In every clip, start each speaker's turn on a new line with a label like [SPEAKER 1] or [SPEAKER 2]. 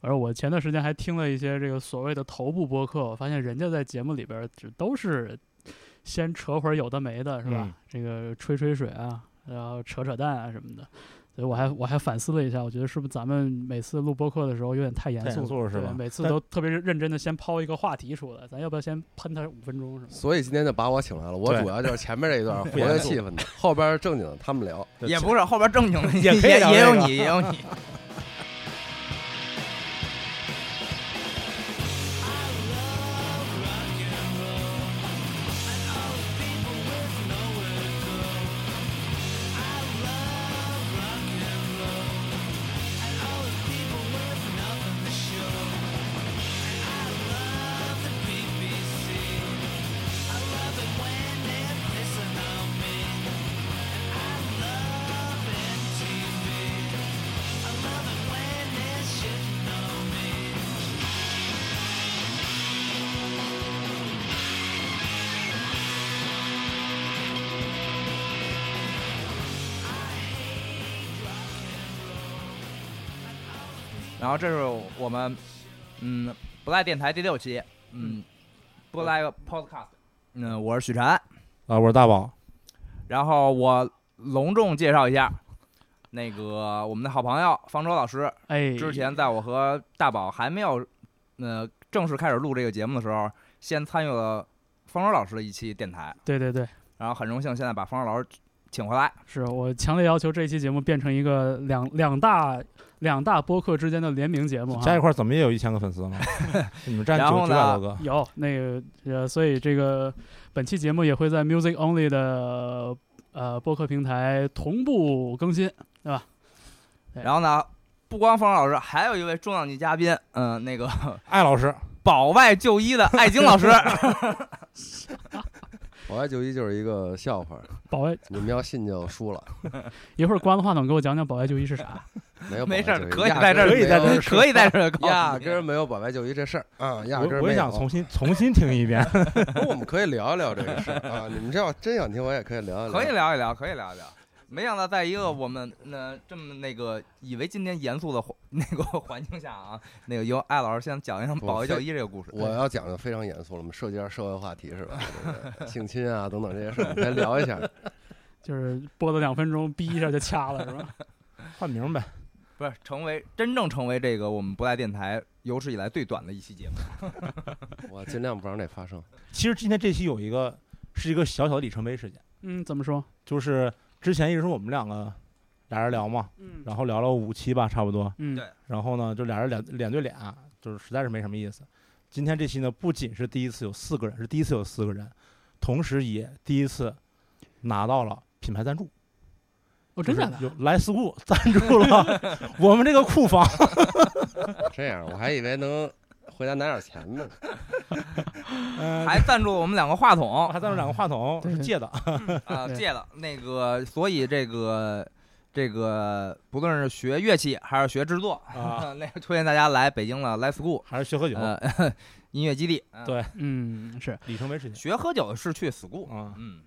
[SPEAKER 1] 而我前段时间还听了一些这个所谓的头部播客，我发现人家在节目里边儿只都是先扯会儿有的没的，是吧？
[SPEAKER 2] 嗯
[SPEAKER 1] 这个吹吹水啊，然后扯扯淡啊什么的。所以我还我还反思了一下，我觉得是不是咱们每次录播客的时候有点太严
[SPEAKER 2] 太
[SPEAKER 1] 肃
[SPEAKER 2] 严
[SPEAKER 1] 了，
[SPEAKER 2] 肃了是
[SPEAKER 1] 对
[SPEAKER 2] 吧
[SPEAKER 1] 每次
[SPEAKER 2] 但
[SPEAKER 1] 都特别认真的先抛一个话题出来，咱要不要先喷他五分钟什么的？
[SPEAKER 3] 所以今天就把我请来了，我
[SPEAKER 2] 对
[SPEAKER 3] 主要就是前面这 一段活
[SPEAKER 2] 严
[SPEAKER 3] 跃
[SPEAKER 2] 肃
[SPEAKER 3] 气氛的，后边正经的他们聊。
[SPEAKER 2] 对
[SPEAKER 4] 也不是后边正经的
[SPEAKER 2] 也可以
[SPEAKER 4] 也
[SPEAKER 2] 聊
[SPEAKER 4] 也
[SPEAKER 2] 这
[SPEAKER 4] 有
[SPEAKER 2] 个
[SPEAKER 4] 你，也有 你。然后这是我们嗯不赖电台第六期，嗯不赖 Podcast，嗯我是许晨，
[SPEAKER 2] 啊，我是大宝，
[SPEAKER 4] 然后我隆重介绍一下。那个我们的好朋友方舟老师，
[SPEAKER 1] 哎，
[SPEAKER 4] 之前在我和大宝还没有，呃，正式开始录这个节目的时候，先参与了方舟老师的一期电台，
[SPEAKER 1] 对对对，
[SPEAKER 4] 然后很荣幸现在把方舟老师请回来，
[SPEAKER 1] 是我强烈要求这期节目变成一个两两大两大播客之间的联名节
[SPEAKER 3] 嗯
[SPEAKER 1] 目
[SPEAKER 2] 加一
[SPEAKER 1] 啊。
[SPEAKER 2] 块儿怎么也有一千个粉丝 了，你们占
[SPEAKER 4] 然
[SPEAKER 2] 九
[SPEAKER 4] 后
[SPEAKER 2] 九
[SPEAKER 4] 呢
[SPEAKER 2] 百多个，
[SPEAKER 1] 有那个呃，所以这个本期节目也会在 Music Only 的呃播客平台同步更新。对
[SPEAKER 4] 然后呢，不光方舟老师，还有一位重量级嘉宾，嗯、那个
[SPEAKER 2] 艾老师，
[SPEAKER 4] 保外就医的艾晶老师，
[SPEAKER 3] 保外就医就是一个笑话，
[SPEAKER 1] 保外
[SPEAKER 3] 你们要信就输了。
[SPEAKER 1] 一会儿关了话筒，给我讲讲保外就医是啥。
[SPEAKER 3] 没有保外
[SPEAKER 4] 没事
[SPEAKER 3] 就
[SPEAKER 4] 儿
[SPEAKER 3] 医，
[SPEAKER 4] 可以
[SPEAKER 3] 压
[SPEAKER 4] 在
[SPEAKER 3] 根儿
[SPEAKER 4] 这儿，
[SPEAKER 2] 可以在
[SPEAKER 3] 没
[SPEAKER 2] 这
[SPEAKER 3] 有
[SPEAKER 2] 儿
[SPEAKER 4] 可以在这儿告诉 你
[SPEAKER 3] 压根儿没有保外就医这事儿啊，压根儿
[SPEAKER 2] 我我
[SPEAKER 3] 没
[SPEAKER 2] 也
[SPEAKER 3] 有
[SPEAKER 2] 想重新重新听一 遍，
[SPEAKER 3] 我们可以聊一聊这个事 儿啊。你们这要真想听，我也可以聊一聊。
[SPEAKER 4] 可以聊一聊，可以聊一聊。没想到在一个我们呃这么那个以为今天严肃的环 那个环境下啊，那个由艾老师先讲一讲
[SPEAKER 3] 不
[SPEAKER 4] 保外
[SPEAKER 3] 非
[SPEAKER 4] 就医这个故事。哎
[SPEAKER 3] 我要讲的非常严肃了，我们涉及到社会话题是吧？这个性侵啊等等这些事儿，我们先聊一下。
[SPEAKER 1] 就是播了两分钟，逼一下就掐了，是吧？
[SPEAKER 2] 换名呗。
[SPEAKER 4] 不是成为真正成为这个我们不赖电台有史以来最短的一期节目。
[SPEAKER 3] 我尽量不让这发生。
[SPEAKER 2] 其实今天这期有一个是一个小小的里程碑事件，
[SPEAKER 1] 嗯，怎么说？
[SPEAKER 2] 就是之前一直是我们两个俩人聊嘛，
[SPEAKER 1] 嗯
[SPEAKER 2] 然后聊了五期吧，差不多。
[SPEAKER 1] 嗯，
[SPEAKER 4] 对
[SPEAKER 2] 然后呢，就俩人脸脸对脸，就是实在是没什么意思。今天这期呢，不仅是第一次有四个人，是第一次有四个人，同时也第一次拿到了品牌赞助，
[SPEAKER 1] 哦，真
[SPEAKER 2] 就是
[SPEAKER 1] 假的
[SPEAKER 2] 有？来思顾赞助 了我们这个库房。
[SPEAKER 3] 这样，我还以为能回家拿点钱呢。
[SPEAKER 2] 呃
[SPEAKER 4] 还赞助了我们两个话筒
[SPEAKER 2] 还赞助两个话筒
[SPEAKER 1] 对
[SPEAKER 2] 是借的，
[SPEAKER 4] 啊，
[SPEAKER 1] 对
[SPEAKER 4] 借了那个，所以这个这个不论是学乐器还是学制作，
[SPEAKER 2] 啊
[SPEAKER 4] 那个推荐大家来北京的 Live School，
[SPEAKER 2] 还是学喝酒，
[SPEAKER 4] 呃，音乐基地。嗯
[SPEAKER 2] 对
[SPEAKER 1] 嗯，是。
[SPEAKER 2] 里程碑事情
[SPEAKER 4] 学喝酒是去 school。
[SPEAKER 2] 啊。
[SPEAKER 4] 嗯，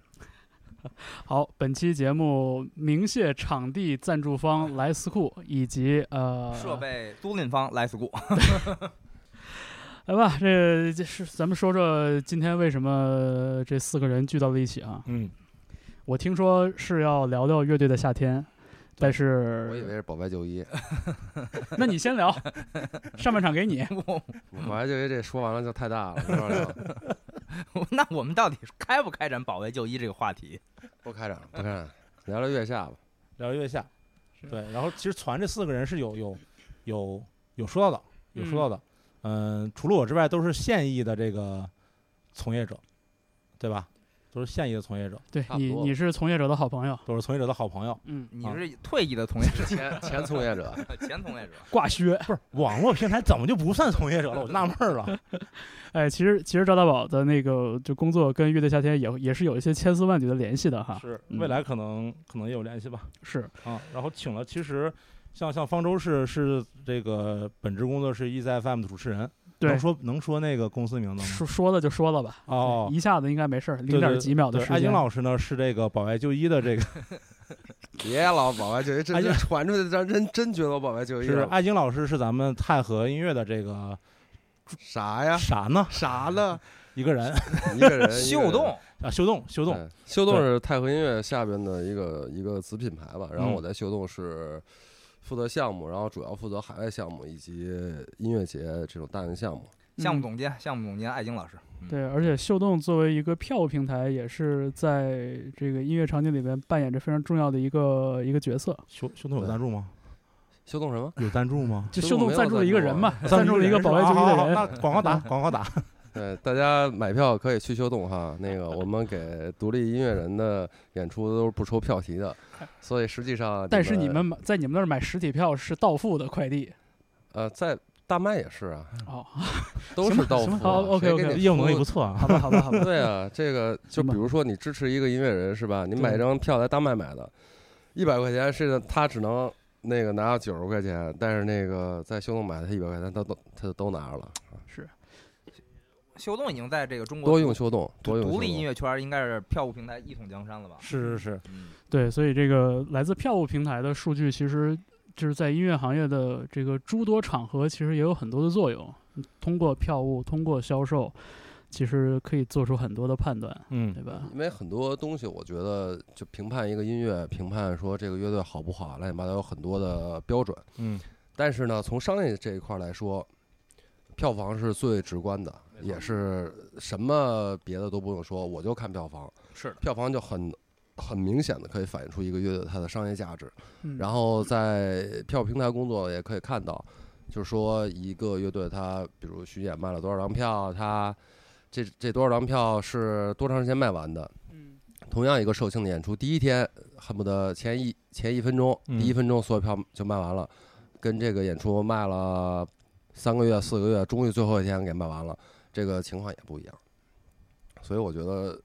[SPEAKER 1] 好，本期节目鸣谢场地赞助方莱斯库以及呃
[SPEAKER 4] 嗯设备租赁方 Live school。
[SPEAKER 1] 来吧，哎这这是咱们说说今天为什么这四个人聚到了一起啊？
[SPEAKER 2] 嗯，
[SPEAKER 1] 我听说是要聊聊乐队的夏天，但
[SPEAKER 3] 我以 为
[SPEAKER 1] 是
[SPEAKER 3] 是保外就医，
[SPEAKER 1] 那你先 聊，上半场给你。
[SPEAKER 3] 保外就医这说完了就太大了，没法聊。
[SPEAKER 4] 那我们到底开不开展保卫就医这个话题？
[SPEAKER 3] 不开展，不开展，聊聊月下吧。
[SPEAKER 2] 聊月下，对，然后其实传这四个人是有有有有说到的，有说到的，嗯、除了我之外都是现役的这个从业者，对吧？都是现役的从业者，
[SPEAKER 1] 对
[SPEAKER 3] 差不
[SPEAKER 1] 你，
[SPEAKER 3] 多
[SPEAKER 1] 你是从业者的好朋友，
[SPEAKER 2] 都是从业者的好朋友。
[SPEAKER 1] 嗯，
[SPEAKER 4] 你是退役的从业者，
[SPEAKER 3] 前前从业者，
[SPEAKER 4] 前 从业者。
[SPEAKER 1] 挂靴。
[SPEAKER 2] 不是网络平台怎么就不算从业者了？我就纳闷儿了。
[SPEAKER 1] 哎，其实其实赵大宝的那个就工作跟乐队夏天也也是有一些千丝万缕的联系的哈。
[SPEAKER 2] 是
[SPEAKER 1] 嗯
[SPEAKER 2] 未来可能可能也有联系吧。
[SPEAKER 1] 是，
[SPEAKER 2] 啊，然后请了，其实像像方舟是是这个本职工作是 E Z FM 的主持人，
[SPEAKER 1] 对
[SPEAKER 2] 能，说能说那个公司名字吗？
[SPEAKER 1] 说说了就说了吧。
[SPEAKER 2] 哦，
[SPEAKER 1] 一下子应该没事儿，零
[SPEAKER 2] 对对
[SPEAKER 1] 点几秒的
[SPEAKER 2] 对，
[SPEAKER 1] 时
[SPEAKER 2] 艾晶
[SPEAKER 1] 间。
[SPEAKER 2] 老师呢是这个保外就医的这个
[SPEAKER 3] 别老往外就业，这
[SPEAKER 2] 哎
[SPEAKER 3] 这
[SPEAKER 2] 呀
[SPEAKER 3] 传出去，让人真觉得我往外就业
[SPEAKER 2] 是啊
[SPEAKER 3] 了
[SPEAKER 2] 艾晶老师是咱们太和音乐的这个
[SPEAKER 3] 啥呀？
[SPEAKER 2] 啥呢？
[SPEAKER 3] 啥呢？
[SPEAKER 2] 一个人
[SPEAKER 3] 一个
[SPEAKER 1] 呃
[SPEAKER 3] 人
[SPEAKER 4] 秀动，
[SPEAKER 1] 嗯
[SPEAKER 2] 啊，秀动秀
[SPEAKER 3] 秀
[SPEAKER 2] 动，
[SPEAKER 3] 动，秀动
[SPEAKER 2] 对
[SPEAKER 3] 是太和音乐下边的一个一个子品牌吧。然后
[SPEAKER 2] 嗯
[SPEAKER 3] 我在秀动是负责项目，然后主要负责海外项目以及音乐节这种大型项目。
[SPEAKER 4] 项目总监，项目总监艾晶老师，嗯，
[SPEAKER 1] 对，而且秀动作为一个票务平台，也是在这个音乐场景里边扮演着非常重要的一个一个角色。
[SPEAKER 2] 秀秀动有赞助吗？
[SPEAKER 3] 秀动什么？
[SPEAKER 2] 有赞助 吗？
[SPEAKER 1] 就
[SPEAKER 3] 秀
[SPEAKER 1] 秀动
[SPEAKER 3] 动没有
[SPEAKER 1] 赞助了一个人嘛， 赞助了一个
[SPEAKER 2] 人是
[SPEAKER 1] 保
[SPEAKER 2] 吧
[SPEAKER 1] 外就
[SPEAKER 2] 啊好
[SPEAKER 1] 医
[SPEAKER 2] 好
[SPEAKER 1] 的
[SPEAKER 2] 好
[SPEAKER 1] 人。
[SPEAKER 2] 那广告打广告打，
[SPEAKER 3] 对，呃大家买票可以去秀动哈。那个我们给独立音乐人的演出都是不抽票题的，所以实际上，
[SPEAKER 1] 但是你们买在你们那儿买实体票是到付的快递
[SPEAKER 3] 呃，在大麦也是啊，
[SPEAKER 1] 哦，
[SPEAKER 3] 都
[SPEAKER 1] 行
[SPEAKER 3] 是
[SPEAKER 1] 吧
[SPEAKER 3] 到付
[SPEAKER 1] 行吧
[SPEAKER 3] 啊。
[SPEAKER 1] 好
[SPEAKER 3] 谁
[SPEAKER 1] ，OK，OK，
[SPEAKER 3] 给你
[SPEAKER 2] 业务能力
[SPEAKER 3] 出
[SPEAKER 2] 不错啊。
[SPEAKER 1] 好吧，好吧，好吧，
[SPEAKER 3] 对 啊，这个
[SPEAKER 1] 行
[SPEAKER 3] 就比
[SPEAKER 1] 吧
[SPEAKER 3] 如说你支持一个音乐人是吧？你
[SPEAKER 1] 对
[SPEAKER 3] 买一张票在大麦买的，一百块钱是他只能那个拿到九十块钱，但是那个在修动买的他一百块钱他都他就都拿着了。
[SPEAKER 4] 秀动已经在这个中国
[SPEAKER 3] 多用修动，多用
[SPEAKER 4] 独立音
[SPEAKER 3] 乐，
[SPEAKER 4] 乐圈应该是票务平台一统江山 了吧？
[SPEAKER 2] 是是是，
[SPEAKER 4] 嗯，
[SPEAKER 1] 对，所以这个来自票务平台的数据，其实就是在音乐行业的这个诸多场合，其实也有很多的作用。通过票务，通过销售，其实可以做出很多的判断，
[SPEAKER 2] 嗯
[SPEAKER 1] 对吧？
[SPEAKER 3] 因为很多东西我觉得就评判一个音乐，评判说这个乐队好不好，乱七八糟有很多的标准。
[SPEAKER 2] 嗯，
[SPEAKER 3] 但是呢，从商业这一块来说，票房是最直观的，也是什么别的都不用说，我就看票房。
[SPEAKER 4] 是的，
[SPEAKER 3] 票房就很很明显的可以反映出一个乐队它的商业价值。
[SPEAKER 1] 嗯
[SPEAKER 3] 然后在票务平台工作也可以看到，就是说一个乐队它比如巡演卖了多少张票，它这这多少张票是多长时间卖完的。
[SPEAKER 1] 嗯
[SPEAKER 3] 同样一个售罄的演出，第一天恨不得前一前一分钟，
[SPEAKER 2] 嗯
[SPEAKER 3] 第一分钟所有票就卖完了，跟这个演出卖了三个月、四个月，终于最后一天给卖完了，这个情况也不一样。所以我觉得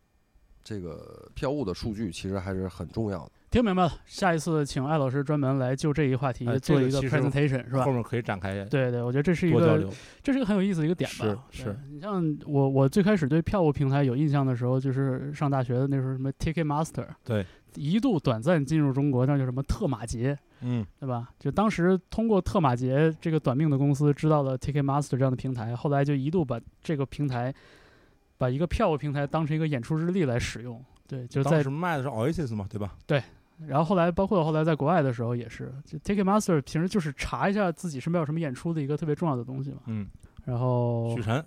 [SPEAKER 3] 这个票务的数据其实还是很重要的。
[SPEAKER 1] 听明白了，下一次请艾老师专门来就这一话题
[SPEAKER 2] 哎
[SPEAKER 1] 做
[SPEAKER 2] 这个
[SPEAKER 1] 一个
[SPEAKER 2] 其实
[SPEAKER 1] presentation，是吧
[SPEAKER 2] 后？面可以展开
[SPEAKER 1] 对对，我觉得这是一
[SPEAKER 2] 多交
[SPEAKER 1] 个
[SPEAKER 2] 流。
[SPEAKER 1] 这是一个很有意思的一个点吧。
[SPEAKER 2] 是
[SPEAKER 1] 对
[SPEAKER 2] 是
[SPEAKER 1] 你像我，我最开始对票务平台有印象的时候，就是上大学的那时候，什么 Ticketmaster，
[SPEAKER 2] 对，
[SPEAKER 1] 一度短暂进入中国，那叫什么特马节，
[SPEAKER 2] 嗯，
[SPEAKER 1] 对吧？就当时通过特马节这个短命的公司知道了 Ticketmaster 这样的平台，后来就一度把这个平台，把一个票务平台当成一个演出日历来使用。对，就
[SPEAKER 2] 当
[SPEAKER 1] 在
[SPEAKER 2] 时卖的是 Oasis 嘛，对吧？
[SPEAKER 1] 然后后来包括后来在国外的时候也是就，Ticketmaster 平时就是查一下自己身边有什么演出的一个特别重要的东西嘛。
[SPEAKER 2] 嗯，
[SPEAKER 1] 然后
[SPEAKER 2] 许晨
[SPEAKER 1] 哦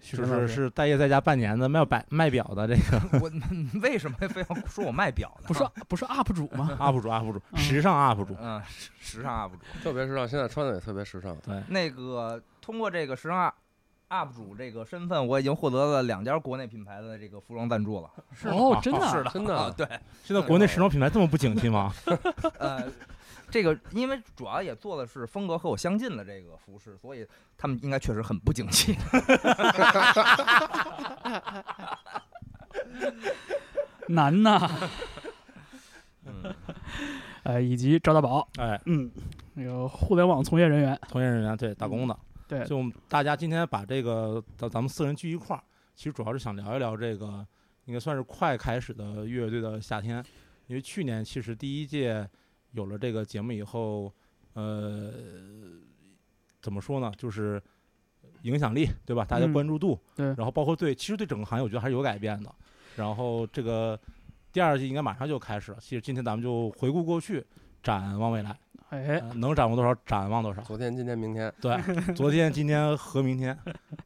[SPEAKER 1] 许
[SPEAKER 2] 就
[SPEAKER 1] 晨老
[SPEAKER 2] 是
[SPEAKER 1] 师
[SPEAKER 2] 是待业在家半年的卖表卖表的这个
[SPEAKER 4] 我为什么非要说我卖表呢？
[SPEAKER 1] 不是，不是 UP 主吗？
[SPEAKER 2] UP 主 UP 主，
[SPEAKER 1] 嗯
[SPEAKER 2] 时尚 UP 主，
[SPEAKER 4] 嗯，时时尚 UP 主。
[SPEAKER 3] 特别时啊尚，现在穿的也特别时尚。
[SPEAKER 2] 对，
[SPEAKER 4] 那个通过这个时尚啊 UP 主这个身份，我已经获得了两家国内品牌的这个服装赞助了。
[SPEAKER 1] 哦
[SPEAKER 2] 吗，
[SPEAKER 1] 真的啊，
[SPEAKER 4] 是的，
[SPEAKER 3] 真的
[SPEAKER 4] 啊对，
[SPEAKER 2] 现在国内时装品牌这么不景气吗？
[SPEAKER 4] 呃，这个因为主要也做的是风格和我相近的这个服饰，所以他们应该确实很不景气。
[SPEAKER 1] 难呐。
[SPEAKER 4] 嗯，
[SPEAKER 1] 呃，以及赵大宝，
[SPEAKER 2] 哎，
[SPEAKER 1] 嗯，那个互联网从业人员，
[SPEAKER 2] 从业人员对打工的，
[SPEAKER 1] 嗯对
[SPEAKER 2] 就大家今天把这个咱咱们四人聚一块儿，其实主要是想聊一聊这个，应该算是快开始的乐队的夏天，因为去年其实第一届有了这个节目以后，呃，怎么说呢，就是影响力对吧？大家
[SPEAKER 1] 嗯
[SPEAKER 2] 关注度，
[SPEAKER 1] 对
[SPEAKER 2] 然后包括对，其实对整个行业我觉得还是有改变的。然后这个第二季应该马上就开始了，其实今天咱们就回顾过去，展望未来，
[SPEAKER 1] 哎，
[SPEAKER 2] 呃能展望多少展望多少。
[SPEAKER 3] 昨天、今天、明天，
[SPEAKER 2] 对，昨天、今天和明天，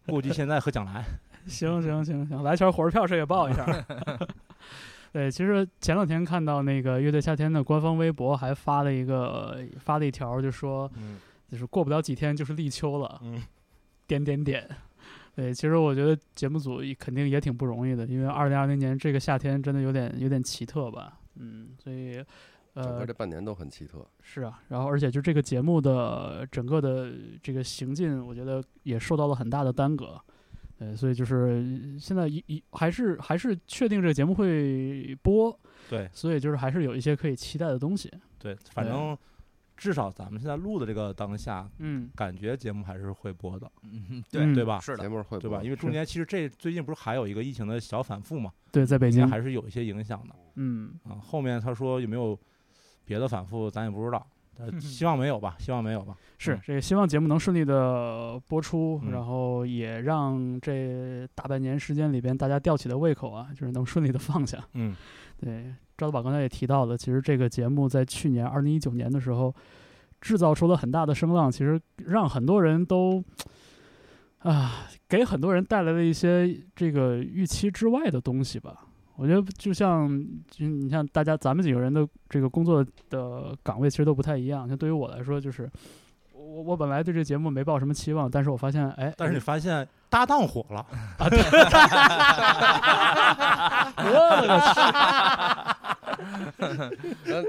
[SPEAKER 2] 估计现在和将来。
[SPEAKER 1] 行行行行，来钱火车票谁给报一下？ 对，其实前两天看到那个乐队夏天的官方微博还发了一个发了一条，就说
[SPEAKER 2] 嗯
[SPEAKER 1] 就是过不了几天就是立秋了，
[SPEAKER 2] 嗯，
[SPEAKER 1] 点点点。对，其实我觉得节目组也肯定也挺不容易的，因为二零二零年这个夏天真的有点有点奇特吧，嗯，所以
[SPEAKER 3] 整
[SPEAKER 1] 呃
[SPEAKER 3] 个这半年都很奇特。
[SPEAKER 1] 是啊，然后而且就这个节目的整个的这个行进，我觉得也受到了很大的耽搁。呃，所以就是现在一一还是还是确定这个节目会播，
[SPEAKER 2] 对
[SPEAKER 1] 所以就是还是有一些可以期待的东西。
[SPEAKER 2] 对，反正至少咱们现在录的这个当下，
[SPEAKER 1] 嗯，
[SPEAKER 2] 感觉节目还是会播的，
[SPEAKER 4] 嗯，
[SPEAKER 1] 嗯
[SPEAKER 4] 对，
[SPEAKER 2] 对吧？
[SPEAKER 4] 是
[SPEAKER 3] 节
[SPEAKER 4] 的，
[SPEAKER 3] 目会
[SPEAKER 2] 对吧？
[SPEAKER 3] 播
[SPEAKER 2] 因为中
[SPEAKER 1] 是
[SPEAKER 2] 间其实这最近不是还有一个疫情的小反复嘛，
[SPEAKER 1] 对，在北
[SPEAKER 2] 应该
[SPEAKER 1] 京，
[SPEAKER 2] 还是有一些影响的
[SPEAKER 1] 嗯
[SPEAKER 2] 啊。后面他说有没有别的反复咱也不知道，但
[SPEAKER 1] 嗯
[SPEAKER 2] 是希望没有吧，希望没有吧。
[SPEAKER 1] 是
[SPEAKER 2] 嗯
[SPEAKER 1] 这个，希望节目能顺利的播出，
[SPEAKER 2] 嗯
[SPEAKER 1] 然后也让这大半年时间里边大家吊起的胃口啊，就是能顺利的放下。
[SPEAKER 2] 嗯，
[SPEAKER 1] 对，赵老板刚才也提到了，其实这个节目在去年二零一九年的时候，制造出了很大的声浪，其实让很多人都啊，给很多人带来了一些这个预期之外的东西吧。我觉得就像，就你像大家咱们几个人的这个工作的岗位其实都不太一样。像对于我来说，就是我我本来对这节目没抱什么期望，但是我发现，哎，
[SPEAKER 2] 但是你发现搭档火了，
[SPEAKER 1] 我的个
[SPEAKER 2] 嗯
[SPEAKER 3] 咱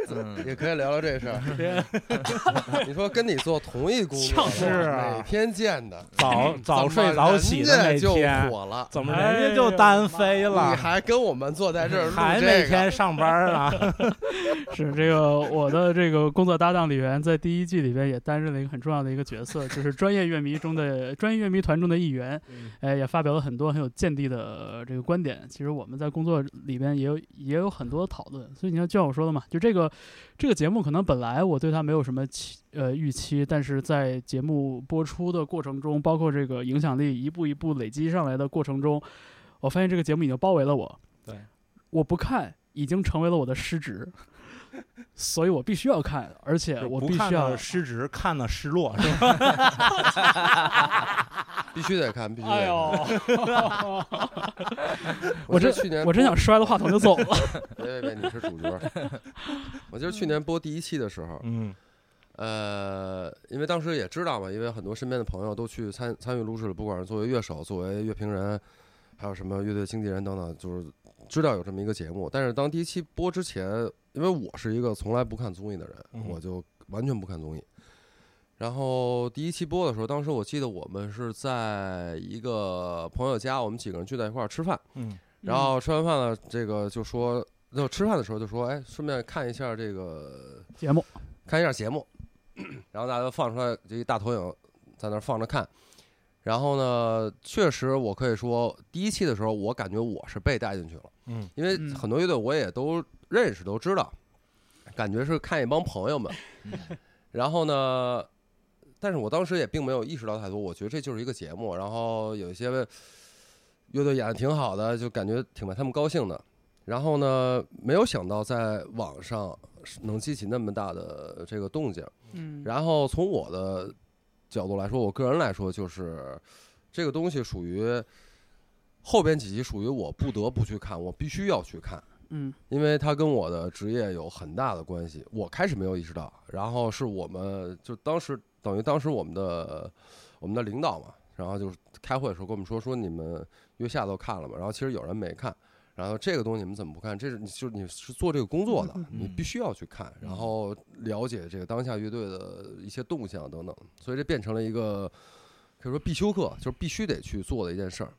[SPEAKER 3] 也可以聊聊这事儿。
[SPEAKER 1] 天，
[SPEAKER 3] 你说跟你做同一工作的，
[SPEAKER 2] 就是啊
[SPEAKER 3] 每天见的，
[SPEAKER 2] 早早
[SPEAKER 3] 怎么
[SPEAKER 2] 睡早起的那
[SPEAKER 3] 人家
[SPEAKER 2] 天
[SPEAKER 3] 就，火了，
[SPEAKER 2] 怎么
[SPEAKER 1] 哎
[SPEAKER 2] 人家
[SPEAKER 1] 呦
[SPEAKER 2] 就单飞
[SPEAKER 3] 你
[SPEAKER 2] 了，
[SPEAKER 3] 还跟我们坐在这儿
[SPEAKER 2] 还
[SPEAKER 3] 录
[SPEAKER 2] 每
[SPEAKER 3] 这个？
[SPEAKER 2] 天上班啊？
[SPEAKER 1] 是这个我的这个工作搭档李源，在第一季里边也担任了一个很重要的一个角色，就是专业乐迷中的专业乐迷团中的一员，哎，也发表了很多很有见地的呃这个观点。其实我们在工作里边也有也有很多讨论，所以你看，就像我说的嘛，就这个这个节目可能本来我对它没有什么期呃预期，但是在节目播出的过程中，包括这个影响力一步一步累积上来的过程中，我发现这个节目已经包围了我。
[SPEAKER 2] 对，
[SPEAKER 1] 我不看已经成为了我的失职， 所以我必须要看，而且我
[SPEAKER 2] 呃不
[SPEAKER 1] 必
[SPEAKER 2] 看
[SPEAKER 1] 须要
[SPEAKER 2] 了啊失职，看了失 落，是吧？
[SPEAKER 3] 必须得看，必须得
[SPEAKER 1] 哎
[SPEAKER 3] 看。
[SPEAKER 1] 呦，
[SPEAKER 3] 我
[SPEAKER 1] 真
[SPEAKER 3] 记得去年
[SPEAKER 1] 我真想
[SPEAKER 3] 播
[SPEAKER 1] 摔了话筒就走了。
[SPEAKER 3] 别别别，你是主角。我记得去年播第一期的时 候，
[SPEAKER 2] 嗯
[SPEAKER 3] 呃，因为当时也知道嘛，因为很多身边的朋友都去参参与录制了，不管是作为乐手、作为乐评人，还有什么乐队经纪人等等，就是知道有这么一个节目。但是当第一期播之前，因为我是一个从来不看综艺的人，
[SPEAKER 2] 嗯
[SPEAKER 3] 我就完全不看综艺。然后第一期播的时候，当时我记得我们是在一个朋友家，我们几个人聚在一块儿吃饭，
[SPEAKER 2] 嗯
[SPEAKER 3] 然后吃完饭了，这个就说，就吃饭的时候就说，哎，顺便看一下这个
[SPEAKER 1] 节目，
[SPEAKER 3] 看一下节目， 然后大家都放出来这一大投影在那儿放着看。然后呢，确实我可以说，第一期的时候，我感觉我是被带进去了，
[SPEAKER 2] 嗯
[SPEAKER 3] 因为
[SPEAKER 1] 嗯
[SPEAKER 3] 很多乐队我也都认识，都知道，感觉是看一帮朋友们。 然后呢，但是我当时也并没有意识到太多，我觉得这就是一个节目。然后有一些乐队演的挺好的，就感觉挺为他们高兴的。然后呢，没有想到在网上是能激起那么大的这个动静。
[SPEAKER 1] 嗯
[SPEAKER 3] 然后从我的角度来说，我个人来说，就是这个东西属于后边几集属于我不得不去看，我必须要去看，
[SPEAKER 1] 嗯
[SPEAKER 3] 因为它跟我的职业有很大的关系。我开始没有意识到，然后是我们就当时等于当时我们的我们的领导嘛，然后就是开会的时候跟我们说说你们月下都看了嘛，然后其实有人没看。然后这个东西你们怎么不看？这是你就是你是做这个工作的，你必须要去看，然后了解这个当下乐队的一些动向等等，所以这变成了一个可以说必修课，就是必须得去做的一件事儿。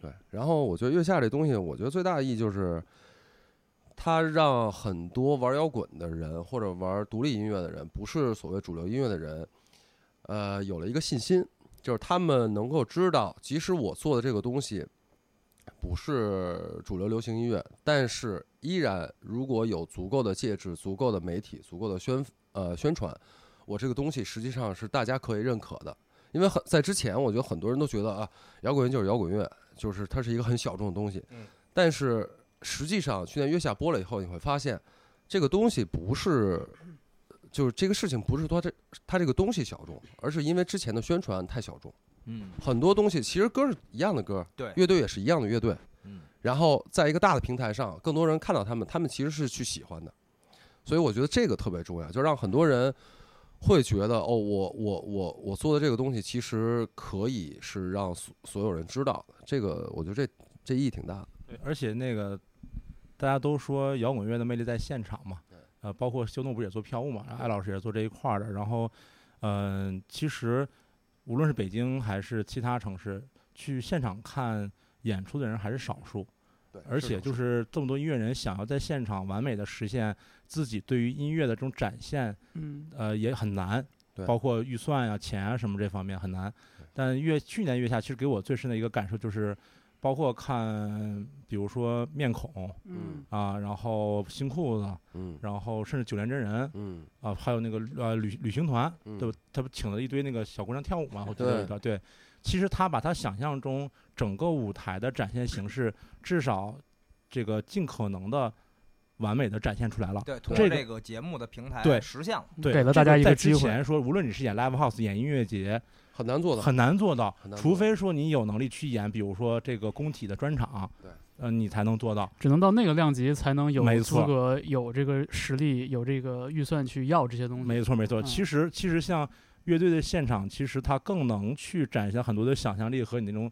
[SPEAKER 3] 对，然后我觉得月下这东西，我觉得最大的意义就是，它让很多玩摇滚的人或者玩独立音乐的人，不是所谓主流音乐的人，呃，有了一个信心，就是他们能够知道，即使我做的这个东西不是主流流行音乐，但是依然如果有足够的介质、足够的媒体、足够的宣呃宣传，我这个东西实际上是大家可以认可的。因为很在之前，我觉得很多人都觉得啊，摇滚乐就是摇滚乐，就是它是一个很小众的东西。
[SPEAKER 2] 嗯
[SPEAKER 3] 但是实际上，去年月下播了以后，你会发现这个东西不是，就是这个事情不是说它这它这个东西小众，而是因为之前的宣传太小众。
[SPEAKER 4] 嗯
[SPEAKER 3] 很多东西其实歌是一样的歌，
[SPEAKER 4] 对
[SPEAKER 3] 乐队也是一样的乐队，
[SPEAKER 4] 嗯
[SPEAKER 3] 然后在一个大的平台上，更多人看到他们，他们其实是去喜欢的，所以我觉得这个特别重要，就让很多人会觉得哦，我我我我做的这个东西其实可以是让所所有人知道的，这个我觉得这这意义挺大的，
[SPEAKER 2] 对而且那个大家都说摇滚乐的魅力在现场嘛，呃，包括修诺不是也做票务嘛，然后艾老师也做这一块儿的，然后，嗯、其实无论是北京还是其他城市，去现场看演出的人还是少数，
[SPEAKER 3] 对
[SPEAKER 2] 而且就是这么多音乐人想要在现场完美的实现自己对于音乐的这种展现，
[SPEAKER 1] 嗯
[SPEAKER 2] 呃，也很难
[SPEAKER 3] 对，
[SPEAKER 2] 包括啊预算呀、钱啊什么这方面很难
[SPEAKER 3] 对。
[SPEAKER 2] 但月去年月下其实给我最深的一个感受就是，包括看，比如说面孔
[SPEAKER 1] 嗯
[SPEAKER 2] 啊，然后新裤子，
[SPEAKER 3] 嗯
[SPEAKER 2] 然后甚至九连真人
[SPEAKER 3] 嗯
[SPEAKER 2] 啊，还有那个呃旅旅行团，
[SPEAKER 3] 嗯
[SPEAKER 2] 对吧？他不请了一堆那个小姑娘跳舞嘛，我记得有一段对。其实他把他想象中整个舞台的展现形式，至少这个尽可能的完美的展现出来了。
[SPEAKER 4] 对，通
[SPEAKER 2] 这
[SPEAKER 4] 过
[SPEAKER 2] 个
[SPEAKER 4] 这个节目的平台
[SPEAKER 2] 对
[SPEAKER 4] 实现了，
[SPEAKER 2] 对，
[SPEAKER 1] 嗯给了大家
[SPEAKER 2] 这
[SPEAKER 1] 一
[SPEAKER 2] 在
[SPEAKER 1] 个
[SPEAKER 2] 之
[SPEAKER 1] 机会。
[SPEAKER 2] 前说，无论你是演 live house、演音乐节，
[SPEAKER 3] 很难做的，
[SPEAKER 2] 很难做到
[SPEAKER 3] 很，难做
[SPEAKER 2] 除
[SPEAKER 3] 到
[SPEAKER 2] 非说你有能力去演，比如说这个工体的专场，
[SPEAKER 3] 对，
[SPEAKER 2] 呃，你才能做到。
[SPEAKER 1] 只能到那个量级才能有
[SPEAKER 2] 没
[SPEAKER 1] 资
[SPEAKER 2] 错
[SPEAKER 1] 格、有这个实力、有这个预算去要这些东西。
[SPEAKER 2] 没错，没错。
[SPEAKER 1] 嗯
[SPEAKER 2] 其实，其实像乐队的现场，其实它更能去展现很多的想象力和你那种，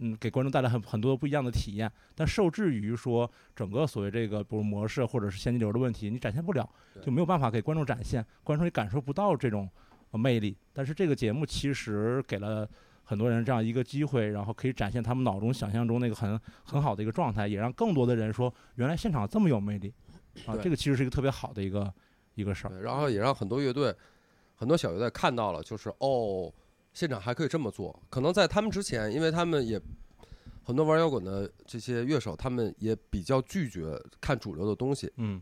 [SPEAKER 2] 嗯，给观众带来很很多不一样的体验。但受制于说整个所谓这个，比如模式或者是现金流的问题，你展现不了，
[SPEAKER 3] 对
[SPEAKER 2] 就没有办法给观众展现，观众也感受不到这种、呃魅力。但是这个节目其实给了。很多人这样一个机会，然后可以展现他们脑中想象中那个很很好的一个状态，也让更多的人说，原来现场这么有魅力，啊，
[SPEAKER 3] 对
[SPEAKER 2] 这个其实是一个特别好的一个一个事儿。
[SPEAKER 3] 对，然后也让很多乐队、很多小乐队看到了，就是哦，现场还可以这么做。可能在他们之前，因为他们也很多玩摇滚的这些乐手，他们也比较拒绝看主流的东西，
[SPEAKER 2] 嗯，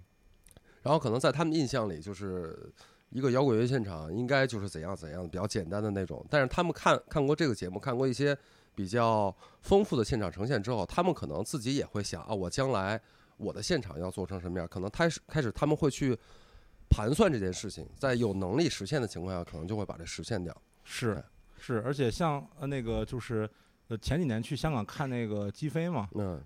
[SPEAKER 3] 然后可能在他们印象里，就是一个摇滚乐现场应该就是怎样怎样比较简单的那种。但是他们看看过这个节目，看过一些比较丰富的现场呈现之后，他们可能自己也会想啊，我将来我的现场要做成什么样？可能开始开始他们会去盘算这件事情，在有能力实现的情况下，可能就会把这实现掉。对
[SPEAKER 2] 是是，而且像呃那个就是呃前几年去香港看那个击飞嘛，
[SPEAKER 3] 嗯，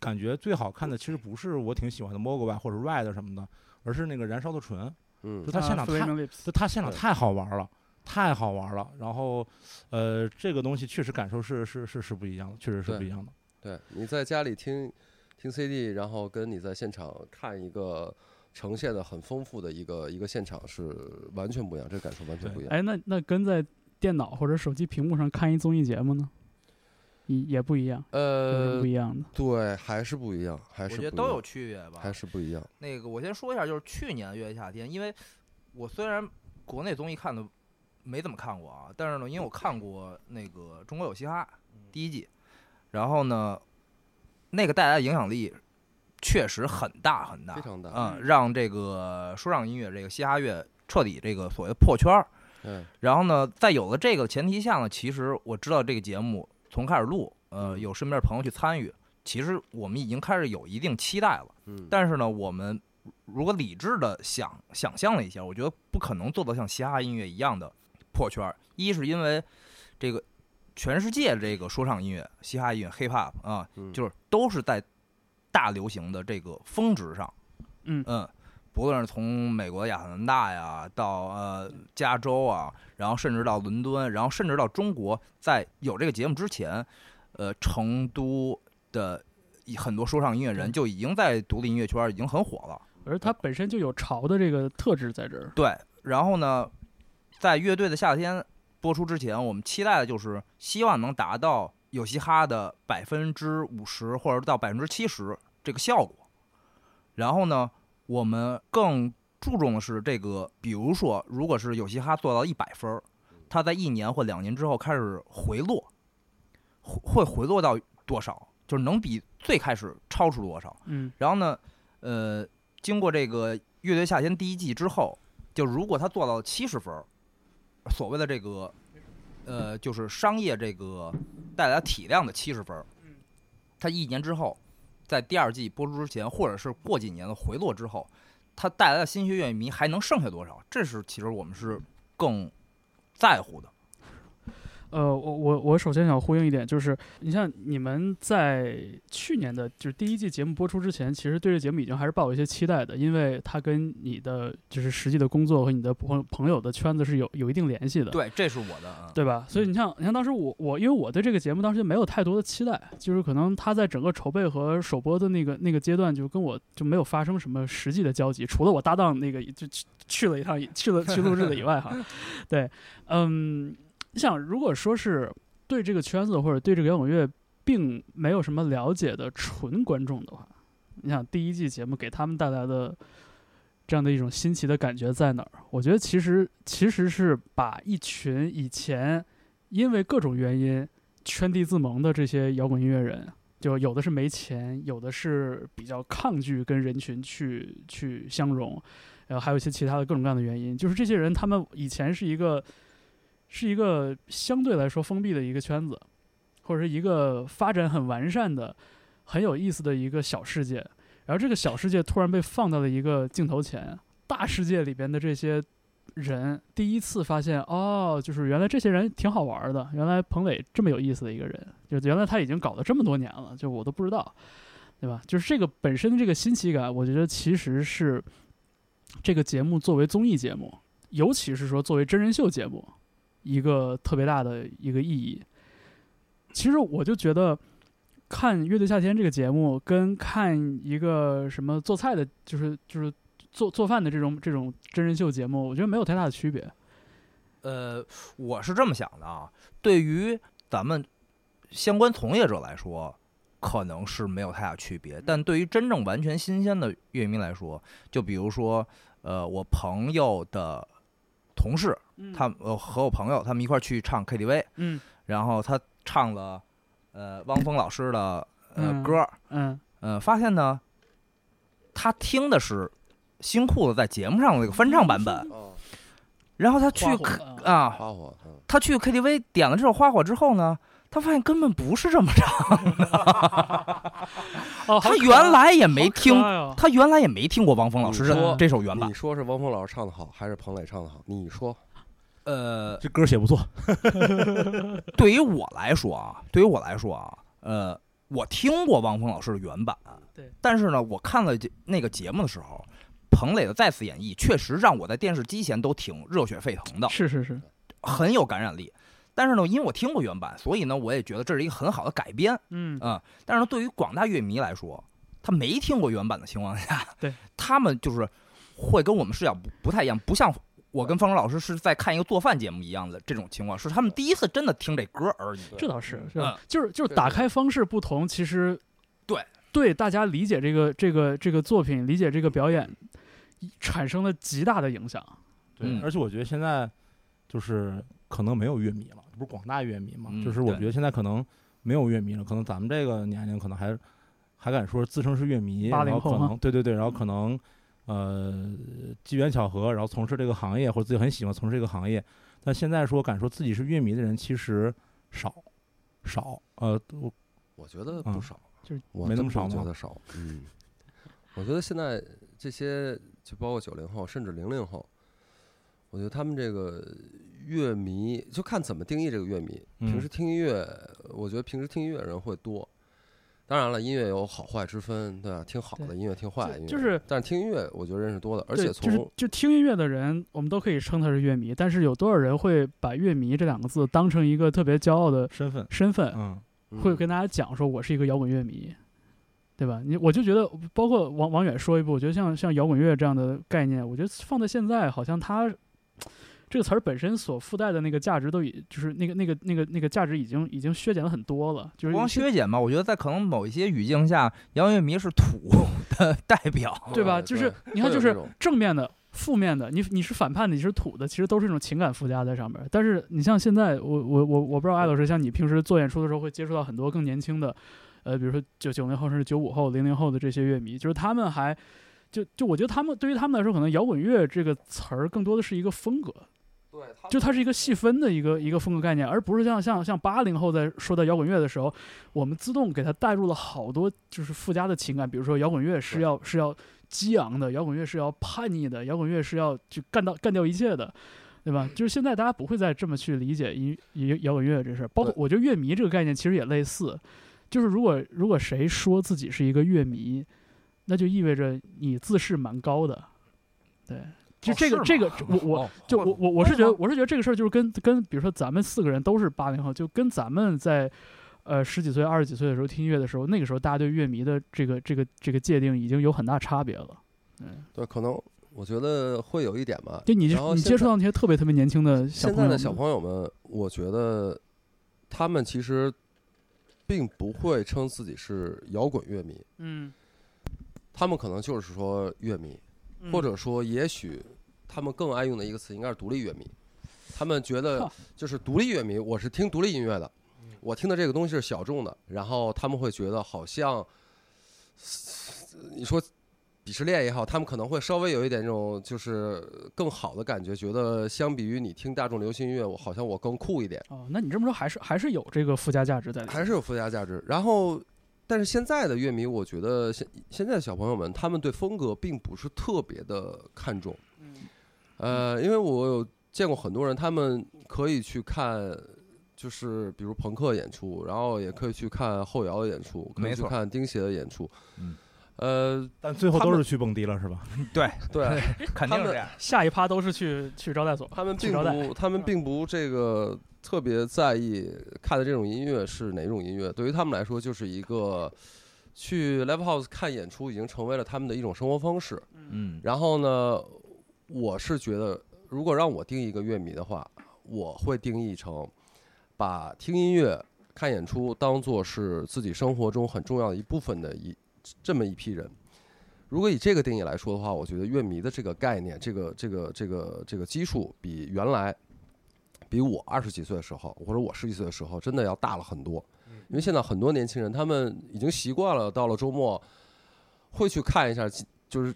[SPEAKER 2] 感觉最好看的其实不是我挺喜欢的 Mogwai 或者 Red 什么的，而是那个燃烧的唇，
[SPEAKER 3] 嗯
[SPEAKER 2] 就，他现场太
[SPEAKER 1] Flaming 啊 Lips
[SPEAKER 2] 就他现场
[SPEAKER 3] 对
[SPEAKER 2] 太好玩了。太好玩了，然后，呃，这个东西确实感受是是是是不一样的，确实是
[SPEAKER 3] 对
[SPEAKER 2] 不一样的。
[SPEAKER 3] 对，你在家里听听 CD，然后跟你在现场看一个呈现的很丰富的一个一个现场是完全不一样，这个感受完全不一样。
[SPEAKER 1] 哎，那那跟在电脑或者手机屏幕上看一综艺节目呢，也也不一样，有什么
[SPEAKER 3] 呃
[SPEAKER 1] 不，一样的？
[SPEAKER 3] 对，还是不一样，还
[SPEAKER 4] 我
[SPEAKER 3] 是
[SPEAKER 4] 觉得
[SPEAKER 3] 不
[SPEAKER 4] 都
[SPEAKER 3] 一
[SPEAKER 4] 有
[SPEAKER 3] 样
[SPEAKER 4] 区别吧。
[SPEAKER 3] 还是不一样。
[SPEAKER 4] 那个我先说一下，就是去年月夏天，因为我虽然国内综艺看的没怎么看过啊，但是呢，因为我看过那个《中国有嘻哈》
[SPEAKER 3] 嗯
[SPEAKER 4] 第一季，然后呢，那个带来的影响力确实很大很大，
[SPEAKER 3] 非常大
[SPEAKER 4] 嗯，让这个说唱音乐这个嘻哈乐彻底这个所谓破圈儿。
[SPEAKER 3] 嗯，
[SPEAKER 4] 然后呢，在有了这个前提下呢，其实我知道这个节目从开始录，呃，
[SPEAKER 3] 嗯
[SPEAKER 4] 有身边朋友去参与，其实我们已经开始有一定期待了。
[SPEAKER 3] 嗯，
[SPEAKER 4] 但是呢，我们如果理智的想想象了一下，我觉得不可能做到像嘻哈音乐一样的破圈儿。一是因为这个全世界这个说唱音乐、嘻哈音乐、hiphop 啊，
[SPEAKER 3] 嗯
[SPEAKER 4] 就是都是在大流行的这个峰值上。
[SPEAKER 1] 嗯
[SPEAKER 4] 不论是从美国亚特兰大呀，到呃加州啊，然后甚至到伦敦，然后甚至到中国，在有这个节目之前，呃，成都的一很多说唱音乐人就已经在独立音乐圈已经很火了。
[SPEAKER 1] 而它本身就有潮的这个特质在这儿。
[SPEAKER 4] 对，然后呢，在乐队的夏天播出之前，我们期待的就是希望能达到有嘻哈的百分之五十或者到百分之七十这个效果。然后呢，我们更注重的是这个，比如说，如果是有嘻哈做到一百分儿，它在一年或两年之后开始回落，会会回落到多少？就是能比最开始超出多少？
[SPEAKER 1] 嗯
[SPEAKER 4] 然后呢，呃，经过这个《乐队夏天》第一季之后，就如果他做到七十分儿，所谓的这个，呃，就是商业这个带来体量的七十分儿，他一年之后，在第二季播出之前，或者是过几年的回落之后，他带来的新学乐迷还能剩下多少？这是其实我们是更在乎的。
[SPEAKER 1] 呃，我我我首先想呼应一点，就是你像你们在去年的，就是第一季节目播出之前，其实对这节目已经还是抱有一些期待的，因为它跟你的就是实际的工作和你的朋朋友的圈子是有有一定联系的。
[SPEAKER 4] 对，这是我的。啊
[SPEAKER 1] 对吧？所以你像你像当时我我因为我对这个节目当时就没有太多的期待，就是可能它在整个筹备和首播的那个那个阶段，就跟我就没有发生什么实际的交集，除了我搭档那个就去去了一趟去了去录制的以外哈，对，嗯，你想如果说是对这个圈子或者对这个摇滚乐并没有什么了解的纯观众的话，你想第一季节目给他们带来的这样的一种新奇的感觉在哪儿？我觉得其实其实是把一群以前因为各种原因圈地自萌的这些摇滚音乐人，就有的是没钱，有的是比较抗拒跟人群去去相融，然后还有一些其他的各种各样的原因。就是这些人，他们以前是一个是一个相对来说封闭的一个圈子，或者是一个发展很完善的、很有意思的一个小世界。然后这个小世界突然被放到了一个镜头前，大世界里边的这些人第一次发现，哦，就是原来这些人挺好玩的，原来彭磊这么有意思的一个人，就原来他已经搞了这么多年了，就我都不知道，对吧？就是这个本身这个新奇感，我觉得其实是这个节目作为综艺节目，尤其是说作为真人秀节目，一个特别大的一个意义。其实我就觉得。看《乐队夏天》这个节目，跟看一个什么做菜的，就是就是做做饭的这种这种真人秀节目，我觉得没有太大的区别。
[SPEAKER 4] 呃，我是这么想的啊，对于咱们相关从业者来说，可能是没有太大区别，但对于真正完全新鲜的乐迷来说，就比如说，呃，我朋友的同事，他呃和我朋友他们一块儿去唱 KTV，
[SPEAKER 1] 嗯
[SPEAKER 4] 然后他唱了呃汪峰老师的呃
[SPEAKER 1] 嗯
[SPEAKER 4] 歌，
[SPEAKER 1] 嗯
[SPEAKER 4] 呃，发现呢，他听的是新裤子在节目上的那个翻唱版本，
[SPEAKER 3] 哦，
[SPEAKER 4] 然后他去
[SPEAKER 1] 花火
[SPEAKER 4] K-
[SPEAKER 1] 嗯
[SPEAKER 4] 啊，
[SPEAKER 3] 花火，嗯，
[SPEAKER 4] 他去 KTV 点了这首《花火》之后呢，他发现根本不是这么唱，
[SPEAKER 1] 哦，好
[SPEAKER 4] 他
[SPEAKER 1] 可
[SPEAKER 4] 原来也没
[SPEAKER 1] 好可
[SPEAKER 4] 听，
[SPEAKER 1] 爱哦
[SPEAKER 4] 他原来也没听过汪峰老师
[SPEAKER 3] 你说
[SPEAKER 4] 这这首原版
[SPEAKER 3] 你。说是汪峰老师唱的好，还是彭磊唱的好？你说，
[SPEAKER 4] 呃，
[SPEAKER 2] 这歌写不错，
[SPEAKER 4] 对于我来说啊，对于我来说啊，呃，我听过汪峰老师的原版，
[SPEAKER 1] 对，
[SPEAKER 4] 但是呢，我看了这那个节目的时候，彭磊的再次演绎确实让我在电视机前都挺热血沸腾的，
[SPEAKER 1] 是是是，
[SPEAKER 4] 很有感染力。但是呢，因为我听过原版，所以呢，我也觉得这是一个很好的改编。
[SPEAKER 1] 嗯
[SPEAKER 4] 嗯，但是呢，对于广大乐迷来说，他没听过原版的情况下，
[SPEAKER 1] 对
[SPEAKER 4] 他们就是会跟我们视角不不太一样，不像我跟方舟老师是在看一个做饭节目一样的这种情况，是他们第一次真的听这歌而已。
[SPEAKER 1] 这倒是，是
[SPEAKER 4] 嗯
[SPEAKER 1] 就是就是
[SPEAKER 3] 对
[SPEAKER 1] 打
[SPEAKER 3] 对
[SPEAKER 1] 开方式不同，其实
[SPEAKER 4] 对
[SPEAKER 1] 对大家理解这个这个这个作品、理解这个表演产生了极大的影响。
[SPEAKER 4] 嗯
[SPEAKER 2] 对，而且我觉得现在就是可能没有乐迷了，不是广大乐迷嘛
[SPEAKER 4] 嗯，
[SPEAKER 2] 就是我
[SPEAKER 4] 对
[SPEAKER 2] 觉得现在可能没有乐迷了，可能咱们这个年龄可能还还敢说自称是乐迷，
[SPEAKER 1] 80
[SPEAKER 2] 然后
[SPEAKER 1] 后
[SPEAKER 2] 可
[SPEAKER 1] 哈
[SPEAKER 2] 能对对对，然后可能呃机缘巧合，然后从事这个行业或者自己很喜欢从事这个行业，但现在说敢说自己是乐迷的人其实少少，呃，我
[SPEAKER 3] 我觉得
[SPEAKER 2] 嗯
[SPEAKER 3] 不少，
[SPEAKER 1] 就是
[SPEAKER 3] 我
[SPEAKER 2] 没那
[SPEAKER 3] 真
[SPEAKER 2] 么
[SPEAKER 3] 不
[SPEAKER 2] 少
[SPEAKER 3] 觉
[SPEAKER 2] 吗
[SPEAKER 3] 得少。嗯，我觉得现在这些就包括九零后，甚至零零后，我觉得他们这个乐迷就看怎么定义这个乐迷。平
[SPEAKER 2] 嗯
[SPEAKER 3] 时听音乐，我觉得平时听音乐的人会多。当然了，音乐有好坏之分，对吧？听好的
[SPEAKER 1] 对
[SPEAKER 3] 音乐，听坏的
[SPEAKER 1] 就
[SPEAKER 3] 音乐，
[SPEAKER 1] 就是
[SPEAKER 3] 但是听音乐，我觉得人是多的，而
[SPEAKER 1] 对
[SPEAKER 3] 且
[SPEAKER 1] 就是
[SPEAKER 3] 从
[SPEAKER 1] 就听音乐的人，我们都可以称他是乐迷，但是有多少人会把乐迷这两个字当成一个特别骄傲的
[SPEAKER 2] 身份，
[SPEAKER 1] 身份？
[SPEAKER 2] 嗯，
[SPEAKER 1] 会跟
[SPEAKER 3] 他
[SPEAKER 1] 大家讲说我是一个摇滚乐迷，对吧？你我就觉得，包括王王远说一步，我觉得像像摇滚乐这样的概念，我觉得放在现在，好像它这个词儿本身所附带的那个价值都已就是那个那个那个那个价值已经已经削减了很多了，就是
[SPEAKER 4] 不光
[SPEAKER 1] 现
[SPEAKER 4] 削减吧，我觉得在可能某一些语境下，摇乐迷是土 的代表。
[SPEAKER 1] 对吧？
[SPEAKER 3] 对
[SPEAKER 1] 就是
[SPEAKER 3] 呃对
[SPEAKER 1] 你看，
[SPEAKER 3] 会
[SPEAKER 1] 就
[SPEAKER 3] 有
[SPEAKER 1] 是
[SPEAKER 3] 这种
[SPEAKER 1] 正面的、负面的，你你是反叛的，你是土的，其实都是一种情感附加在上面。但是你像现在，我我我我不知道艾老师，像你平时做演出的时候，会接触到很多更年轻的，呃，比如说九九零后甚至九五后、零零后的这些乐迷，就是他们还就就我觉得他们对于他们来说，可能摇滚乐这个词儿更多的是一个风格，
[SPEAKER 3] 对，
[SPEAKER 1] 就它是一个细分的一个一个风格概念，而不是像像像八零后在说到摇滚乐的时候，我们自动给它带入了好多就是附加的情感，比如说摇滚乐是
[SPEAKER 3] 对
[SPEAKER 1] 要是要激昂的，摇滚乐是要叛逆的，摇滚乐是要去干到干掉一切的，对吧？就是现在大家不会再这么去理解音音摇滚乐这事儿，包括
[SPEAKER 3] 对
[SPEAKER 1] 我觉得乐迷这个概念其实也类似，就是如果如果谁说自己是一个乐迷，那就意味着你自视蛮高的，对。就这个、
[SPEAKER 4] 是吗
[SPEAKER 1] 这个，我我
[SPEAKER 4] 哦
[SPEAKER 1] 就
[SPEAKER 4] 会
[SPEAKER 1] 我我我是
[SPEAKER 4] 会
[SPEAKER 1] 觉得
[SPEAKER 4] 吗
[SPEAKER 1] 我是觉得这个事儿就是跟跟比如说咱们四个人都是八零后，就跟咱们在呃十几岁二十几岁的时候听音乐的时候，那个时候大家对乐迷的这个这个这个界定已经有很大差别了。
[SPEAKER 3] 对，可能我觉得会有一点吧。
[SPEAKER 1] 就你
[SPEAKER 3] 然后
[SPEAKER 1] 你接
[SPEAKER 3] 现
[SPEAKER 1] 触
[SPEAKER 3] 在
[SPEAKER 1] 到那些特别特别年轻的小朋
[SPEAKER 3] 现在
[SPEAKER 1] 友
[SPEAKER 3] 的
[SPEAKER 1] 们，
[SPEAKER 3] 小朋友们，我觉得他们其实并不会称自己是摇滚乐迷，
[SPEAKER 1] 嗯，
[SPEAKER 3] 他们可能就是说乐迷，
[SPEAKER 1] 嗯
[SPEAKER 3] 或者说也许他们更爱用的一个词应该是独立乐迷。他们觉得
[SPEAKER 1] 哈
[SPEAKER 3] 就是独立乐迷，我是听独立音乐的，我听的这个东西是小众的，然后他们会觉得好像，你说鄙视链也好，他们可能会稍微有一点这种就是更好的感觉，觉得相比于你听大众流行音乐，我好像我更酷一点，
[SPEAKER 1] 哦，那你这么说还是还是有这个附加价值在里面。
[SPEAKER 3] 还是有附加价值。然后，但是现在的乐迷，我觉得现现在的小朋友们，他们对风格并不是特别的看重。
[SPEAKER 1] 嗯
[SPEAKER 3] 呃，因为我有见过很多人，他们可以去看，就是比如朋克演出，然后也可以去看后摇的演出，可以
[SPEAKER 4] 没
[SPEAKER 3] 去
[SPEAKER 4] 错
[SPEAKER 3] 看钉鞋的演出。
[SPEAKER 2] 嗯，
[SPEAKER 3] 呃，
[SPEAKER 2] 但最后
[SPEAKER 3] 他
[SPEAKER 2] 都
[SPEAKER 3] 们
[SPEAKER 2] 是去蹦迪了，是 吧？
[SPEAKER 3] 对
[SPEAKER 4] 肯定是这样。
[SPEAKER 1] 下一趴都是去去招待所，
[SPEAKER 3] 他们
[SPEAKER 1] 去
[SPEAKER 3] 并
[SPEAKER 1] 招待
[SPEAKER 3] 不，他们并不这个特别在意看的这种音乐是哪种音乐，对于他们来说就是一个。去 live house 看演出已经成为了他们的一种生活方式。
[SPEAKER 2] 嗯，
[SPEAKER 3] 然后呢，我是觉得，如果让我定义一个乐迷的话，我会定义成把听音乐、看演出当做是自己生活中很重要的一部分的一这么一批人。如果以这个定义来说的话，我觉得乐迷的这个概念、这个、这个、这个、这个基数，比原来，比我二十几岁的时候，或者我十几岁的时候，真的要大了很多。因为现在很多年轻人，他们已经习惯了，到了周末会去看一下，就是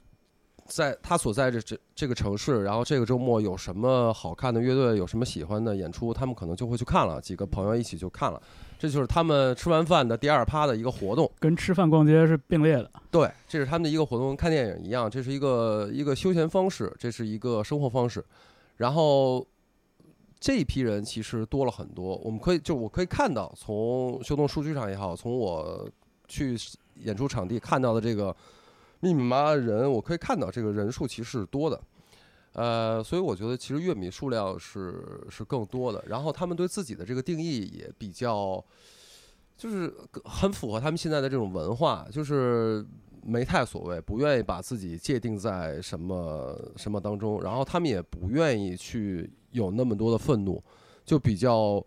[SPEAKER 3] 在他所在这这这个城市，然后这个周末有什么好看的乐队，有什么喜欢的演出，他们可能就会去看了，几个朋友一起就看了，这就是他们吃完饭的第二趴的一个活动。
[SPEAKER 1] 跟吃饭逛街是并列的。
[SPEAKER 3] 对，这是他们的一个活动，跟看电影一样，这是一个一个休闲方式，这是一个生活方式。然后这一批人其实多了很多，我们可以就我可以看到，从修动数据上也好，从我去演出场地看到的这个密密麻麻的人，我可以看到这个人数其实是多的。呃，所以我觉得其实乐迷数量是是更多的，然后他们对自己的这个定义也比较，就是很符合他们现在的这种文化，就是没太所谓，不愿意把自己界定在什么什么当中，然后他们也不愿意去有那么多的愤怒，就比较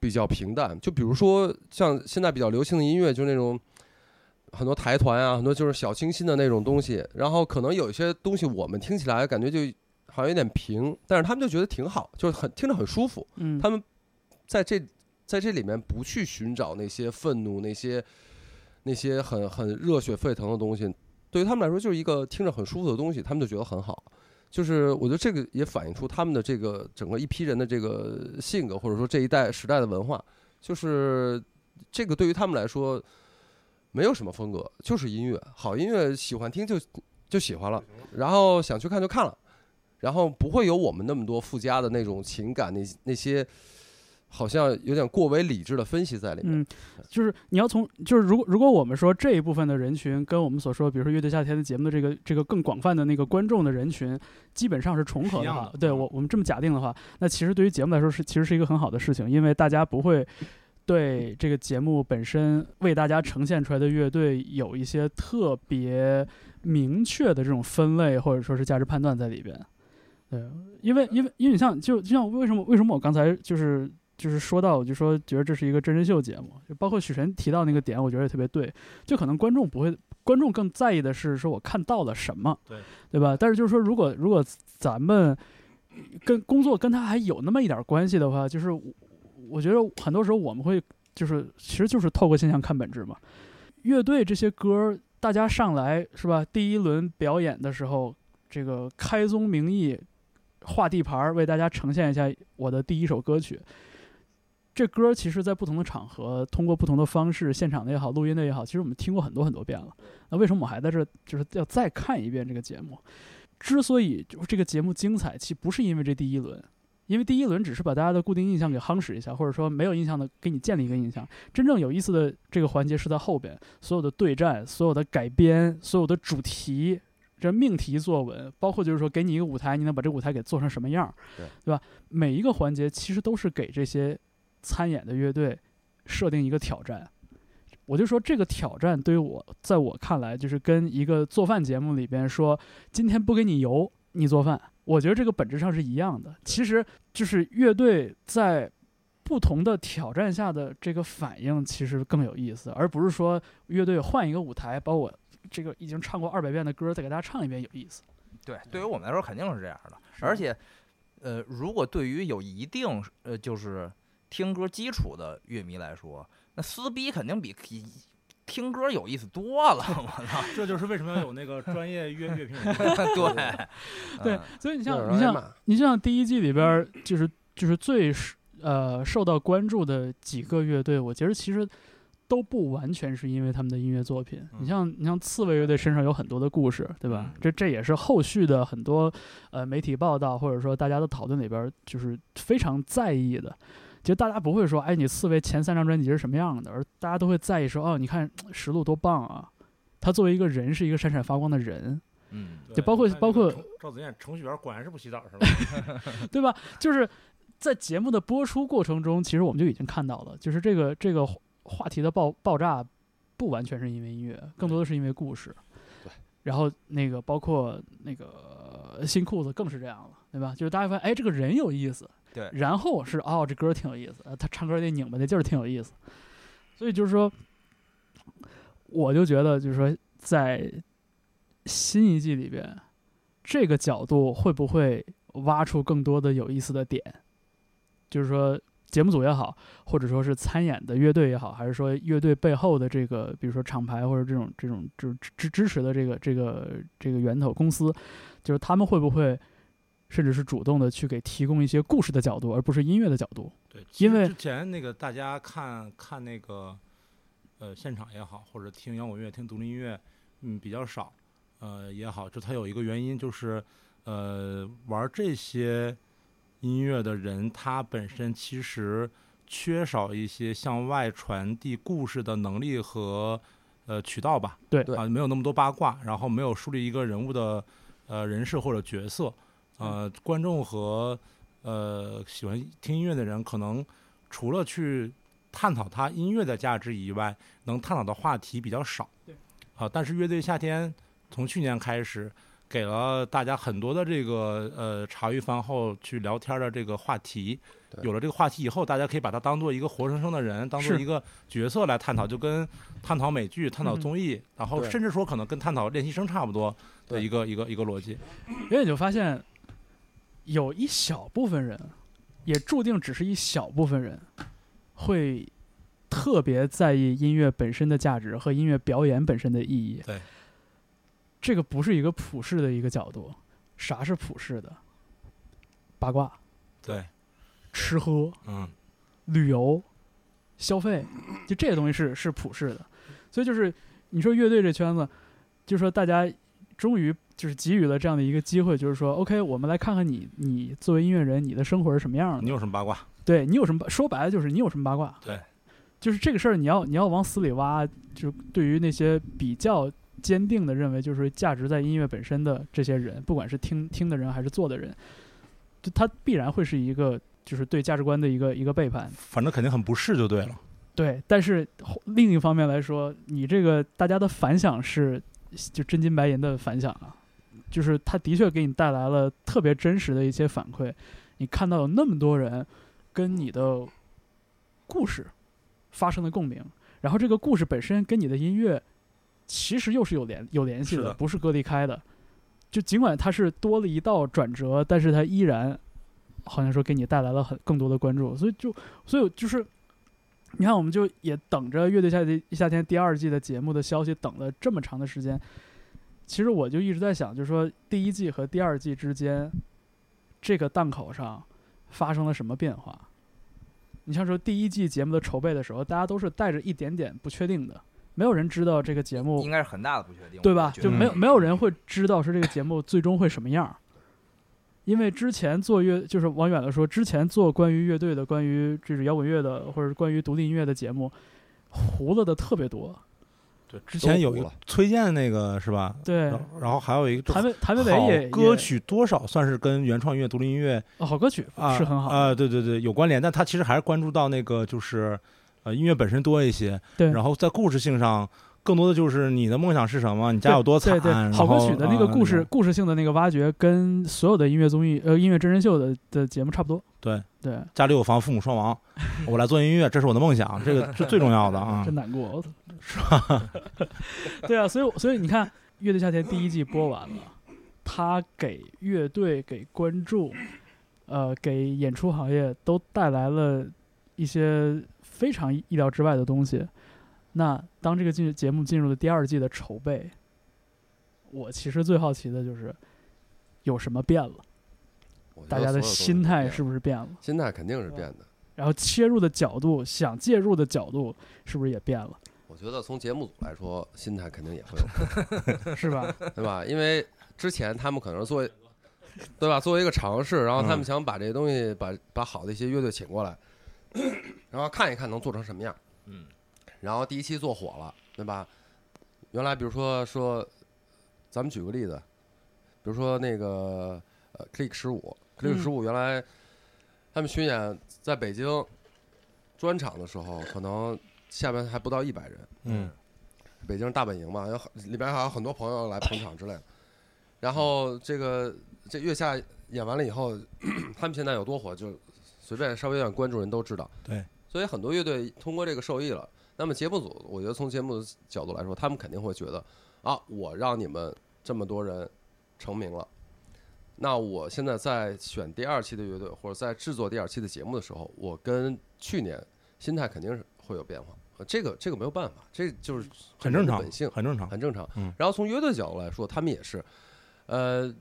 [SPEAKER 3] 比较平淡。就比如说像现在比较流行的音乐，就那种很多台团啊，很多就是小清新的那种东西，然后可能有一些东西我们听起来感觉就好像有点平，但是他们就觉得挺好，就是很听着很舒服。
[SPEAKER 1] 嗯，
[SPEAKER 3] 他们在这在这里面不去寻找那些愤怒、那些那些很很热血沸腾的东西，对于他们来说就是一个听着很舒服的东西，他们就觉得很好。就是我觉得这个也反映出他们的这个整个一批人的这个性格，或者说这一代时代的文化，就是这个对于他们来说没有什么风格，就是音乐，好音乐喜欢听就就喜欢了，然后想去看就看了。然后不会有我们那么多附加的那种情感，那那些好像有点过为理智的分析在里面。
[SPEAKER 1] 嗯，就是你要从，就是如果如果我们说这一部分的人群跟我们所说，比如说《乐队夏天》的节目的这个这个更广泛的那个观众的人群，基本上是重合
[SPEAKER 2] 是一
[SPEAKER 1] 的
[SPEAKER 2] 样
[SPEAKER 1] 话，
[SPEAKER 2] 的
[SPEAKER 1] 对
[SPEAKER 2] 嗯
[SPEAKER 1] 我我们这么假定的话，那其实对于节目来说是其实是一个很好的事情，因为大家不会对这个节目本身为大家呈现出来的乐队有一些特别明确的这种分类或者说是价值判断在里边。对，因为因为因为你像就就像为什么为什么我刚才就是就是说到我就说觉得这是一个真人秀节目，就包括许晨提到那个点，我觉得也特别对，就可能观众不会。观众更在意的是说我看到了什么，
[SPEAKER 2] 对
[SPEAKER 1] 对吧？但是就是说，如果如果咱们跟工作跟他还有那么一点关系的话，就是我我觉得很多时候我们会就是其实就是透过现象看本质嘛。乐队这些歌儿，大家上来是吧？第一轮表演的时候，这个开宗明义画地盘儿，为大家呈现一下我的第一首歌曲。这歌儿其实，在不同的场合，通过不同的方式，现场的也好，录音的也好，其实我们听过很多很多遍了。那为什么我还在这儿，就是要再看一遍这个节目？之所以就这个节目精彩，其实不是因为这第一轮，因为第一轮只是把大家的固定印象给夯实一下，或者说没有印象的给你建立一个印象。真正有意思的这个环节是在后边，所有的对战、所有的改编、所有的主题。这命题作文，包括就是说，给你一个舞台，你能把这舞台给做成什么样儿，
[SPEAKER 3] 对
[SPEAKER 1] 对吧？每一个环节其实都是给这些参演的乐队设定一个挑战。我就说这个挑战对于我，在我看来，就是跟一个做饭节目里边说今天不给你油，你做饭，我觉得这个本质上是一样的。其实就是乐队在不同的挑战下的这个反应，其实更有意思，而不是说乐队换一个舞台，把我这个已经唱过二百遍的歌再给大家唱一遍有意思。
[SPEAKER 4] 对，对于我们来说肯定是这样的。而且，呃，如果对于有一定呃，就是听歌基础的乐迷来说，那撕逼肯定比听歌有意思多了。 我操，
[SPEAKER 2] 啊这就是为什么要有那个专业乐乐评人。
[SPEAKER 4] 对
[SPEAKER 1] 对
[SPEAKER 4] 嗯，
[SPEAKER 1] 所以你
[SPEAKER 3] 啊
[SPEAKER 1] 像
[SPEAKER 3] 有人
[SPEAKER 1] 你
[SPEAKER 3] 挨
[SPEAKER 1] 像
[SPEAKER 3] 骂
[SPEAKER 1] 你像第一季里边儿就是就是最是呃受到关注的几个乐队，我觉得其实都不完全是因为他们的音乐作品。
[SPEAKER 2] 嗯
[SPEAKER 1] 你像你像刺猬乐队身上有很多的故事，对吧
[SPEAKER 2] 嗯？
[SPEAKER 1] 这这也是后续的很多呃媒体报道或者说大家的讨论里边儿就是非常在意的。其实大家不会说，哎，你刺猬前三张专辑是什么样的，而大家都会在意说，哦，你看石路多棒啊！他作为一个人，是一个闪闪发光的人，
[SPEAKER 4] 嗯，
[SPEAKER 1] 就包括
[SPEAKER 2] 你看
[SPEAKER 1] 包
[SPEAKER 2] 这个
[SPEAKER 1] 括
[SPEAKER 2] 程赵子健程序员果然是不洗澡 是吧？
[SPEAKER 1] 对吧？就是在节目的播出过程中，其实我们就已经看到了，就是这个这个话话题的爆爆炸，不完全是因为音乐，更多的是因为故事。
[SPEAKER 3] 对。
[SPEAKER 1] 然后那个包括那个呃新裤子更是这样了，对吧？就是大家发现，哎，这个人有意思。
[SPEAKER 4] 对
[SPEAKER 1] 然后是哦，这歌挺有意思，呃他唱歌那拧巴那劲儿挺有意思。所以就是说，我就觉得就是说，在新一季里边，这个角度会不会挖出更多的有意思的点？就是说，节目组也好，或者说是参演的乐队也好，还是说乐队背后的这个，比如说厂牌或者这种这种就是支支支持的这个这个这个源头公司，就是他们会不会甚至是主动的去给提供一些故事的角度，而不是音乐的角度？
[SPEAKER 2] 对，其
[SPEAKER 1] 因
[SPEAKER 2] 实
[SPEAKER 1] 为
[SPEAKER 2] 之前那个大家看看那个呃现场也好，或者听摇滚乐、听独立音乐，嗯，比较少，呃也好，就它有一个原因就是，呃，玩这些音乐的人，他本身其实缺少一些向外传递故事的能力和呃渠道吧，
[SPEAKER 1] 对
[SPEAKER 3] 对
[SPEAKER 2] 啊，没有那么多八卦，然后没有树立一个人物的呃人设或者角色，
[SPEAKER 1] 嗯
[SPEAKER 2] 呃，观众和呃喜欢听音乐的人，可能除了去探讨他音乐的价值以外，能探讨的话题比较少。
[SPEAKER 1] 对，
[SPEAKER 2] 啊，但是乐队夏天从去年开始，给了大家很多的这个呃茶余饭后去聊天的这个话题。
[SPEAKER 3] 对
[SPEAKER 2] 有了这个话题以后，大家可以把它当做一个活生生的人，当做
[SPEAKER 1] 是
[SPEAKER 2] 一个角色来探讨，就跟探讨美剧、探讨
[SPEAKER 1] 嗯
[SPEAKER 2] 综艺，然后
[SPEAKER 3] 对
[SPEAKER 2] 甚至说可能跟探讨练习生差不多的
[SPEAKER 3] 对
[SPEAKER 2] 一个一个一个逻辑。
[SPEAKER 1] 因为你就发现，有一小部分人，也注定只是一小部分人，会特别在意音乐本身的价值和音乐表演本身的意义。
[SPEAKER 2] 对，
[SPEAKER 1] 这个不是一个普世的一个角度。啥是普世的？八卦、
[SPEAKER 2] 对，
[SPEAKER 1] 吃喝、
[SPEAKER 2] 嗯，
[SPEAKER 1] 旅游、消费，就这些东西是是普世的。所以就是你说乐队这圈子，就说大家终于就是给予了这样的一个机会，就是说，OK，我们来看看你你作为音乐人，你的生活是什么样
[SPEAKER 2] 你
[SPEAKER 1] 的？
[SPEAKER 2] 有什么八卦？
[SPEAKER 1] 对你有什么？说白了就是你有什么八卦？
[SPEAKER 2] 对，
[SPEAKER 1] 就是这个事儿，你要你要往死里挖，就对于那些比较。坚定的认为，就是价值在音乐本身的这些人，不管是听听的人还是做的人，就他必然会是一个，就是对价值观的一个一个背叛。
[SPEAKER 2] 反正肯定很不适就对了。
[SPEAKER 1] 对，但是后另一方面来说，你这个大家的反响是就真金白银的反响啊，就是它的确给你带来了特别真实的一些反馈。你看到有那么多人跟你的故事发生了共鸣，然后这个故事本身跟你的音乐其实又是有联有联系
[SPEAKER 2] 是的
[SPEAKER 1] 不是割离开的。就尽管它是多了一道转折，但是它依然好像说给你带来了很更多的关注，所以就所以就是你看，我们就也等着《乐队夏天夏天》第二季的节目的消息，等了这么长的时间。其实我就一直在想，就是说第一季和第二季之间，这个档口上发生了什么变化？你像说第一季节目的筹备的时候，大家都是带着一点点不确定的，没有人知道这个节目
[SPEAKER 4] 嗯应该是很大的不确定，
[SPEAKER 1] 对
[SPEAKER 4] 我
[SPEAKER 1] 吧？
[SPEAKER 4] 觉
[SPEAKER 1] 就
[SPEAKER 4] 得嗯
[SPEAKER 1] 没有没有人会知道是这个节目最终会什么样儿，因为之前做乐就是往远了说，之前做关于乐队的、关于这是摇滚乐的或者是关于独立音乐的节目，糊了的特别多。
[SPEAKER 2] 对，之
[SPEAKER 3] 都
[SPEAKER 2] 前有
[SPEAKER 3] 糊
[SPEAKER 2] 一个
[SPEAKER 3] 了
[SPEAKER 2] 崔健那个是吧？
[SPEAKER 1] 对，
[SPEAKER 2] 然后然后还有一个
[SPEAKER 1] 谭
[SPEAKER 2] 哦就
[SPEAKER 1] 维谭维
[SPEAKER 2] 好
[SPEAKER 1] 维也
[SPEAKER 2] 歌
[SPEAKER 1] 也
[SPEAKER 2] 曲多少算是跟原创音乐、独立音乐
[SPEAKER 1] 哦好歌曲
[SPEAKER 2] 啊
[SPEAKER 1] 是很好的，
[SPEAKER 2] 啊，对对对，有关联。但他其实还是关注到那个就是呃音乐本身多一些，
[SPEAKER 1] 对
[SPEAKER 2] 然后在故事性上更多的就是你的梦想是什么，你家有多惨。
[SPEAKER 1] 对对，
[SPEAKER 2] 然
[SPEAKER 1] 好歌
[SPEAKER 2] 后
[SPEAKER 1] 曲的那个
[SPEAKER 2] 啊
[SPEAKER 1] 故事、故事性的那个挖掘，跟所有的音乐综艺呃音乐真人秀的的节目差不多。
[SPEAKER 2] 对
[SPEAKER 1] 对，
[SPEAKER 2] 家里有房，父母双 亡，我来做音乐，这是我的梦想，这个是最重要的 啊
[SPEAKER 1] 真。难过， 是吧？ 对啊，所以所以你看，《乐队夏天》第一季播完了，它给乐队、给观众、呃，给演出行业都带来了一些非常意料之外的东西。那当这个进节目进入了第二季的筹备，我其实最好奇的就是有什么变了，
[SPEAKER 3] 我觉得
[SPEAKER 1] 大家的
[SPEAKER 3] 所有东西
[SPEAKER 1] 心
[SPEAKER 3] 都
[SPEAKER 1] 态
[SPEAKER 3] 变
[SPEAKER 1] 是
[SPEAKER 3] 了
[SPEAKER 1] 不是变了？
[SPEAKER 3] 心态肯定是变的。
[SPEAKER 1] 然后切入的角度，想介入的角度是不是也变 了？
[SPEAKER 3] 我觉得从节目组来说，心态肯定也会有 变，
[SPEAKER 1] 是吧？
[SPEAKER 3] 对吧？因为之前他们可能是做，对吧？作为一个尝试，然后他们
[SPEAKER 2] 嗯
[SPEAKER 3] 想把这些东西，把把好的一些乐队请过来，然后看一看能做成什么样。
[SPEAKER 2] 嗯，
[SPEAKER 3] 然后第一期做火了，对吧？原来比如说说，咱们举个例子，比如说那个呃，Click 十五，Click
[SPEAKER 1] 嗯
[SPEAKER 3] 十五原来他们巡演在北京专场的时候，可能下边还不到一百人。
[SPEAKER 2] 嗯
[SPEAKER 3] 北京大本营嘛，有很里边还有很多朋友来捧场之类的。然后这个这月下演完了以后， 他们现在有多火，就随便稍微有点关注人都知道。
[SPEAKER 2] 对，
[SPEAKER 3] 所以很多乐队通过这个受益了。那么节目组，我觉得从节目的角度来说，他们肯定会觉得啊，我让你们这么多人成名了，那我现在在选第二期的乐队或者在制作第二期的节目的时候，我跟去年心态肯定是会有变化。呃这个这个没有办法，这就是
[SPEAKER 2] 很正常
[SPEAKER 3] 本性，
[SPEAKER 2] 很正常。
[SPEAKER 3] 很正常
[SPEAKER 2] 嗯。
[SPEAKER 3] 然后从乐队角度来说，他们也是，呃，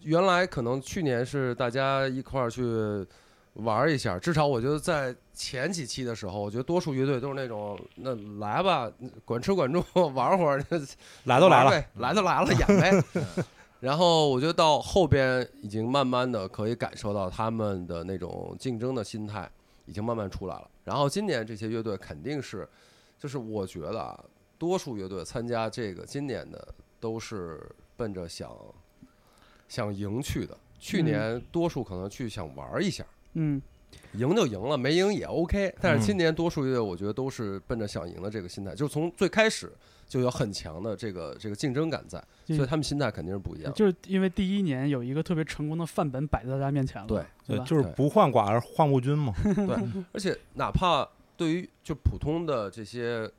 [SPEAKER 3] 原来可能去年是大家一块儿去玩儿一下，至少我觉得在前几期的时候，我觉得多数乐队都是那种，那来吧，管吃管住， 玩会儿，
[SPEAKER 2] 来都来
[SPEAKER 3] 玩
[SPEAKER 2] 了，
[SPEAKER 3] 呗，来都来了，演 呗。然后我觉得到后边已经慢慢的可以感受到他们的那种竞争的心态已经慢慢出来了。然后今年这些乐队肯定是，就是我觉得啊，多数乐队参加这个今年的都是奔着想想赢去的。去
[SPEAKER 2] 嗯
[SPEAKER 3] 年多数可能去想玩一下，
[SPEAKER 1] 嗯，
[SPEAKER 3] 赢就赢了，没赢也 OK。但
[SPEAKER 2] 嗯
[SPEAKER 3] 是今年多数乐队，我觉得都是奔着想赢的这个心态，就是从最开始就有很强的这个这个竞争感在，
[SPEAKER 1] 就
[SPEAKER 3] 所以他们心态肯定是不一样。
[SPEAKER 1] 就是因为第一年有一个特别成功的范本摆在大家面前了，
[SPEAKER 3] 对，
[SPEAKER 1] 对
[SPEAKER 2] 对，
[SPEAKER 1] 吧？
[SPEAKER 2] 就是不患寡而患不均嘛。
[SPEAKER 3] 而且哪怕对于就普通的这些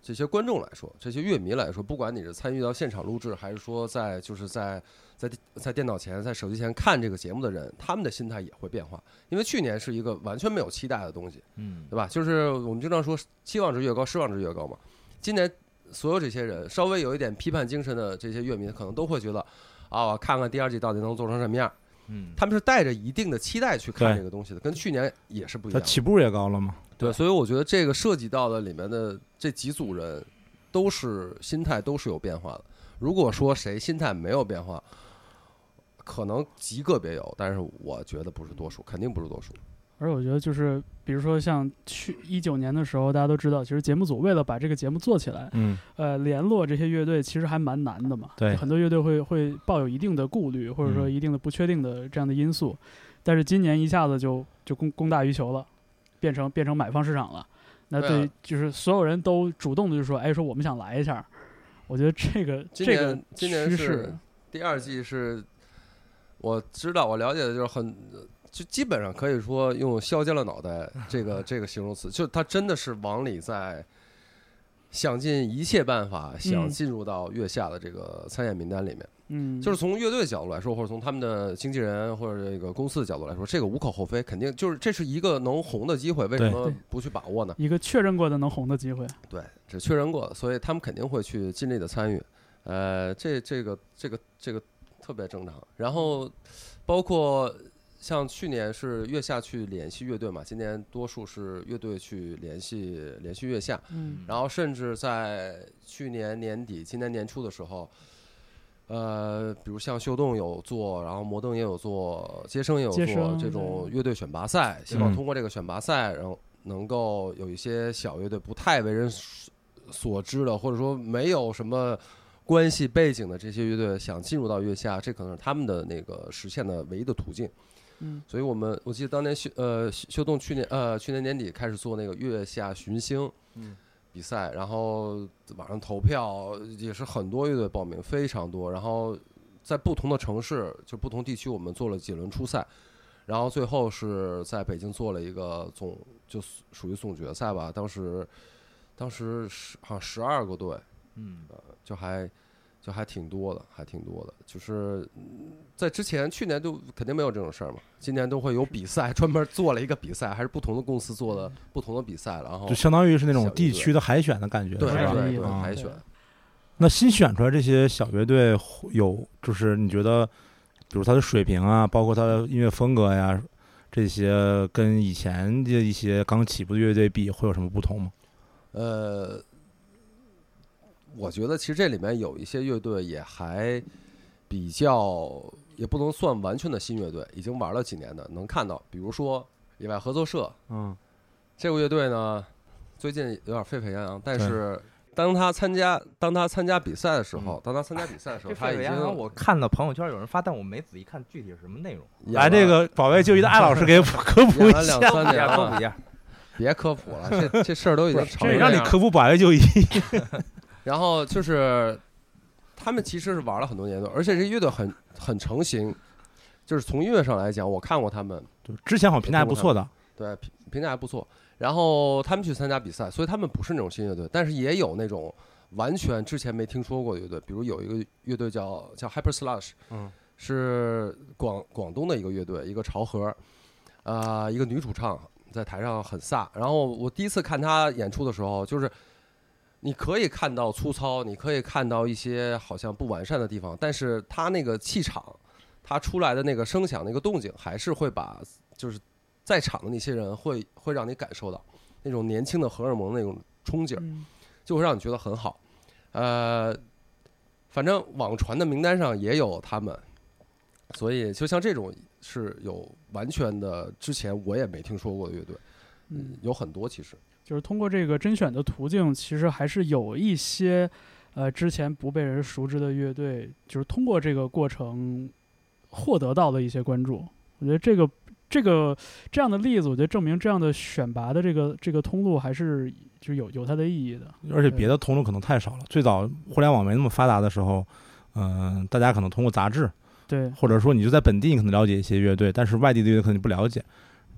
[SPEAKER 3] 这些观众来说，这些乐迷来说，不管你是参与到现场录制，还是说在就是在在在电脑前、在手机前看这个节目的人，他们的心态也会变化，因为去年是一个完全没有期待的东西。
[SPEAKER 2] 嗯
[SPEAKER 3] 对吧？就是我们经常说期望值越高，失望值越高嘛。今年所有这些人稍微有一点批判精神的这些乐迷，可能都会觉得啊，我看看第二季到底能做成什么样。
[SPEAKER 2] 嗯，
[SPEAKER 3] 他们是带着一定的期待去看
[SPEAKER 2] 对
[SPEAKER 3] 这个东西的，跟去年也是不一
[SPEAKER 2] 嗯他
[SPEAKER 3] 样的。
[SPEAKER 2] 起步也高了嘛。
[SPEAKER 3] 对，所以我觉得这个涉及到的里面的这几组人，都是心态都是有变化的。如果说谁心态没有变化，可能极个别有，但是我觉得不是多数，肯定不是多数。
[SPEAKER 1] 而我觉得就是，比如说像去一九年的时候，大家都知道，其实节目组为了把这个节目做起来，
[SPEAKER 2] 嗯，
[SPEAKER 1] 呃，联络这些乐队其实还蛮难的嘛。
[SPEAKER 2] 对
[SPEAKER 1] 就很多乐队会会抱有一定的顾虑，或者说
[SPEAKER 2] 嗯
[SPEAKER 1] 一定的不确定的这样的因素。但是今年一下子就就供供大于求了，变成变成买方市场了。那
[SPEAKER 3] 对啊
[SPEAKER 1] 对，就是所有人都主动的就说，哎，说我们想来一下。我觉得这个
[SPEAKER 3] 今
[SPEAKER 1] 这
[SPEAKER 3] 年
[SPEAKER 1] 个
[SPEAKER 3] 今年
[SPEAKER 1] 趋
[SPEAKER 3] 是
[SPEAKER 1] 势，
[SPEAKER 3] 第二季是我知道我了解的，就是很就基本上可以说用“削尖了脑袋” 这个这个形容词，就他真的是往里在想尽一切办法，想
[SPEAKER 1] 嗯
[SPEAKER 3] 进入到月下的这个参演名单里面。
[SPEAKER 1] 嗯，
[SPEAKER 3] 就是从乐队角度来说，或者从他们的经纪人或者这个公司的角度来说，这个无可厚非，肯定就是这是一个能红的机会，为
[SPEAKER 2] 对
[SPEAKER 3] 什么
[SPEAKER 1] 对
[SPEAKER 3] 不去把握呢？
[SPEAKER 1] 一个确认过的能红的机会。
[SPEAKER 3] 对，只确认过，所以他们肯定会去尽力的参与。呃，这这个这个这个特别正常。然后包括像去年是月下去联系乐队嘛，今年多数是乐队去联系联系月下。
[SPEAKER 1] 嗯
[SPEAKER 3] 然后甚至在去年年底、今年年初的时候，呃，比如像秀动有做，然后摩登也有做，接生也有做
[SPEAKER 1] 接生
[SPEAKER 3] 这种乐队选拔赛，希望通过这个选拔赛，然后能够有一些小乐队不太为人所所知的，或者说没有什么。关系背景的这些乐队想进入到月下，这可能是他们的那个实现的唯一的途径。
[SPEAKER 1] 嗯
[SPEAKER 3] 所以我们我记得当年秀呃秀秀动去年呃去年年底开始做那个月下寻星，
[SPEAKER 2] 嗯，
[SPEAKER 3] 比赛，然后网上投票也是很多乐队报名，非常多。然后在不同的城市，就不同地区，我们做了几轮初赛，然后最后是在北京做了一个总，就属于总决赛吧。当时当时十好像十二个队，
[SPEAKER 2] 嗯，
[SPEAKER 3] 就还就还挺多的，还挺多的。就是嗯在之前去年就肯定没有这种事儿嘛，今年都会有比赛，专门做了一个比赛，还是不同的公司做的不同的比赛，然后
[SPEAKER 2] 就相当于是那种
[SPEAKER 3] 哦小
[SPEAKER 2] 地
[SPEAKER 3] 乐队
[SPEAKER 2] 区的海选的感觉，
[SPEAKER 3] 对
[SPEAKER 2] 是吧？啊
[SPEAKER 3] 对
[SPEAKER 1] 是
[SPEAKER 3] 对
[SPEAKER 1] 吧
[SPEAKER 3] 海选。
[SPEAKER 2] 那新选出来这些小乐队有，就是你觉得，比如他的水平啊，包括他的音乐风格呀，这些跟以前的一些刚起步的乐队比，会有什么不同吗？
[SPEAKER 3] 呃，我觉得其实这里面有一些乐队也还比较，也不能算完全的新乐队，已经玩了几年的，能看到，比如说野外合作社
[SPEAKER 2] 嗯，
[SPEAKER 3] 这个乐队呢，最近有点沸沸扬扬，但是当他参加当他参加比赛的时
[SPEAKER 2] 嗯
[SPEAKER 3] 候，当他参加比赛的时候，
[SPEAKER 4] 这
[SPEAKER 3] 他
[SPEAKER 4] 沸
[SPEAKER 3] 已
[SPEAKER 4] 沸扬扬，
[SPEAKER 3] 经
[SPEAKER 4] 我看到朋友圈有人发，但我没仔细看具体是什么内容。
[SPEAKER 3] 演
[SPEAKER 2] 来
[SPEAKER 3] 了
[SPEAKER 2] 哎这个保卫就医的艾老师给 科普
[SPEAKER 3] 演
[SPEAKER 2] 一
[SPEAKER 3] 了两
[SPEAKER 2] 下，
[SPEAKER 3] 三
[SPEAKER 4] 不一
[SPEAKER 3] 年
[SPEAKER 4] 样，
[SPEAKER 1] 啊
[SPEAKER 4] 都
[SPEAKER 2] 啊
[SPEAKER 4] 不一
[SPEAKER 3] 了，
[SPEAKER 4] 样。
[SPEAKER 3] 别科普了，这这事儿都已经
[SPEAKER 1] 不是
[SPEAKER 3] 成
[SPEAKER 1] 这个
[SPEAKER 3] 这
[SPEAKER 2] 让你
[SPEAKER 3] 样了
[SPEAKER 2] 科普保卫就医。
[SPEAKER 3] 然后就是他们其实是玩了很多年的，而且这乐队很很成型，就是从音乐上来讲，我看过他们，
[SPEAKER 2] 就之前好像评价还不错的，
[SPEAKER 3] 对评评价还不错。然后他们去参加比赛，所以他们不是那种新乐队，但是也有那种完全之前没听说过的乐队，比如有一个乐队叫叫 Hyper Slash，
[SPEAKER 2] 嗯，
[SPEAKER 3] 是广广东的一个乐队，一个潮和，啊、一个女主唱在台上很飒。然后我第一次看她演出的时候，就是你可以看到粗糙，你可以看到一些好像不完善的地方，但是她那个气场，她出来的那个声响、那个动静，还是会把就是在场的那些人会会让你感受到那种年轻的荷尔蒙那种冲劲儿。
[SPEAKER 1] 嗯
[SPEAKER 3] 就会让你觉得很好。呃，反正网传的名单上也有他们，所以就像这种是有完全的之前我也没听说过的乐队，
[SPEAKER 1] 嗯，
[SPEAKER 3] 有很多其实。
[SPEAKER 1] 就是通过这个甄选的途径，其实还是有一些，呃，之前不被人熟知的乐队，就是通过这个过程获得到的一些关注。我觉得这个这个这样的例子，我觉得证明这样的选拔的这个这个通路还是就有有它的意义的。
[SPEAKER 2] 而且别的通路可能太少了。最早互联网没那么发达的时候，嗯、大家可能通过杂志，
[SPEAKER 1] 对，
[SPEAKER 2] 或者说你就在本地你可能了解一些乐队，但是外地的乐队可能你不了解。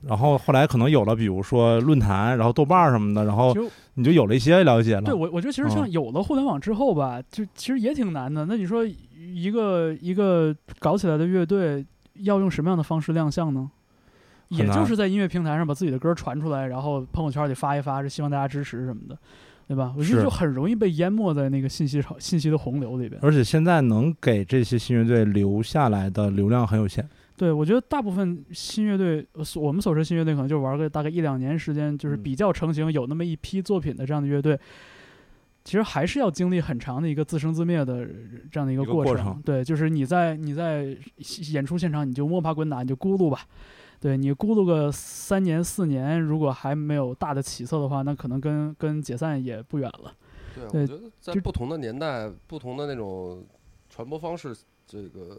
[SPEAKER 2] 然后后来可能有了，比如说论坛，然后豆瓣儿什么的，然后
[SPEAKER 1] 其实
[SPEAKER 2] 你就有了一些了解了。
[SPEAKER 1] 对我我觉得其实像
[SPEAKER 2] 嗯
[SPEAKER 1] 有了互联网之后吧，就其实也挺难的。那你说一个一个搞起来的乐队要用什么样的方式亮相呢？也
[SPEAKER 2] 很难
[SPEAKER 1] 就是在音乐平台上把自己的歌传出来，然后朋友圈里发一发，是希望大家支持什么的，对吧？我觉得
[SPEAKER 2] 是
[SPEAKER 1] 就很容易被淹没在那个信息潮、信息的洪流里边。
[SPEAKER 2] 而且现在能给这些新乐队留下来的流量很有限。
[SPEAKER 1] 对，我觉得大部分新乐队，呃所我们所说新乐队可能就玩个大概一两年时间，就是
[SPEAKER 2] 嗯
[SPEAKER 1] 比较成型，有那么一批作品的这样的乐队，其实还是要经历很长的一个自生自灭的这样的一个
[SPEAKER 2] 一个
[SPEAKER 1] 过
[SPEAKER 2] 过程
[SPEAKER 1] 对，就是你在你在演出现场，你就摸爬滚打，你就咕噜吧。对你咕噜个三年四年，如果还没有大的起色的话，那可能跟跟解散也不远了。
[SPEAKER 3] 对，
[SPEAKER 1] 对
[SPEAKER 3] 我觉得在
[SPEAKER 1] 就
[SPEAKER 3] 不同的年代、不同的那种传播方式，这个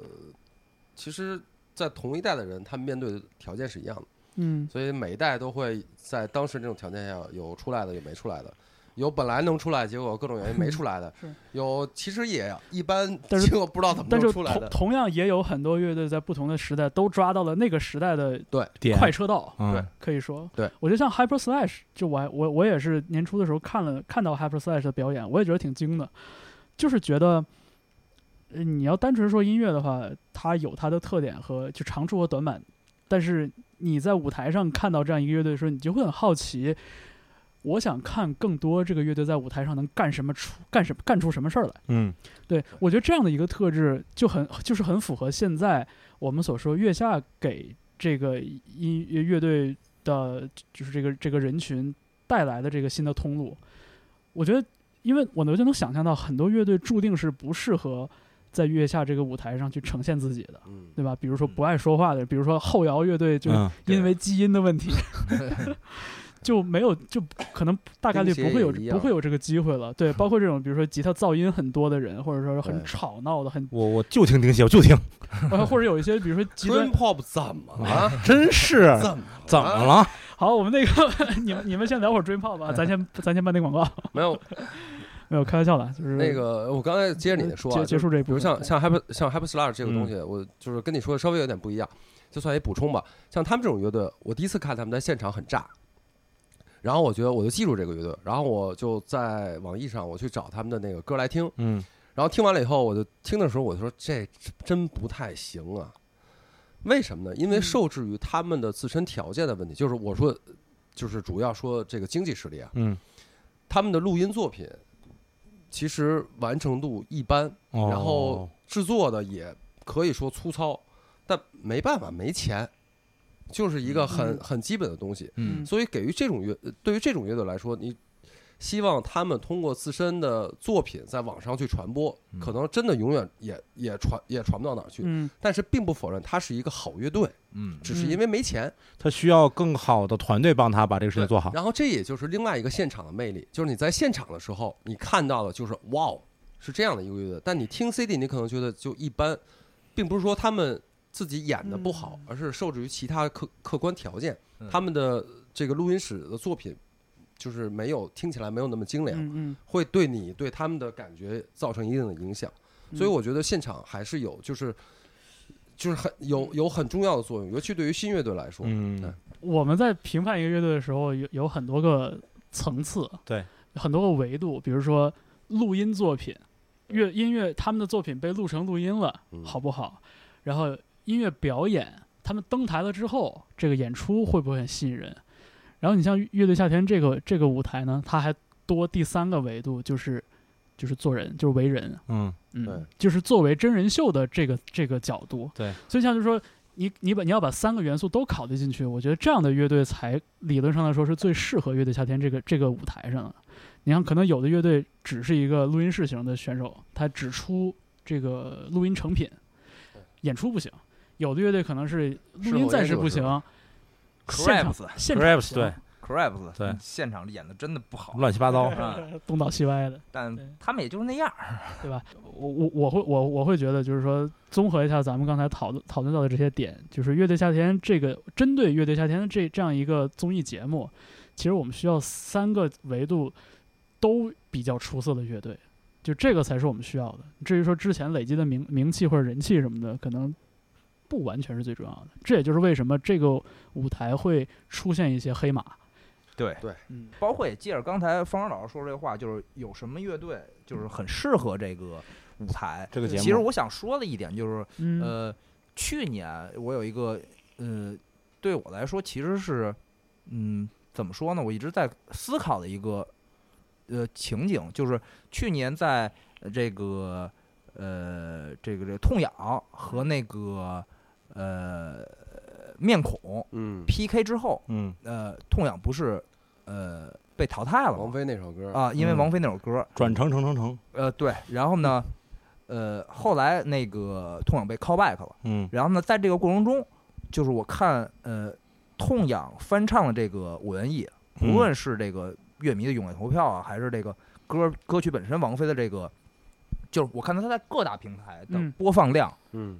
[SPEAKER 3] 其实，在同一代的人，他们面对的条件是一样的，
[SPEAKER 1] 嗯，，
[SPEAKER 3] 所以每一代都会在当时那种条件下有出来的，有没出来的。有本来能出来，结果各种原因没出来的
[SPEAKER 1] 是
[SPEAKER 3] 有其实也一般，
[SPEAKER 1] 但是
[SPEAKER 3] 结果不知道怎么
[SPEAKER 1] 但
[SPEAKER 3] 能
[SPEAKER 1] 是同
[SPEAKER 3] 出来的。
[SPEAKER 1] 同样也有很多乐队在不同的时代都抓到了那个时代的
[SPEAKER 2] 点
[SPEAKER 1] 快车道。
[SPEAKER 2] 嗯
[SPEAKER 3] 对，
[SPEAKER 1] 可以说，
[SPEAKER 3] 对
[SPEAKER 1] 我觉得像 Hyper Slash，就我还我我也是年初的时候看了看到 Hyper Slash 的表演，我也觉得挺惊的，就是觉得，呃你要单纯说音乐的话，它有它的特点和就长处和短板，但是你在舞台上看到这样一个乐队的时候，你就会很好奇，我想看更多这个乐队在舞台上能干什么出干什么干出什么事儿来。
[SPEAKER 2] 嗯，
[SPEAKER 1] 对，我觉得这样的一个特质就很就是很符合现在我们所说月下给这个音呃乐队的，就是这个这个人群带来的这个新的通路。我觉得，因为我能就能想象到很多乐队注定是不适合在月下这个舞台上去呈现自己的，
[SPEAKER 3] 嗯，
[SPEAKER 1] 对吧？比如说不爱说话的，比如说后摇乐队，就
[SPEAKER 2] 嗯
[SPEAKER 3] 对
[SPEAKER 1] 因为基因的问 题。就没有，就可能大概率不会有
[SPEAKER 3] 钉鞋也一样
[SPEAKER 1] 不会有这个机会了。 对，包括这种比如说吉他噪音很多的人，或者说是很
[SPEAKER 3] 对
[SPEAKER 1] 吵闹的，很
[SPEAKER 2] 我我就听丁蟹，我就听，
[SPEAKER 1] 呃或者有一些比如说极端
[SPEAKER 3] pop 怎么
[SPEAKER 1] 啊
[SPEAKER 3] 了？
[SPEAKER 2] 真是
[SPEAKER 3] 怎么
[SPEAKER 2] 怎么？了？
[SPEAKER 1] 好，我们那个 你们你们先聊会儿 Dream Pop 吧，咱先咱先办那广告，
[SPEAKER 3] 没有
[SPEAKER 1] 没有开玩笑的，就是
[SPEAKER 3] 那个，我刚才接着你的说啊，
[SPEAKER 1] 结结
[SPEAKER 3] 就是
[SPEAKER 1] 束这一
[SPEAKER 3] 比
[SPEAKER 1] 部
[SPEAKER 3] 如
[SPEAKER 1] 分，嗯
[SPEAKER 3] 像像 Happy 像 Happy Slash 这个东西，我就是跟你说的稍微有点不一样，就算也补充吧。像他们这种乐队，我第一次看他们在现场很炸，然后我觉得我就记住这个乐队，然后我就在网易上我去找他们的那个歌来听，
[SPEAKER 2] 嗯
[SPEAKER 3] 然后听完了以后，我就听的时候，我就说这真不太行啊。为什么呢？因为
[SPEAKER 1] 嗯
[SPEAKER 3] 受制于他们的自身条件的问题，就是我说，就是主要说这个经济实力啊，
[SPEAKER 2] 嗯，
[SPEAKER 3] 他们的录音作品其实完成度一般，
[SPEAKER 2] 哦
[SPEAKER 3] 然后制作的也可以说粗糙，但没办法，没钱，就是一个很
[SPEAKER 1] 嗯
[SPEAKER 3] 很基本的东西。
[SPEAKER 2] 嗯
[SPEAKER 3] 所以给予这种乐，呃对于这种乐队来说，你希望他们通过自身的作品在网上去传播，
[SPEAKER 2] 嗯
[SPEAKER 3] 可能真的永远也也传也传不到哪儿去。
[SPEAKER 1] 嗯
[SPEAKER 3] 但是并不否认它是一个好乐队，
[SPEAKER 2] 嗯，
[SPEAKER 3] 只是因为没钱。
[SPEAKER 2] 他需要更好的团队帮他把这个事情
[SPEAKER 3] 对
[SPEAKER 2] 做好。
[SPEAKER 3] 然后这也就是另外一个现场的魅力，就是你在现场的时候，你看到的就是哇哦，是这样的一个乐队，但你听 CD，你可能觉得就一般，并不是说他们自己演的不
[SPEAKER 1] 嗯
[SPEAKER 3] 好，而是受制于其他客客观条件
[SPEAKER 4] 嗯，
[SPEAKER 3] 他们的这个录音室的作品就是没有听起来没有那么精良，
[SPEAKER 1] 嗯
[SPEAKER 3] 会对你对他们的感觉造成一定的影响。
[SPEAKER 1] 嗯，
[SPEAKER 3] 所以我觉得现场还是有，就是就是很有有很重要的作用，尤其对于新乐队来说，
[SPEAKER 2] 嗯
[SPEAKER 3] 对，
[SPEAKER 1] 我们在评判一个乐队的时候，有有很多个层次，
[SPEAKER 2] 对，
[SPEAKER 1] 很多个维度，比如说录音作品，乐音乐他们的作品被录成录音了，
[SPEAKER 3] 嗯
[SPEAKER 1] 好不好？然后音乐表演，他们登台了之后，这个演出会不会很吸引人？然后你像乐队夏天这个这个舞台呢，它还多第三个维度，就是就是做人，就是为人，
[SPEAKER 2] 嗯
[SPEAKER 3] 对
[SPEAKER 1] 嗯，就是作为真人秀的这个这个角度，
[SPEAKER 2] 对，
[SPEAKER 1] 所以像就是说，你你把你要把三个元素都考虑进去，我觉得这样的乐队才理论上来说是最适合乐队夏天这个这个舞台上的。你看，可能有的乐队只是一个录音室型的选手，他只出这个录音成品，演出不行；有的乐队可能是录音暂时不
[SPEAKER 3] 是
[SPEAKER 1] 行，现场
[SPEAKER 4] Crabs
[SPEAKER 1] 现场
[SPEAKER 2] ，Grabs
[SPEAKER 1] 行
[SPEAKER 2] 对，
[SPEAKER 4] Crabs
[SPEAKER 2] 对
[SPEAKER 4] 现场演的真的不好
[SPEAKER 2] 乱七八糟。
[SPEAKER 4] 啊，
[SPEAKER 1] 东倒西歪的。对
[SPEAKER 4] 但他们也就是那样儿。
[SPEAKER 1] 我我我会我我会觉得，就是说，综合一下咱们刚才讨论讨论到的这些点，就是《乐队夏天》这个针对《乐队夏天》的这这样一个综艺节目，其实我们需要三个维度都比较出色的乐队，就这个才是我们需要的。至于说之前累积的名名气或者人气什么的，可能不完全是最重要的。这也就是为什么这个舞台会出现一些黑马。
[SPEAKER 4] 对
[SPEAKER 3] 对，
[SPEAKER 1] 嗯
[SPEAKER 4] 包括也借着刚才方老师说这话，就是有什么乐队就是很适合这个舞台。
[SPEAKER 2] 这个节目
[SPEAKER 4] 其实我想说的一点就是，
[SPEAKER 1] 嗯
[SPEAKER 4] 呃，去年我有一个，呃，对我来说其实是，嗯，怎么说呢？我一直在思考的一个，呃，情景就是去年在呃这个，呃，这个这个痛痒和那个，呃，面孔
[SPEAKER 3] 嗯，
[SPEAKER 4] PK 之后，
[SPEAKER 2] 嗯，
[SPEAKER 4] 呃，痛痒不是呃被淘汰了
[SPEAKER 3] 王
[SPEAKER 4] 吗？
[SPEAKER 3] 菲那首歌，
[SPEAKER 4] 啊，因为
[SPEAKER 2] 嗯
[SPEAKER 4] 王菲那首歌，
[SPEAKER 2] 转成成成成，
[SPEAKER 4] 呃，对，然后呢，呃，后来那个痛痒被 call back 了，
[SPEAKER 2] 嗯
[SPEAKER 4] 然后呢，在这个过程中，就是我看呃，痛痒翻唱了这个《文艺》，
[SPEAKER 2] 嗯
[SPEAKER 4] 无论是这个乐迷的踊跃投票啊，还是这个歌歌曲本身，王菲的这个，就是我看到她在各大平台的
[SPEAKER 1] 嗯
[SPEAKER 4] 播放量
[SPEAKER 3] 嗯，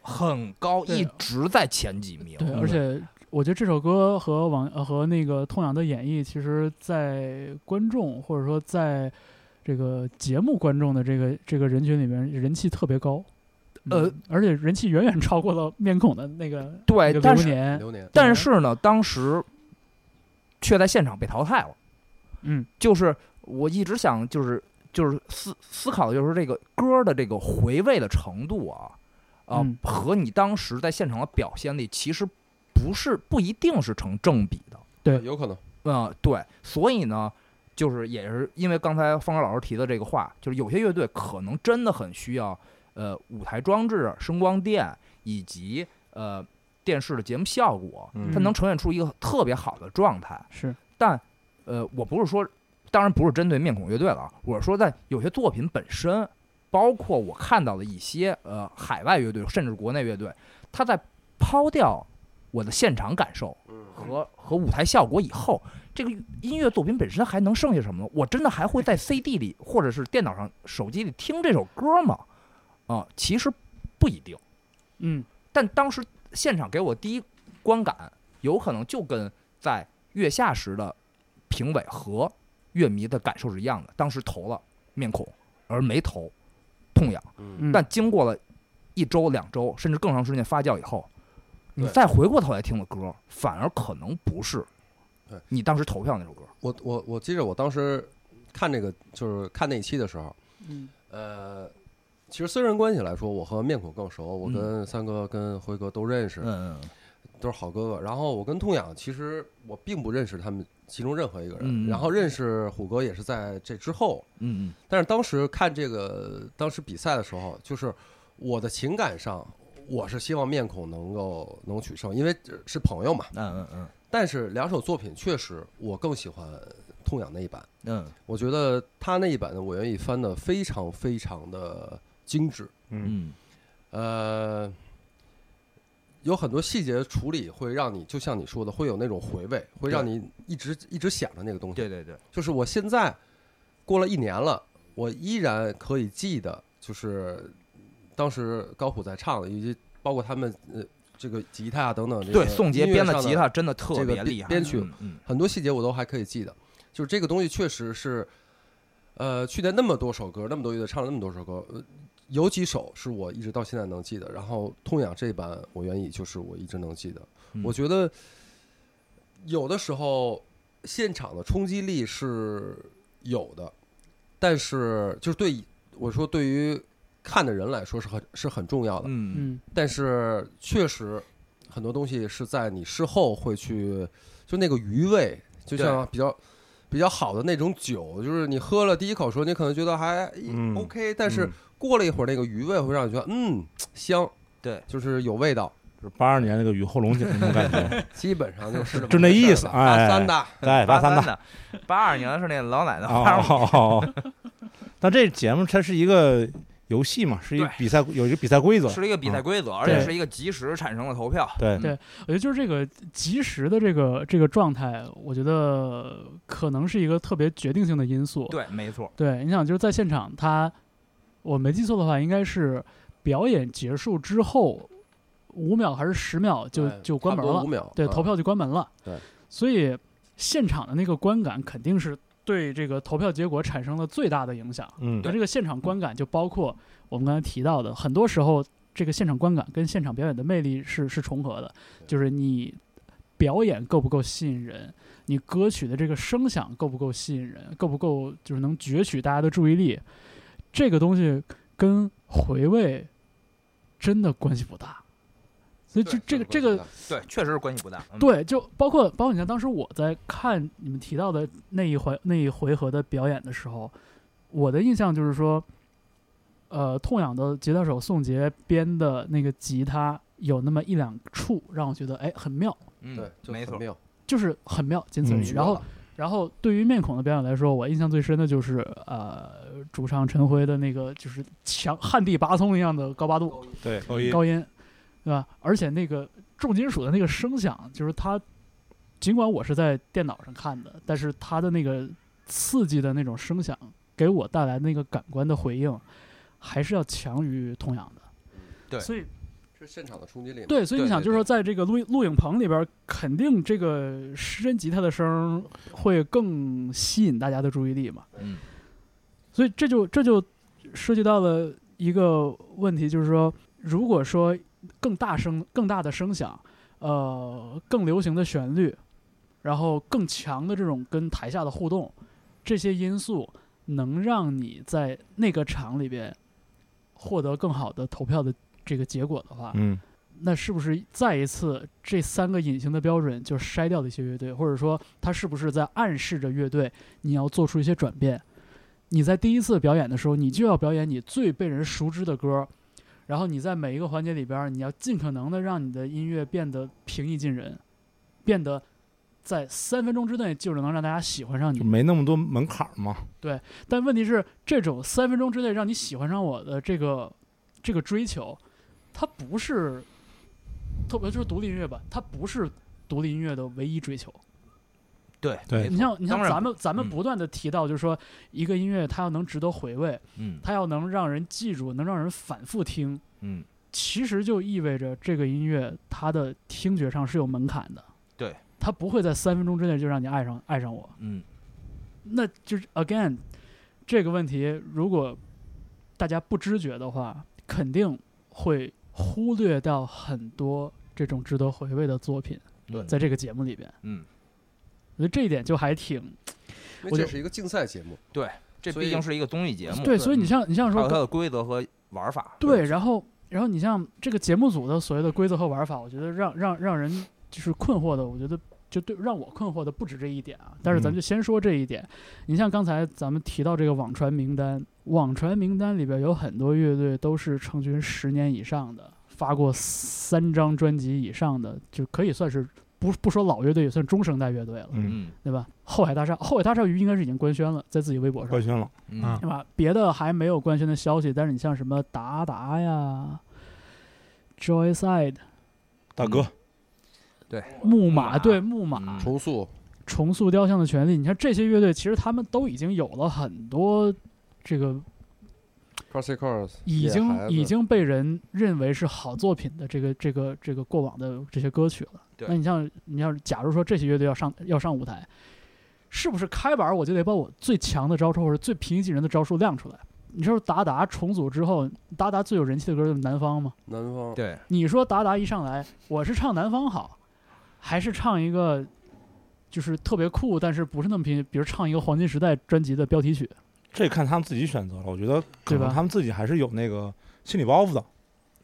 [SPEAKER 4] 很高，
[SPEAKER 1] 对
[SPEAKER 4] 一直在前几名。
[SPEAKER 1] 对，
[SPEAKER 2] 嗯
[SPEAKER 1] 而且我觉得这首歌和网呃和那个痛痒的演绎，其实在观众或者说在这个节目观众的这个这个人群里面，人气特别高。
[SPEAKER 4] 呃
[SPEAKER 1] 嗯，而且人气远远超过了面孔的那 个那
[SPEAKER 4] 对，
[SPEAKER 1] 个
[SPEAKER 4] 但
[SPEAKER 1] 流
[SPEAKER 4] 是
[SPEAKER 1] 年。
[SPEAKER 3] 流年，
[SPEAKER 4] 但是呢，当时却在现场被淘汰了。
[SPEAKER 1] 嗯
[SPEAKER 4] 就是我一直想，就是就是思思考，的就是这个歌的这个回味的程度啊，啊、
[SPEAKER 1] 嗯
[SPEAKER 4] 和你当时在现场的表现力其实不是不一定是成正比的。
[SPEAKER 3] 呃有可能，
[SPEAKER 4] 嗯，对，所以呢，就是也是因为刚才方舟老师提的这个话，就是有些乐队可能真的很需要呃舞台装置、声光电以及呃电视的节目效果，
[SPEAKER 2] 嗯
[SPEAKER 4] 它能呈现出一个特别好的状态。
[SPEAKER 1] 是，
[SPEAKER 4] 但呃，我不是说，当然不是针对面孔乐队了啊，我是说在有些作品本身，包括我看到的一些呃海外乐队，甚至国内乐队，他在抛掉我的现场感受和和舞台效果以后，这个音乐作品本身还能剩下什么呢？我真的还会在 CD 里或者是电脑上、手机里听这首歌吗？啊、其实不一定。
[SPEAKER 1] 嗯
[SPEAKER 4] 但当时现场给我第一观感，有可能就跟在月下时的评委和乐迷的感受是一样的。当时投了面孔，而没投痛痒。
[SPEAKER 3] 嗯，
[SPEAKER 1] 嗯，
[SPEAKER 4] 但经过了一周、两周，甚至更长时间发酵以后，你
[SPEAKER 3] 对
[SPEAKER 4] 再回过头来听的歌，反而可能不是
[SPEAKER 3] 对
[SPEAKER 4] 你当时投票那首歌。
[SPEAKER 3] 我我我记着我当时看这个就是看那一期的时候，
[SPEAKER 1] 嗯
[SPEAKER 3] 呃，其实私人关系来说，我和面孔更熟，我跟三哥、跟辉哥都认识，
[SPEAKER 4] 嗯嗯
[SPEAKER 3] 都是好哥哥。然后我跟痛痒，其实我并不认识他们其中任何一个人。
[SPEAKER 4] 嗯嗯
[SPEAKER 3] 然后认识虎哥也是在这之后，
[SPEAKER 4] 嗯
[SPEAKER 3] 但是当时看这个当时比赛的时候，就是我的情感上，我是希望面孔能够能取胜，因为是朋友嘛。
[SPEAKER 4] 嗯嗯嗯
[SPEAKER 3] 但是两首作品确实，我更喜欢痛痒那一版。
[SPEAKER 4] 嗯
[SPEAKER 3] 我觉得他那一版的我愿意翻的非常非常的精致，
[SPEAKER 2] 嗯
[SPEAKER 4] 嗯
[SPEAKER 3] 呃，有很多细节处理会让你，就像你说的，会有那种回味，会让你一直一直想着那个东
[SPEAKER 4] 嗯，
[SPEAKER 3] 西。
[SPEAKER 4] 对对对，
[SPEAKER 3] 就是我现在过了一年了，我依然可以记得，就是当时高虎在唱的，以及包括他们呃这个吉他啊等等这个
[SPEAKER 4] 对宋杰
[SPEAKER 3] 音乐
[SPEAKER 4] 编的
[SPEAKER 3] 上
[SPEAKER 4] 吉他真的特
[SPEAKER 3] 这个
[SPEAKER 4] 别
[SPEAKER 3] 编
[SPEAKER 4] 厉害，
[SPEAKER 3] 编曲
[SPEAKER 4] 嗯嗯
[SPEAKER 3] 很多细节我都还可以记得。就是这个东西确实是，呃，去年那么多首歌，那么多乐队唱了那么多首歌，呃有几首是我一直到现在能记得。然后《痛痒》这版我愿意就是我一直能记得。
[SPEAKER 4] 嗯
[SPEAKER 3] 我觉得有的时候现场的冲击力是有的，但是就是对我说对于看的人来说是很是很重要的。
[SPEAKER 4] 嗯
[SPEAKER 1] 嗯
[SPEAKER 3] 但是确实很多东西是在你事后会去，就那个余味，就像比较比较好的那种酒，就是你喝了第一口时候，你可能觉得还、
[SPEAKER 2] 嗯
[SPEAKER 3] OK，但是
[SPEAKER 2] 嗯
[SPEAKER 3] 过了一会儿，那个余味会让你觉得嗯香，
[SPEAKER 4] 对，
[SPEAKER 3] 就是有味道，
[SPEAKER 2] 就是嗯八二年那个雨后龙井那种感 觉，
[SPEAKER 3] 基本上就是 这么
[SPEAKER 2] 就那意思
[SPEAKER 3] 回事儿了
[SPEAKER 2] 哎
[SPEAKER 3] 八三的，
[SPEAKER 2] 对，八 三
[SPEAKER 4] 三
[SPEAKER 2] 的，
[SPEAKER 4] 的，八二年是那老奶奶
[SPEAKER 2] 哦
[SPEAKER 4] 花
[SPEAKER 2] 哦哦哦，但这节目它是一个游戏嘛，是一个
[SPEAKER 4] 对
[SPEAKER 2] 比赛，有一个比赛规则，
[SPEAKER 4] 是一个比赛规则，而且是一个及时产生的投票。
[SPEAKER 2] 嗯对
[SPEAKER 4] 嗯
[SPEAKER 1] 对我觉得就是这个及时的这个这个状态，我觉得可能是一个特别决定性的因素。
[SPEAKER 4] 对，没错，
[SPEAKER 1] 对，你想就是在现场他，我没记错的话，应该是表演结束之后五秒还是十秒就
[SPEAKER 3] 对
[SPEAKER 1] 就关门
[SPEAKER 3] 哎差不多
[SPEAKER 1] 了
[SPEAKER 3] 五，秒，
[SPEAKER 1] 对，
[SPEAKER 3] 嗯
[SPEAKER 1] 投票就关门了。
[SPEAKER 3] 对，
[SPEAKER 1] 所以现场的那个观感肯定是对这个投票结果产生了最大的影响。
[SPEAKER 2] 嗯，
[SPEAKER 1] 那这个现场观感就包括我们刚才提到的，很多时候这个现场观感跟现场表演的魅力是是重合的，就是你表演够不够吸引人，你歌曲的这个声响够不够吸引人，够不够就是能攫取大家的注意力，这个东西跟回味真的关系不大。所以
[SPEAKER 3] 对
[SPEAKER 1] 就这个这个
[SPEAKER 3] 差不多
[SPEAKER 4] 对，确实是关系不大。嗯，
[SPEAKER 1] 对，就包括包括你像当时我在看你们提到的那一回那一回合的表演的时候，我的印象就是说，呃，痛痒的吉他手宋杰编的那个吉他有那么一两处让我觉得哎很妙，
[SPEAKER 4] 嗯，
[SPEAKER 3] 对，就
[SPEAKER 4] 没错
[SPEAKER 3] 很，妙，
[SPEAKER 1] 就是很妙，仅此而已。
[SPEAKER 3] 绝
[SPEAKER 1] 然后
[SPEAKER 3] 了
[SPEAKER 1] 然后对于面孔的表演来说，我印象最深的就是呃主唱陈辉的那个就是强旱地拔葱一样的高八度，
[SPEAKER 2] 对，高一，
[SPEAKER 1] 高音，对吧？而且那个重金属的那个声响，就是它，尽管我是在电脑上看的，但是它的那个刺激的那种声响给我带来的那个感官的回应，还是要强于痛痒的。
[SPEAKER 4] 对
[SPEAKER 1] 所以
[SPEAKER 3] 是现场的冲击力嘛，
[SPEAKER 1] 对，所以
[SPEAKER 4] 对
[SPEAKER 1] 你想，
[SPEAKER 4] 对
[SPEAKER 1] 就是说，在这个录录影棚里边，肯定这个失真吉他的声儿会更吸引大家的注意力嘛。
[SPEAKER 4] 嗯，
[SPEAKER 1] 所以这就这就涉及到了一个问题，就是说，如果说更大声、更大的声响，呃，更流行的旋律，然后更强的这种跟台下的互动，这些因素能让你在那个场里边获得更好的投票的这个结果的话，
[SPEAKER 2] 嗯，
[SPEAKER 1] 那是不是再一次这三个隐形的标准就筛掉了一些乐队，或者说它是不是在暗示着乐队你要做出一些转变？你在第一次表演的时候，你就要表演你最被人熟知的歌，然后你在每一个环节里边儿，你要尽可能的让你的音乐变得平易近人，变得在三分钟之内就能让大家喜欢上你
[SPEAKER 2] 就。没那么多门槛儿嘛，
[SPEAKER 1] 但问题是，这种三分钟之内让你喜欢上我的这个这个追求，它不是特别就是独立音乐吧，它不是独立音乐的唯一追求。
[SPEAKER 4] 对
[SPEAKER 2] 对
[SPEAKER 4] 没错
[SPEAKER 1] 你像你像
[SPEAKER 4] 当然
[SPEAKER 1] 咱们咱们
[SPEAKER 4] 嗯
[SPEAKER 1] 不断的提到，就是说一个音乐它要能值得回味，
[SPEAKER 4] 嗯
[SPEAKER 1] 它要能让人记住，能让人反复听，
[SPEAKER 4] 嗯，
[SPEAKER 1] 其实就意味着这个音乐它的听觉上是有门槛的。
[SPEAKER 4] 对，
[SPEAKER 1] 它不会在三分钟之内就让你爱上爱上我。
[SPEAKER 4] 嗯，
[SPEAKER 1] 那就是 again 这个问题，如果大家不知觉的话，肯定会忽略掉很多这种值得回味的作品，
[SPEAKER 4] 对，
[SPEAKER 1] 在这个节目里边，
[SPEAKER 4] 嗯，
[SPEAKER 1] 我觉得这一点就还挺
[SPEAKER 3] 因
[SPEAKER 1] 我
[SPEAKER 3] 为
[SPEAKER 1] 就
[SPEAKER 3] 这是一个竞赛节目，
[SPEAKER 4] 对这
[SPEAKER 3] 所以
[SPEAKER 4] 毕竟是一个嗯综艺节目，
[SPEAKER 1] 对，所以你像你像
[SPEAKER 4] 还有
[SPEAKER 1] 说
[SPEAKER 4] 它的规则和玩法。
[SPEAKER 1] 对，然后然后你像这个节目组的所谓的规则和玩法，我觉得让让让人就是困惑的，我觉得就对让我困惑的不止这一点啊。但是咱们
[SPEAKER 2] 嗯
[SPEAKER 1] 就先说这一点。你像刚才咱们提到这个网传名单，网传名单里边有很多乐队都是成军十年以上的，发过三张专辑以上的，就可以算是不不说老乐队，也算中生代乐队了，
[SPEAKER 2] 嗯，
[SPEAKER 4] 嗯
[SPEAKER 1] 对吧？后海大厦，后海大厦应该是已经官宣了，在自己微博上
[SPEAKER 2] 官。宣了，
[SPEAKER 4] 嗯
[SPEAKER 2] 啊
[SPEAKER 1] 对吧？别的还没有官宣的消息，但是你像什么达达呀、Joyside、
[SPEAKER 2] 大哥，
[SPEAKER 1] 木
[SPEAKER 4] 马
[SPEAKER 1] 马，对木马、
[SPEAKER 4] 嗯
[SPEAKER 3] 重塑，
[SPEAKER 1] 重塑雕像的权利，你看这些乐队，其实他们都已经有了很多这个
[SPEAKER 3] Crossy Cross
[SPEAKER 1] 已
[SPEAKER 3] 野孩
[SPEAKER 1] 经
[SPEAKER 3] 子
[SPEAKER 1] 已经被人认为是好作品的这个这个这个过往的这些歌曲了。
[SPEAKER 4] 对
[SPEAKER 1] 那你像你要假如说这些乐队要上要上舞台，是不是开板我就得把我最强的招数或者最平易近人的招数亮出来？你说达达重组之后，达达最有人气的歌就是《南方》吗？
[SPEAKER 3] 南方，
[SPEAKER 4] 对，
[SPEAKER 1] 你说达达一上来，我是唱南方好，还是唱一个就是特别酷，但是不是那么平，比如唱一个黄金时代专辑的标题曲？
[SPEAKER 2] 这看他们自己选择了。我觉得可
[SPEAKER 1] 对吧
[SPEAKER 2] 能他们自己还是有那个心理包袱的，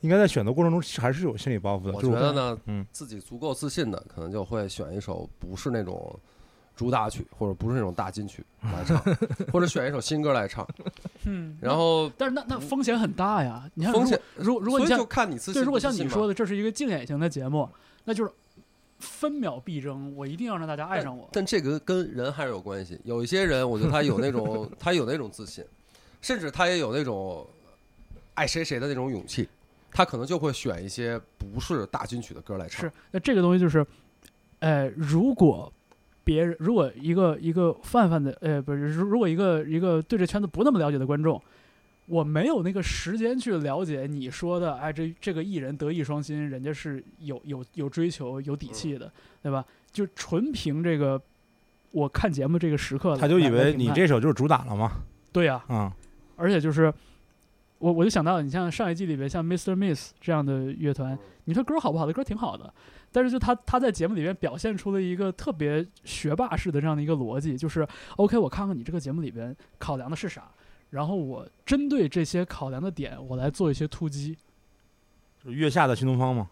[SPEAKER 2] 应该在选择过程中还是有心理包袱的。
[SPEAKER 3] 我
[SPEAKER 2] 就是
[SPEAKER 3] 觉得呢，
[SPEAKER 2] 嗯
[SPEAKER 3] 自己足够自信的，可能就会选一首不是那种主打曲，或者不是那种大金曲 来唱，或者选一首新歌来唱。
[SPEAKER 1] 嗯
[SPEAKER 3] 然后
[SPEAKER 1] 但是那那风险很大呀！你看，
[SPEAKER 3] 风险，
[SPEAKER 1] 如果如果如果你
[SPEAKER 3] 所以就
[SPEAKER 1] 像
[SPEAKER 3] 看你自
[SPEAKER 1] 对，
[SPEAKER 3] 信
[SPEAKER 1] 如
[SPEAKER 3] 不
[SPEAKER 1] 果
[SPEAKER 3] 自
[SPEAKER 1] 像
[SPEAKER 3] 信
[SPEAKER 1] 你
[SPEAKER 3] 嘛。
[SPEAKER 1] 说的，这是一个竞演型的节目，那就是分秒必争，我一定要让大家爱上我。
[SPEAKER 3] 但这个跟人还是有关系。有一些人，我觉得他有 那种他有那种自信，甚至他也有那种爱谁谁的那种勇气，他可能就会选一些不是大金曲的歌来唱。
[SPEAKER 1] 是，那这个东西就是，呃，如果别人如果一个一个泛泛的，呃，不是，如如果一个一个对这圈子不那么了解的观众，我没有那个时间去了解你说的，哎，这这个艺人德艺双馨，人家是有有有追求、有底气的，对吧？就纯凭这个我看节目这个时刻来，
[SPEAKER 2] 他就以
[SPEAKER 1] 来来
[SPEAKER 2] 为
[SPEAKER 1] 评
[SPEAKER 2] 你
[SPEAKER 1] 判
[SPEAKER 2] 这首就是主打了嘛，
[SPEAKER 1] 对呀、
[SPEAKER 3] 嗯
[SPEAKER 2] 啊，
[SPEAKER 1] 而且就是我我就想到，你像上一季里边像 Mr. Miss 这样的乐团，你说歌好不好？他歌挺好的，但是就他他在节目里面表现出了一个特别学霸式的这样的一个逻辑，就是 OK，我看看你这个节目里边考量的是啥，然后我针对这些考量的点，我来做一些突击。
[SPEAKER 2] 就是月下的新东方嘛，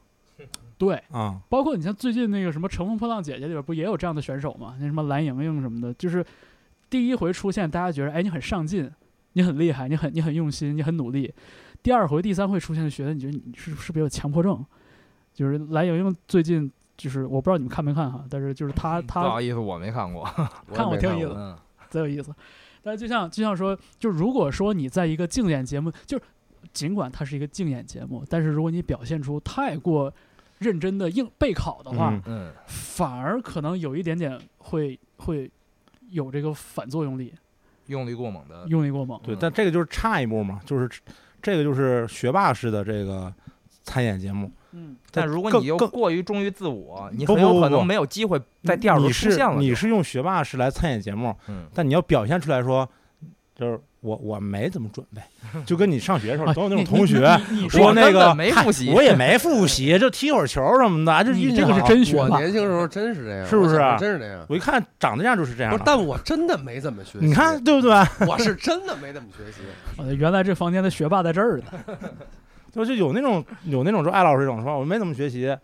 [SPEAKER 1] 对，
[SPEAKER 2] 啊，
[SPEAKER 1] 包括你像最近那个什么《乘风破浪姐姐》里边不也有这样的选手吗？那什么蓝盈莹什么的，就是第一回出现，大家觉得哎你很上进，你很厉害，你很你很用心，你很努力。第二回、第三回出现，就觉得你觉得你是是不是有强迫症？就是蓝盈莹最近就是我不知道你们看没看哈，但是就是她
[SPEAKER 4] 嗯不
[SPEAKER 1] 她
[SPEAKER 4] 好意思，我没看过。
[SPEAKER 3] 我也
[SPEAKER 1] 看我
[SPEAKER 3] 没
[SPEAKER 1] 挺有意思
[SPEAKER 3] 过
[SPEAKER 1] 的
[SPEAKER 4] 嗯，
[SPEAKER 1] 贼有意思。但是就像就像说，就如果说你在一个竞演节目，就是尽管它是一个竞演节目，但是如果你表现出太过认真的硬备考的话，
[SPEAKER 2] 嗯
[SPEAKER 4] 嗯，
[SPEAKER 1] 反而可能有一点点会会有这个反作用力，
[SPEAKER 4] 用力过猛的，
[SPEAKER 1] 用力过猛。
[SPEAKER 2] 对
[SPEAKER 4] 嗯，
[SPEAKER 2] 但这个就是差一步嘛，就是这个就是学霸式的这个参演节目。
[SPEAKER 1] 嗯，
[SPEAKER 4] 但如果
[SPEAKER 2] 更
[SPEAKER 4] 你又
[SPEAKER 2] 更
[SPEAKER 4] 过于忠于自我，你
[SPEAKER 2] 不
[SPEAKER 4] 很有
[SPEAKER 2] 不
[SPEAKER 4] 可
[SPEAKER 2] 不
[SPEAKER 4] 能没有机会在第二轮
[SPEAKER 2] 你
[SPEAKER 4] 出
[SPEAKER 2] 是
[SPEAKER 4] 现了就。
[SPEAKER 2] 你是用学霸式来参演节目，
[SPEAKER 4] 嗯，
[SPEAKER 2] 但你要表现出来说，就是我我没怎么准 备，就跟你上学的时候
[SPEAKER 1] 啊
[SPEAKER 2] 总有那
[SPEAKER 1] 你
[SPEAKER 2] 种同学
[SPEAKER 1] 你你你
[SPEAKER 2] 说
[SPEAKER 1] 说
[SPEAKER 4] 我
[SPEAKER 2] 那
[SPEAKER 4] 根
[SPEAKER 2] 个
[SPEAKER 4] 本没
[SPEAKER 2] 嗨
[SPEAKER 4] 复习
[SPEAKER 2] 我也没复习，就踢会儿球什么的，就
[SPEAKER 1] 你
[SPEAKER 2] 运气
[SPEAKER 1] 这个是啊
[SPEAKER 2] 好
[SPEAKER 1] 真学
[SPEAKER 3] 我
[SPEAKER 1] 霸，
[SPEAKER 3] 年轻时候真是这样，
[SPEAKER 2] 是不是
[SPEAKER 1] 啊
[SPEAKER 3] 我小时候真是这样。
[SPEAKER 2] 我一看长得这样就是这样
[SPEAKER 3] 不是
[SPEAKER 2] 的，，
[SPEAKER 3] 但我真的没怎么学习。
[SPEAKER 2] 你看，对不对？
[SPEAKER 3] 我是真的没怎么学习。
[SPEAKER 1] 我的呃原来这房间的学霸在这儿呢。
[SPEAKER 2] 就就有那种有那种说艾老师这种说，我没怎么学习，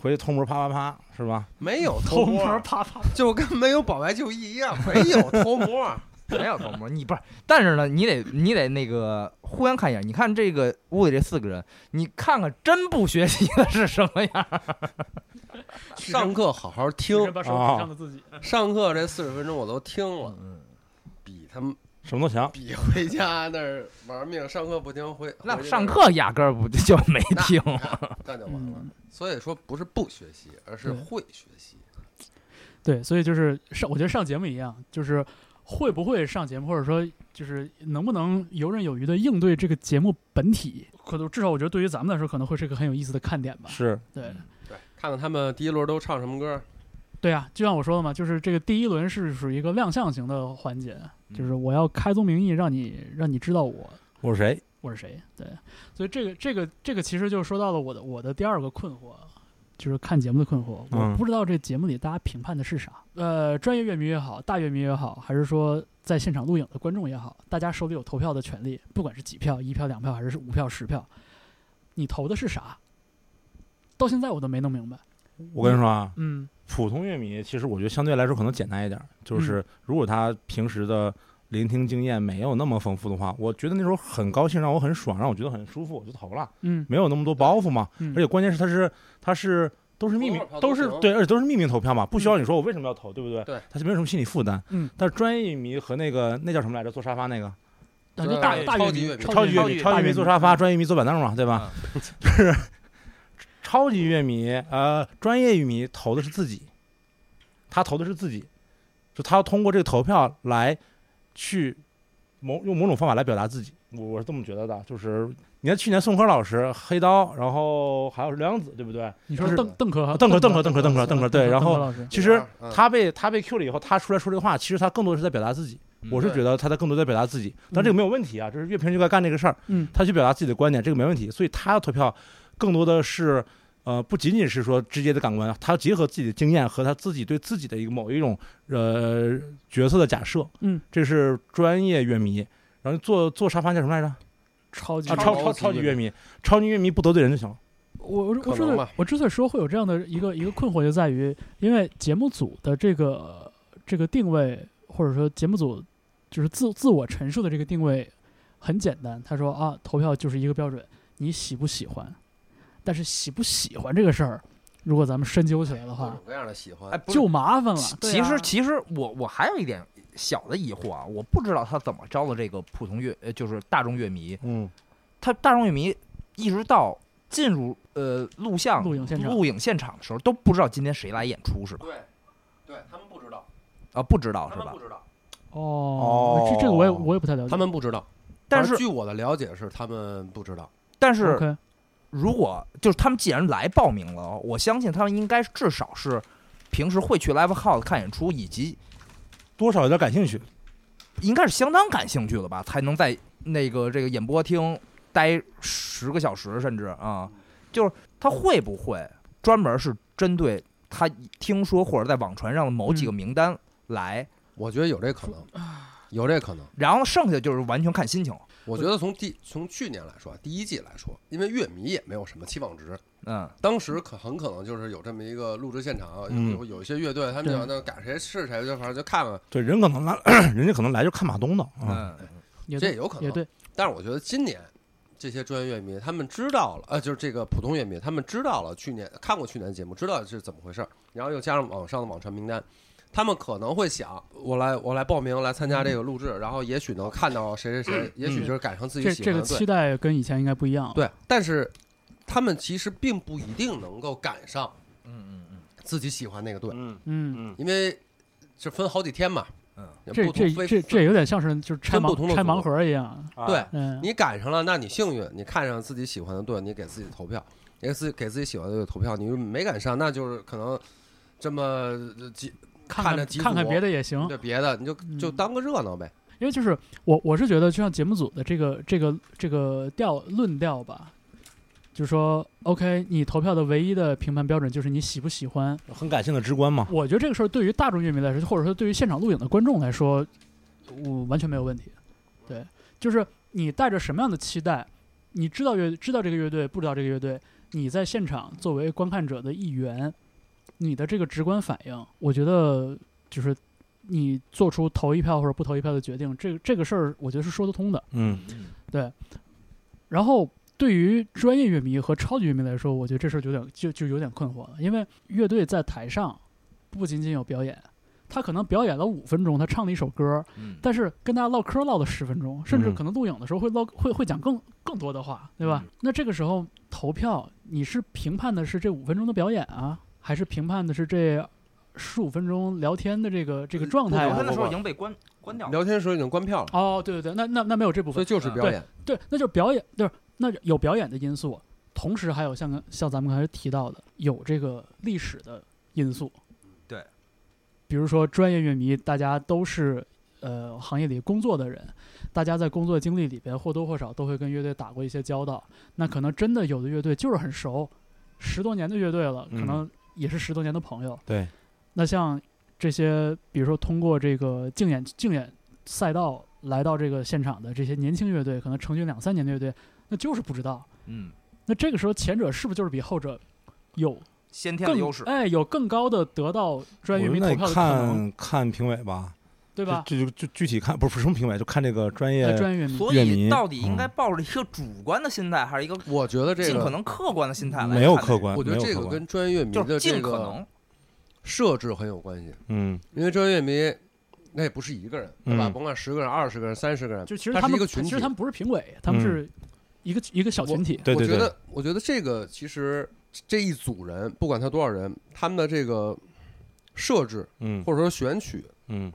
[SPEAKER 2] 回去偷摸啪啪啪，是吧？
[SPEAKER 3] 没有偷
[SPEAKER 1] 偷摸
[SPEAKER 3] 摸，
[SPEAKER 1] 啪啪，
[SPEAKER 3] 就跟没有保外就医一 样，没有偷摸。
[SPEAKER 4] 没有偷摸，你不是，但是呢，你得你得那个互相看一眼，你看这个屋里这四个人，你看看真不学习的是什么样？
[SPEAKER 3] 上课好好听，
[SPEAKER 1] 直接把手指向着自己。
[SPEAKER 3] 上课这四十分钟我都听
[SPEAKER 1] 嗯
[SPEAKER 3] 了，比他们
[SPEAKER 2] 什么都行，
[SPEAKER 3] 比回家那儿玩命上课不听回
[SPEAKER 4] 那
[SPEAKER 3] 回去
[SPEAKER 4] 上
[SPEAKER 3] 儿
[SPEAKER 4] 课压根儿不就没
[SPEAKER 3] 那
[SPEAKER 4] 听？
[SPEAKER 3] 那就完了。
[SPEAKER 1] 嗯，
[SPEAKER 3] 所以说不是不学习，而是
[SPEAKER 1] 对
[SPEAKER 3] 会学习。
[SPEAKER 1] 对，所以就是上，我觉得上节目一样，就是会不会上节目，或者说就是能不能游刃有余的应对这个节目本体，可能至少我觉得对于咱们来说，可能会是一个很有意思的看点吧。
[SPEAKER 2] 是
[SPEAKER 1] 对。
[SPEAKER 3] 对，看看他们第一轮都唱什么歌，
[SPEAKER 1] 对啊，就像我说的嘛，就是这个第一轮是属于一个亮相型的环节，就是我要开宗明义让你让你知道我
[SPEAKER 2] 我是谁？
[SPEAKER 1] 我是谁。对，所以这个这个这个其实就说到了我的我的第二个困惑，就是看节目的困惑，
[SPEAKER 2] 嗯
[SPEAKER 1] 我不知道这节目里大家评判的是啥。呃，专业乐迷也好，大乐迷也好，还是说在现场录影的观众也好，大家手里有投票的权利，不管是几票、一票、两票，还是五票、十票，你投的是啥？到现在我都没弄明白。
[SPEAKER 2] 我跟你说啊，
[SPEAKER 1] 嗯
[SPEAKER 2] 普通乐迷其实我觉得相对来说可能简单一点儿，就是如果他平时的聆听经验没有那么丰富的话，我觉得那时候很高兴，让我很爽，让我觉得很舒服，我就投了，
[SPEAKER 1] 嗯
[SPEAKER 2] 没有那么多包袱嘛。
[SPEAKER 1] 嗯，
[SPEAKER 2] 而且关键是他是他是都是匿名
[SPEAKER 3] 多少票，都
[SPEAKER 2] 都是
[SPEAKER 3] 行
[SPEAKER 2] 对，而且都是匿名投票嘛，不需要你说我为什么要投，对不对？
[SPEAKER 3] 对，
[SPEAKER 2] 他就没有什么心理负担。
[SPEAKER 1] 嗯，
[SPEAKER 2] 但是专业迷和那个那叫什么来着，坐沙发那个
[SPEAKER 1] 啊就大大
[SPEAKER 3] 超
[SPEAKER 1] 乐
[SPEAKER 3] 级
[SPEAKER 1] 迷
[SPEAKER 3] 乐迷
[SPEAKER 2] 超级乐迷，
[SPEAKER 4] 超级乐迷
[SPEAKER 2] 超级乐迷
[SPEAKER 1] 大嗯乐迷
[SPEAKER 2] 坐沙发，专业迷坐板凳嘛，对吧？ 就是超级乐迷，呃，专业乐迷投的是自己，他投的是自己，就他要通过这个投票来去某用某种方法来表达自己，我我是这么觉得的。就是你看去年宋柯老师、黑刀，然后还有刘洋子，对不对？
[SPEAKER 1] 你说
[SPEAKER 2] 就是
[SPEAKER 1] 邓邓可和
[SPEAKER 2] 邓可
[SPEAKER 1] 邓
[SPEAKER 2] 邓可邓可邓可邓可对然后
[SPEAKER 1] 老师
[SPEAKER 2] 其实
[SPEAKER 3] 嗯
[SPEAKER 2] 他被他被 Q 了以后，他出来说这个话，其实他更多的是在表达自己。我是觉得他在更多在表达自己，但这个没有问题啊，就是乐评就该干这个事儿，
[SPEAKER 1] 嗯
[SPEAKER 2] 他去表达自己的观点，这个没问题。所以他的投票更多的是，呃，不仅仅是说直接的感官，他结合自己的经验和他自己对自己的一个某一种呃角色的假设，
[SPEAKER 1] 嗯，
[SPEAKER 2] 这是专业乐迷。然后坐坐沙发叫什么来着？啊，
[SPEAKER 1] 超级
[SPEAKER 2] 超
[SPEAKER 1] 超
[SPEAKER 2] 超
[SPEAKER 3] 超
[SPEAKER 2] 超
[SPEAKER 3] 级
[SPEAKER 2] 级
[SPEAKER 3] 乐
[SPEAKER 2] 乐迷，超级乐迷不得罪人就行了。
[SPEAKER 1] 我我我
[SPEAKER 3] 可
[SPEAKER 1] 之所
[SPEAKER 3] 能
[SPEAKER 1] 以
[SPEAKER 3] 吧
[SPEAKER 1] 我之所以说会有这样的一个一个困惑，就在于因为节目组的这个这个定位，或者说节目组就是自自我陈述的这个定位很简单。他说啊，投票就是一个标准，你喜不喜欢？但是喜不喜欢这个事儿，如果咱们深究起来的
[SPEAKER 3] 嗯各
[SPEAKER 1] 话
[SPEAKER 3] 种，各样的喜欢
[SPEAKER 4] 哎，，不是
[SPEAKER 1] 就麻烦了。对
[SPEAKER 4] 其
[SPEAKER 1] 啊
[SPEAKER 4] 实其实我我还有一点小的疑惑啊，我不知道他怎么招的这个普通乐，呃，就是大众乐迷。
[SPEAKER 2] 嗯，
[SPEAKER 4] 他大众乐迷一直到进入呃录像
[SPEAKER 1] 录影现场
[SPEAKER 4] 录影现场的时候，都不知道今天谁来演出是吧？
[SPEAKER 3] 对，对他们不知道，
[SPEAKER 4] 啊，不知道是
[SPEAKER 3] 他们
[SPEAKER 4] 吧
[SPEAKER 3] 不？知道，
[SPEAKER 1] 哦，这这个我也
[SPEAKER 2] 哦
[SPEAKER 1] 我也不太了解。
[SPEAKER 3] 他们不知道。
[SPEAKER 4] 但
[SPEAKER 3] 反正
[SPEAKER 4] 是
[SPEAKER 3] 据我的了解是，他们不知道。
[SPEAKER 4] 但是
[SPEAKER 1] OK，
[SPEAKER 4] 如果就是他们既然来报名了，我相信他们应该至少是平时会去 live house 看演出，以及
[SPEAKER 2] 多少有点感兴趣。
[SPEAKER 4] 应该是相当感兴趣了吧，才能在那个这个演播厅待十个小时，甚至啊、就是他会不会专门是针对他听说或者在网传上的某几个名单来，
[SPEAKER 3] 我觉得有这可能，有这可能。
[SPEAKER 4] 然后剩下就是完全看心情了，
[SPEAKER 3] 我觉得从第从去年来说，啊第一季来说，因为乐迷也没有什么期望值，
[SPEAKER 4] 嗯，
[SPEAKER 3] 当时可很可能就是有这么一个录制现场，
[SPEAKER 2] 嗯
[SPEAKER 3] 有有一些乐队，他们
[SPEAKER 1] 对
[SPEAKER 3] 想那赶谁是谁，就反正就看看，
[SPEAKER 2] 对，人可能来， 人家可能来就看马东的啊。
[SPEAKER 4] 嗯，
[SPEAKER 1] 也
[SPEAKER 3] 这
[SPEAKER 1] 对
[SPEAKER 3] 也有可
[SPEAKER 1] 也
[SPEAKER 3] 能。
[SPEAKER 1] 对，
[SPEAKER 3] 但是我觉得今年这些专业乐迷，他们知道了，呃，就是这个普通乐迷，他们知道了去年看过去年的节目，知道是怎么回事儿，然后又加上网上的网传名单，他们可能会想，我来我来报名来参加这个录制，然后也许能看到谁谁谁，也许就是赶上自己
[SPEAKER 1] 嗯这
[SPEAKER 3] 喜欢
[SPEAKER 1] 这
[SPEAKER 3] 的
[SPEAKER 1] 个
[SPEAKER 3] 队
[SPEAKER 1] 期待跟以前应该不一
[SPEAKER 4] 啊
[SPEAKER 1] 样。，
[SPEAKER 3] 对，但是他们其实并不一定能够赶上，
[SPEAKER 4] 嗯嗯嗯，
[SPEAKER 3] 自己喜欢那个队，
[SPEAKER 2] 嗯
[SPEAKER 1] 嗯，
[SPEAKER 3] 因为这分好几天嘛，
[SPEAKER 4] 嗯
[SPEAKER 3] 也
[SPEAKER 1] 这
[SPEAKER 3] 不同，
[SPEAKER 1] 这
[SPEAKER 3] 非
[SPEAKER 1] 这这有点像是就是拆
[SPEAKER 3] 分不同
[SPEAKER 1] 盲
[SPEAKER 3] 的
[SPEAKER 1] 拆
[SPEAKER 3] 组
[SPEAKER 1] 盲盒一样。
[SPEAKER 3] 对，
[SPEAKER 1] 嗯，
[SPEAKER 3] 你赶上了，那你幸运，你看上自己喜欢的队，你给自己投票，也给自己给自己喜欢的队投票，你就没赶上，那就是可能这么呃几
[SPEAKER 1] 看
[SPEAKER 3] 看着几组
[SPEAKER 1] 看看别的也行，
[SPEAKER 3] 对别的，你就就
[SPEAKER 1] 嗯
[SPEAKER 3] 当个热闹呗。
[SPEAKER 1] 因为就是我我是觉得，就像节目组的这个这个这个调论调吧，就说 OK，你投票的唯一的评判标准就是你喜不喜欢。
[SPEAKER 2] 很感性的直观嘛。
[SPEAKER 1] 我觉得这个事儿对于大众乐迷来说，或者说对于现场录影的观众来说，我完全没有问题。对，就是你带着什么样的期待，你知道乐知道这个乐队，不知道这个乐队，你在现场作为观看者的一员，你的这个直观反应，我觉得就是你做出投一票或者不投一票的决定，这个这个事儿，我觉得是说得通的。
[SPEAKER 2] 嗯，
[SPEAKER 1] 然后对于专业乐迷和超级乐迷来说，我觉得这事儿就有点就就有点困惑了，因为乐队在台上不仅仅有表演，他可能表演了五分钟，他唱了一首歌，
[SPEAKER 4] 嗯
[SPEAKER 1] 但是跟大家唠嗑唠了十分钟，甚至可能录影的时候会唠会会讲更更多的话，对
[SPEAKER 4] 嗯
[SPEAKER 1] 吧？那这个时候投票，你是评判的是这五分钟的表演啊，还是评判的是这十五分钟聊天的这个这个状态、
[SPEAKER 3] 不
[SPEAKER 4] 嗯聊天
[SPEAKER 3] 不
[SPEAKER 1] 啊
[SPEAKER 4] 的？时候已经被关关掉了，
[SPEAKER 3] 聊天的时候已经关票了，
[SPEAKER 1] 哦，对对对，那那那没有这部分
[SPEAKER 3] 所以，就是表演。
[SPEAKER 1] 对，那就是表演，就是那有表演的因素，同时还有像刚像咱们刚才提到的，有这个历史的因素。
[SPEAKER 4] 对，
[SPEAKER 1] 比如说专业乐迷，大家都是呃行业里工作的人，大家在工作经历里边或多或少都会跟乐队打过一些交道。那可能真的有的乐队就是很熟，十多年的乐队了，可
[SPEAKER 2] 嗯
[SPEAKER 1] 能也是十多年的朋友。
[SPEAKER 2] 对，
[SPEAKER 1] 那像这些，比如说通过这个竞演竞演赛道来到这个现场的这些年轻乐队，可能成军两三年的乐队，那就是不知道。
[SPEAKER 4] 嗯，
[SPEAKER 1] 那这个时候，前者是不是就是比后者有
[SPEAKER 4] 先天的
[SPEAKER 1] 更
[SPEAKER 4] 优势，
[SPEAKER 1] 哎，有更高的得到
[SPEAKER 2] 我
[SPEAKER 1] 专业乐迷
[SPEAKER 2] 觉得
[SPEAKER 1] 投
[SPEAKER 2] 那
[SPEAKER 1] 票的可能，
[SPEAKER 2] 看看评委吧，
[SPEAKER 1] 对吧？
[SPEAKER 2] 这就就具体看，不是不是什么评委，就看这个专业
[SPEAKER 1] 哎，专业乐迷，
[SPEAKER 4] 所
[SPEAKER 2] 嗯乐
[SPEAKER 4] 以
[SPEAKER 2] 迷
[SPEAKER 4] 到底应该
[SPEAKER 2] 嗯
[SPEAKER 4] 抱着一个主观的心态，还是一个
[SPEAKER 3] 我觉得这
[SPEAKER 4] 尽可
[SPEAKER 3] 个，
[SPEAKER 4] 能客观的心态来看？
[SPEAKER 2] 没有客，观，
[SPEAKER 3] 我觉得
[SPEAKER 2] 没有
[SPEAKER 3] 这
[SPEAKER 2] 客
[SPEAKER 3] 个
[SPEAKER 2] 观
[SPEAKER 3] 跟专业乐迷
[SPEAKER 4] 就是
[SPEAKER 3] 的
[SPEAKER 4] 尽
[SPEAKER 3] 这
[SPEAKER 4] 可
[SPEAKER 3] 个
[SPEAKER 4] 能。
[SPEAKER 3] 设置很有关系，
[SPEAKER 2] 嗯
[SPEAKER 3] 因为专业乐迷那也不是一个人，对吧？
[SPEAKER 2] 嗯
[SPEAKER 3] 甭管十个人、二十个人、三十个人，
[SPEAKER 1] 就其实
[SPEAKER 3] 它是
[SPEAKER 1] 他们
[SPEAKER 3] 一个群体
[SPEAKER 1] 其实他们不是评委，他们
[SPEAKER 2] 嗯
[SPEAKER 1] 是一个、一个小群体。
[SPEAKER 2] 对对
[SPEAKER 3] 我觉
[SPEAKER 2] 对
[SPEAKER 3] 得，我觉得这个其实这一组人，不管他多少人，他们的这个设置
[SPEAKER 2] 嗯
[SPEAKER 3] 或者说选取，
[SPEAKER 2] 嗯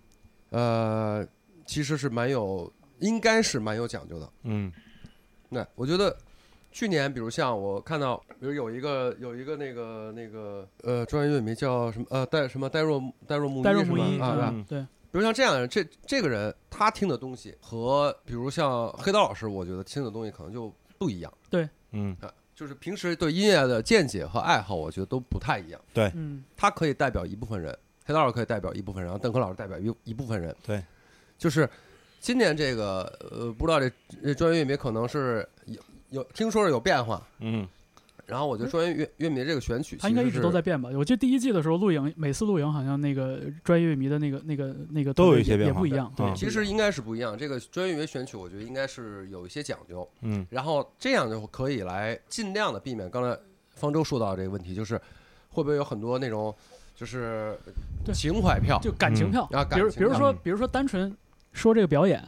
[SPEAKER 3] 呃，其实是蛮有，应该是蛮有讲究的。
[SPEAKER 2] 嗯
[SPEAKER 3] 那我觉得去年，比如像我看到，比如有一个有一个那个那个呃专业乐迷叫什么呃戴什么戴若戴若木
[SPEAKER 1] 戴若
[SPEAKER 3] 是
[SPEAKER 1] 木
[SPEAKER 3] 吧
[SPEAKER 1] 一
[SPEAKER 3] 啊，对吧
[SPEAKER 1] 嗯对，
[SPEAKER 3] 比如像这样的人，这这个人他听的东西和比如像黑道老师，我觉得听的东西可能就不一样。
[SPEAKER 2] 嗯，
[SPEAKER 3] 就是平时对音乐的见解和爱好，我觉得都不太一样。
[SPEAKER 1] 嗯，
[SPEAKER 3] 他可以代表一部分人，黑道老师可以代表一部分人，然后邓科老师代表一一部分人。
[SPEAKER 2] 对，
[SPEAKER 3] 就是今年这个呃，不知道这这专业乐迷可能是有有听说是有变化，
[SPEAKER 2] 嗯
[SPEAKER 3] 然后我觉得专业乐乐迷这个选曲，
[SPEAKER 1] 他应该一直都在。变吧？我记得第一季的时候，露营每次露营好像那个专业乐迷的那个那个那个
[SPEAKER 2] 都有
[SPEAKER 1] 团队
[SPEAKER 2] 一些
[SPEAKER 1] 也
[SPEAKER 2] 变
[SPEAKER 1] 也
[SPEAKER 2] 化
[SPEAKER 1] 不一样。对
[SPEAKER 2] 嗯，
[SPEAKER 3] 其实应该是不一样，这个专业乐迷选曲，我觉得应该是有一些讲究，
[SPEAKER 2] 嗯
[SPEAKER 3] 然后这样就可以来尽量的避免刚才方舟说到的这个问题，就是会不会有很多那种就是
[SPEAKER 1] 对
[SPEAKER 3] 情怀票，
[SPEAKER 1] 就感情票
[SPEAKER 3] 嗯啊，
[SPEAKER 1] 比如
[SPEAKER 3] 感情
[SPEAKER 1] 比如说
[SPEAKER 2] 票
[SPEAKER 1] 比如说单纯说这个表演，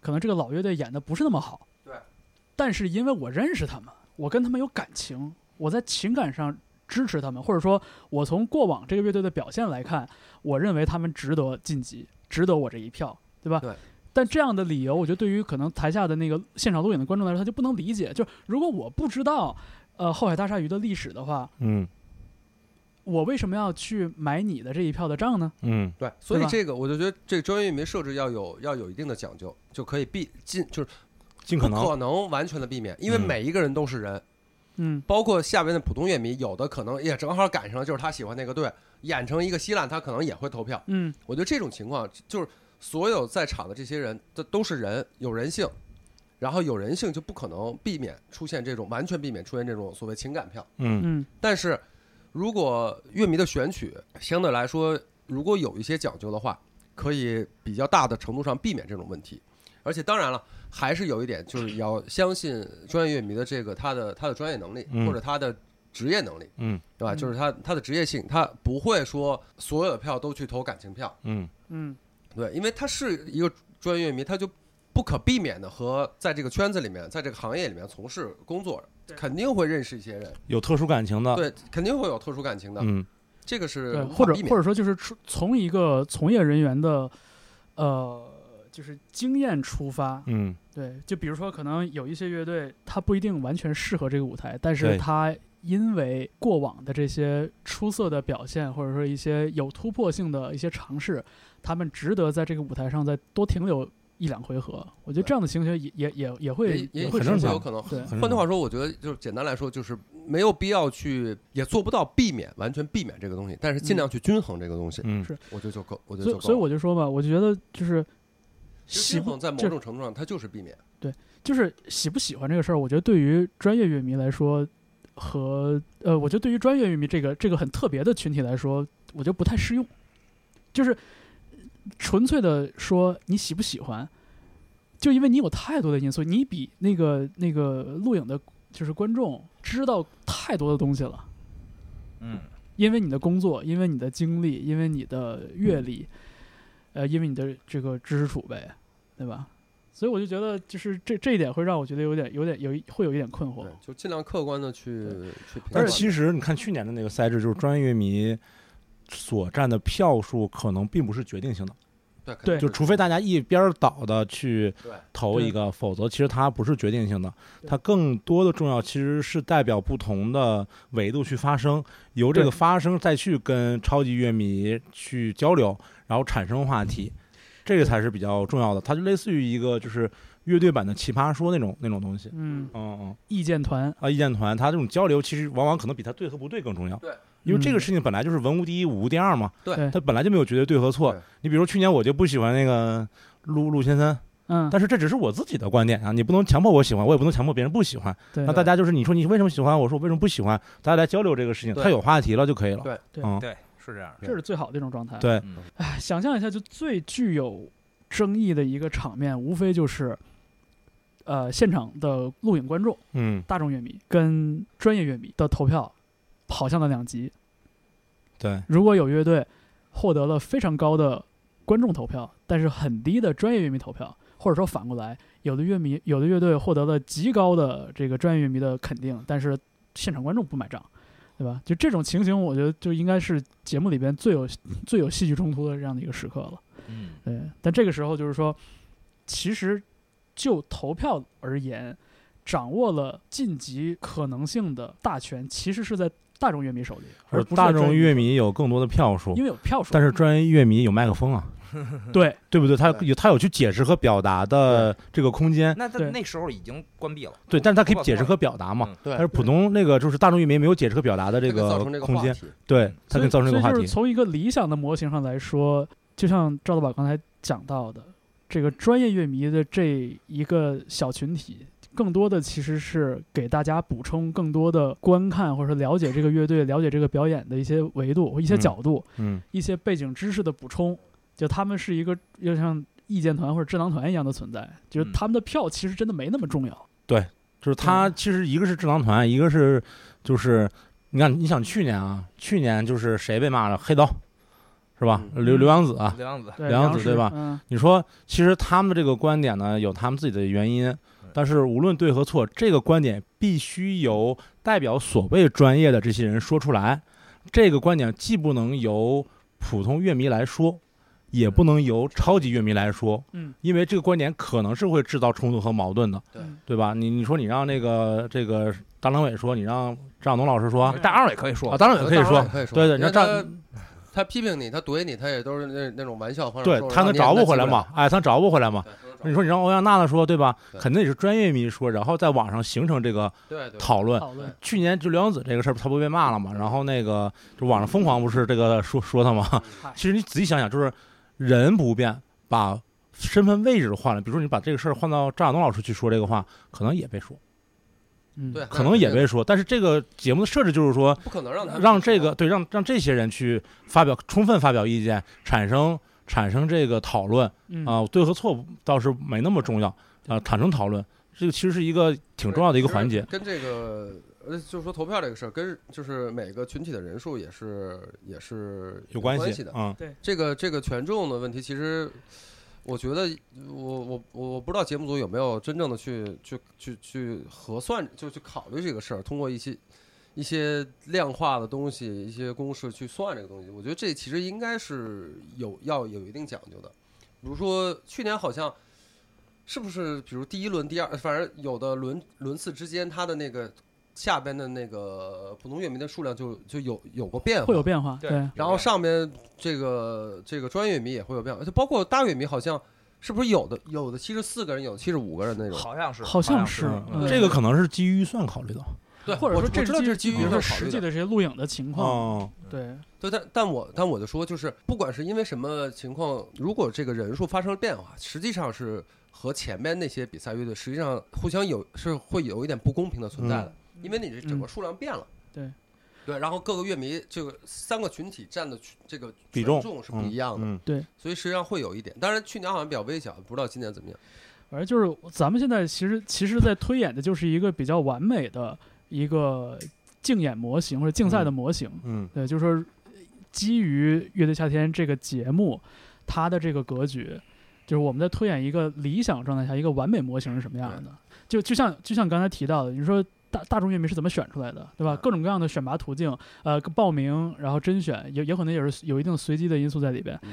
[SPEAKER 1] 可能这个老乐队演的不是那么好，
[SPEAKER 3] 对，
[SPEAKER 1] 但是因为我认识他们，我跟他们有感情，我在情感上。支持他们，或者说，我从过往这个乐队的表现来看，我认为他们值得晋级，值得我这一票，对吧？
[SPEAKER 3] 对
[SPEAKER 1] 但这样的理由，我觉得对于可能台下的那个现场录影的观众来说，他就不能理解。就如果我不知道，呃，后海大鲨鱼的历史的话，
[SPEAKER 2] 嗯
[SPEAKER 1] 我为什么要去买你的这一票的账呢？
[SPEAKER 2] 嗯
[SPEAKER 3] 对，所以
[SPEAKER 1] 吧
[SPEAKER 3] 这个我就觉得这个专业民设置要有要有一定的讲究，就可以避尽就是
[SPEAKER 2] 尽
[SPEAKER 3] 不
[SPEAKER 2] 可能
[SPEAKER 3] 可能完全的避免，因为
[SPEAKER 2] 嗯
[SPEAKER 3] 每一个人都是人，
[SPEAKER 1] 嗯，
[SPEAKER 3] 包括下边的普通乐迷，有的可能也正好赶上就是他喜欢那个队，演成一个稀烂，他可能也会投票。
[SPEAKER 1] 嗯，
[SPEAKER 3] 我觉得这种情况就是所有在场的这些人，这都是人，有人性，然后有人性就不可能避免出现这种完全避免出现这种所谓情感票。
[SPEAKER 2] 嗯
[SPEAKER 1] 嗯，
[SPEAKER 3] 但是如果乐迷的选曲相对来说，如果有一些讲究的话，可以比较大的程度上避免这种问题。而且当然了，还是有一点，就是要相信专业乐迷的这个他的他的专业能力
[SPEAKER 2] 嗯
[SPEAKER 3] 或者他的职业能力，
[SPEAKER 2] 嗯
[SPEAKER 3] 对吧？
[SPEAKER 1] 嗯
[SPEAKER 3] 就是他他的职业性，他不会说所有的票都去投感情票，
[SPEAKER 2] 嗯
[SPEAKER 1] 嗯，
[SPEAKER 3] 对，因为他是一个专业乐迷，他就不可避免的和在这个圈子里面，在这个行业里面从事工作
[SPEAKER 1] 对，
[SPEAKER 3] 肯定会认识一些人，
[SPEAKER 2] 有特殊感情的，
[SPEAKER 3] 对，肯定会有特殊感情的。
[SPEAKER 2] 啊嗯
[SPEAKER 3] 这个是
[SPEAKER 1] 对，
[SPEAKER 3] 无法
[SPEAKER 1] 或者
[SPEAKER 3] 避免
[SPEAKER 1] 或者说就是出从一个从业人员的，呃，就是经验出发，
[SPEAKER 2] 嗯
[SPEAKER 1] 对，就比如说可能有一些乐队，它不一定完全适合这个舞台，但
[SPEAKER 2] 对
[SPEAKER 1] 是它因为过往的这些出色的表现，或者说一些有突破性的一些尝试，他们值得在这个舞台上再多停留一两回合。我觉得
[SPEAKER 3] 对
[SPEAKER 1] 这样的情形也也也也
[SPEAKER 3] 也
[SPEAKER 1] 会
[SPEAKER 3] 也
[SPEAKER 1] 会
[SPEAKER 3] 可
[SPEAKER 2] 很
[SPEAKER 1] 出现
[SPEAKER 2] 正
[SPEAKER 3] 能
[SPEAKER 2] 常
[SPEAKER 3] 有可能。
[SPEAKER 1] 对，
[SPEAKER 2] 很
[SPEAKER 3] 换句话说，我觉得就是简单来说，就是没有必要去，也做不到避免完全避免这个东西，但是尽量去均衡这个东西，
[SPEAKER 2] 嗯
[SPEAKER 1] 是
[SPEAKER 3] 我觉得就够，我觉
[SPEAKER 1] 嗯
[SPEAKER 3] 得
[SPEAKER 1] 所
[SPEAKER 3] 就够
[SPEAKER 1] 以
[SPEAKER 3] 了。
[SPEAKER 1] 所以我就说吧，我就觉得就是
[SPEAKER 3] 其实
[SPEAKER 1] 喜
[SPEAKER 3] 均
[SPEAKER 1] 不
[SPEAKER 3] 衡在某
[SPEAKER 1] 就
[SPEAKER 3] 种程度上，它就是避免。
[SPEAKER 1] 就是喜不喜欢这个事儿，我觉得对于专业乐迷来说，和呃，我觉得对于专业乐迷这个这个很特别的群体来说，我觉得不太适用。就是纯粹的说你喜不喜欢，就因为你有太多的因素，你比那个那个录影的，就是观众知道太多的东西了，
[SPEAKER 4] 嗯，
[SPEAKER 1] 因为你的工作，因为你的经历，因为你的
[SPEAKER 2] 嗯
[SPEAKER 1] 阅历，呃，因为你的这个知识储备，对吧？所以我就觉得，就是这这一点会让我觉得有点、有点、有一会有一点困惑
[SPEAKER 3] 对。，就尽量客观的去去评
[SPEAKER 2] 但
[SPEAKER 3] 判。
[SPEAKER 2] 是其实你看去年的那个赛制，就是专业乐迷所占的票数可能并不是决定性的，
[SPEAKER 3] 对，肯
[SPEAKER 1] 对
[SPEAKER 3] 定
[SPEAKER 2] 就除非大家一边儿倒的去
[SPEAKER 3] 对
[SPEAKER 2] 投一个，否则其实它不是决定性的，
[SPEAKER 1] 对
[SPEAKER 2] 它更多的重要其实是代表不同的维度去发生，由这
[SPEAKER 1] 对
[SPEAKER 2] 个发生再去跟超级乐迷去交流，然后产生话题。这个才是比较重要的。它就类似于一个就是乐队版的奇葩说那种那种东西。
[SPEAKER 1] 嗯，
[SPEAKER 2] 嗯嗯
[SPEAKER 1] 意见团，
[SPEAKER 2] 啊，意见团，它这种交流其实往往可能比它对和不对更重要。
[SPEAKER 3] 对，
[SPEAKER 2] 因为这个
[SPEAKER 1] 嗯
[SPEAKER 2] 事情本来就是文无第一，武无第二嘛。
[SPEAKER 1] 对
[SPEAKER 2] 它本来就没有绝对对和错
[SPEAKER 3] 对。
[SPEAKER 2] 你比如说去年我就不喜欢那个陆陆先生，
[SPEAKER 1] 嗯，
[SPEAKER 2] 但是这只是我自己的观点啊，你不能强迫我喜欢，我也不能强迫别人不喜欢。
[SPEAKER 1] 对
[SPEAKER 2] 那，大家就是你说你为什么喜欢，我说我为什么不喜欢，大家来交流这个事情，
[SPEAKER 3] 对
[SPEAKER 2] 它有话题了就可以了。
[SPEAKER 3] 对
[SPEAKER 1] 对
[SPEAKER 2] 嗯，
[SPEAKER 4] 对，是这样的。
[SPEAKER 1] 这是最好的一种状态。
[SPEAKER 2] 对
[SPEAKER 4] 嗯
[SPEAKER 1] 哎，想象一下，就最具有争议的一个场面，无非就是，呃，现场的录影观众、
[SPEAKER 2] 嗯，
[SPEAKER 1] 大众乐迷跟专业乐迷的投票跑向了两极。
[SPEAKER 2] 对，
[SPEAKER 1] 如果有乐队获得了非常高的观众投票，但是很低的专业乐迷投票，或者说反过来，有的乐迷、有的乐队获得了极高的这个专业乐迷的肯定，但是现场观众不买账，对吧？就这种情形，我觉得就应该是节目里边最 有最有戏剧冲突的这样的一个时刻了。
[SPEAKER 4] 嗯，
[SPEAKER 1] 对，但这个时候就是说，其实就投票而言，掌握了晋级可能性的大权，其实是在大众乐迷手里，而
[SPEAKER 2] 而
[SPEAKER 1] 不是
[SPEAKER 2] 哦大
[SPEAKER 1] 在专
[SPEAKER 2] 众
[SPEAKER 1] 业
[SPEAKER 2] 乐迷有更多的票数
[SPEAKER 1] 因，为有票数。
[SPEAKER 2] 但是专业乐迷有麦克风啊，
[SPEAKER 1] 对，
[SPEAKER 2] 对不对？他
[SPEAKER 3] 对
[SPEAKER 2] 有他有去解释和表达的这个空间，
[SPEAKER 4] 那他
[SPEAKER 1] 对
[SPEAKER 4] 那时候已经关闭了。
[SPEAKER 2] 对，但是他可
[SPEAKER 4] 不
[SPEAKER 2] 以解释和表达嘛
[SPEAKER 4] 嗯。
[SPEAKER 3] 对
[SPEAKER 2] 但是普通那个就是大众乐迷没有解释和表达的
[SPEAKER 3] 这
[SPEAKER 2] 个
[SPEAKER 3] 造成这个
[SPEAKER 2] 空
[SPEAKER 3] 话
[SPEAKER 2] 间，
[SPEAKER 3] 题，
[SPEAKER 2] 对，
[SPEAKER 1] 所
[SPEAKER 2] 他可
[SPEAKER 1] 以
[SPEAKER 2] 以造成这个话
[SPEAKER 1] 所以就
[SPEAKER 2] 题
[SPEAKER 1] 是。从一个理想的模型上来说，就像赵大宝刚才讲到的，这个专业乐迷的这一个小群体。更多的其实是给大家补充更多的观看，或者说了解这个乐队、了解这个表演的一些维度、一些
[SPEAKER 2] 嗯
[SPEAKER 1] 角度。
[SPEAKER 2] 嗯，
[SPEAKER 1] 一些背景知识的补充，就他们是一个又像意见团或者智囊团一样的存在，就是
[SPEAKER 4] 嗯
[SPEAKER 1] 他们的票其实真的没那么重要。
[SPEAKER 2] 就是他其实一个是智囊团，一个是就是你看，你想去年啊，去年就是谁被骂了？黑刀是吧？
[SPEAKER 3] 嗯
[SPEAKER 2] 刘刘洋子啊，
[SPEAKER 4] 这样子，
[SPEAKER 1] 对，
[SPEAKER 2] 梁
[SPEAKER 1] 梁
[SPEAKER 2] 子
[SPEAKER 1] 实
[SPEAKER 2] 对吧
[SPEAKER 1] 嗯，
[SPEAKER 2] 你说，其实他们这个观点呢，有他们自己的原因，但是无论对和错，这个观点必须由代表所谓专业的这些人说出来。这个观点既不能由普通乐迷来说，也不能由超级乐迷来说，
[SPEAKER 1] 嗯，
[SPEAKER 2] 因为这个观点可能是会制造冲突和矛盾的，
[SPEAKER 3] 对
[SPEAKER 1] 嗯
[SPEAKER 2] 对吧？你你说你让那个这个大张伟说，你让张晓东老师说，
[SPEAKER 4] 大二也可以说
[SPEAKER 2] 啊，当然也可以说，
[SPEAKER 3] 可以说，
[SPEAKER 2] 对对
[SPEAKER 3] 因
[SPEAKER 2] 你
[SPEAKER 3] 为
[SPEAKER 2] 要
[SPEAKER 3] 他
[SPEAKER 2] 站
[SPEAKER 3] 他批评你，他怼你，他也都是那那种玩笑方式
[SPEAKER 2] 对
[SPEAKER 3] 说，
[SPEAKER 2] 他能找不回来？嘛？哎，他能找不回来嘛？
[SPEAKER 3] 然
[SPEAKER 2] 你
[SPEAKER 3] 后你也能记不了对
[SPEAKER 2] 说你让欧阳娜娜说对吧？
[SPEAKER 3] 对
[SPEAKER 2] 肯定也是专业迷说，然后在网上形成这个
[SPEAKER 3] 对对
[SPEAKER 2] 讨论。
[SPEAKER 1] 讨
[SPEAKER 3] 嗯
[SPEAKER 1] 论，
[SPEAKER 2] 去年就刘洋子这个事儿，他不被骂了嘛？然后那个就网上疯狂不是这个说说他吗？ 其实你仔细想想，就是人不变，把身份位置换了，比如说你把这个事儿换到张亚东老师去说这个话，可能也被说，
[SPEAKER 1] 嗯，
[SPEAKER 3] 对，
[SPEAKER 2] 可能也
[SPEAKER 3] 没
[SPEAKER 2] 被说。但是这个节目的设置就是说，
[SPEAKER 3] 不可能让他们
[SPEAKER 2] 让这个对让让这些人去发表充分发表意见，产生产生这个讨论。
[SPEAKER 1] 嗯
[SPEAKER 2] 啊，对和错倒是没那么重要啊，坦诚讨论，这个其实是一个挺重要的一个环节。
[SPEAKER 3] 跟这个呃，就是说投票这个事儿，跟就是每个群体的人数也是也是
[SPEAKER 2] 有关
[SPEAKER 3] 系的。
[SPEAKER 2] 嗯，
[SPEAKER 3] 这个这个权重的问题，其实我觉得我我我我不知道节目组有没有真正的去去去去核算，就去考虑这个事儿，通过一些一些量化的东西、一些公式去算这个东西。我觉得这其实应该是有要有一定讲究的。比如说去年好像是不是，比如第一轮、第二，反正有的轮轮次之间，它的那个下边的那个普通乐迷的数量就就有有过变化，
[SPEAKER 1] 会有变化，
[SPEAKER 4] 对
[SPEAKER 1] 对，
[SPEAKER 3] 然后上面这个这个专业迷也会有变化，就包括大乐迷，好像是不是有的有的七十四个人，有的七十五个人那种。
[SPEAKER 4] 好像是，
[SPEAKER 1] 好像
[SPEAKER 4] 是
[SPEAKER 1] 是
[SPEAKER 2] 嗯
[SPEAKER 1] 嗯
[SPEAKER 2] 这个可能是基于预算考虑的。
[SPEAKER 3] 对，
[SPEAKER 1] 或者
[SPEAKER 3] 我
[SPEAKER 1] 说
[SPEAKER 3] 我知道这
[SPEAKER 1] 是
[SPEAKER 3] 是基于
[SPEAKER 1] 比如
[SPEAKER 3] 预
[SPEAKER 1] 说
[SPEAKER 3] 算考
[SPEAKER 1] 实
[SPEAKER 3] 虑
[SPEAKER 1] 际
[SPEAKER 3] 的。
[SPEAKER 1] 的这些录影的情况，
[SPEAKER 2] 哦，
[SPEAKER 1] 对，
[SPEAKER 3] 对，但但我但我就说，就是不管是因为什么情况，如果这个人数发生了变化，实际上是和前面那些比赛乐队实际上互相有是会有一点不公平的存在的，因为你这整个数量变了。
[SPEAKER 1] 嗯对。
[SPEAKER 3] 对，然后各个乐迷这个三个群体占的群这个
[SPEAKER 2] 比
[SPEAKER 3] 权
[SPEAKER 2] 重
[SPEAKER 3] 重是不一样的，
[SPEAKER 2] 嗯，
[SPEAKER 3] 所以实际上会有一点。当然去年好像比较微小，不知道今年怎么样。
[SPEAKER 1] 反正就是咱们现在其实其实，在推演的就是一个比较完美的一个竞演模型或者竞赛的模型，
[SPEAKER 2] 嗯
[SPEAKER 1] 对，就是说基于《乐队夏天》这个节目，它的这个格局，就是我们在推演一个理想状态下一个完美模型是什么样的。就就像就像刚才提到的，你说大大众乐迷是怎么选出来的，对吧？
[SPEAKER 3] 嗯
[SPEAKER 1] 各种各样的选拔途径，呃，报名，然后甄选，也也可能也是有一定随机的因素在里边。
[SPEAKER 3] 嗯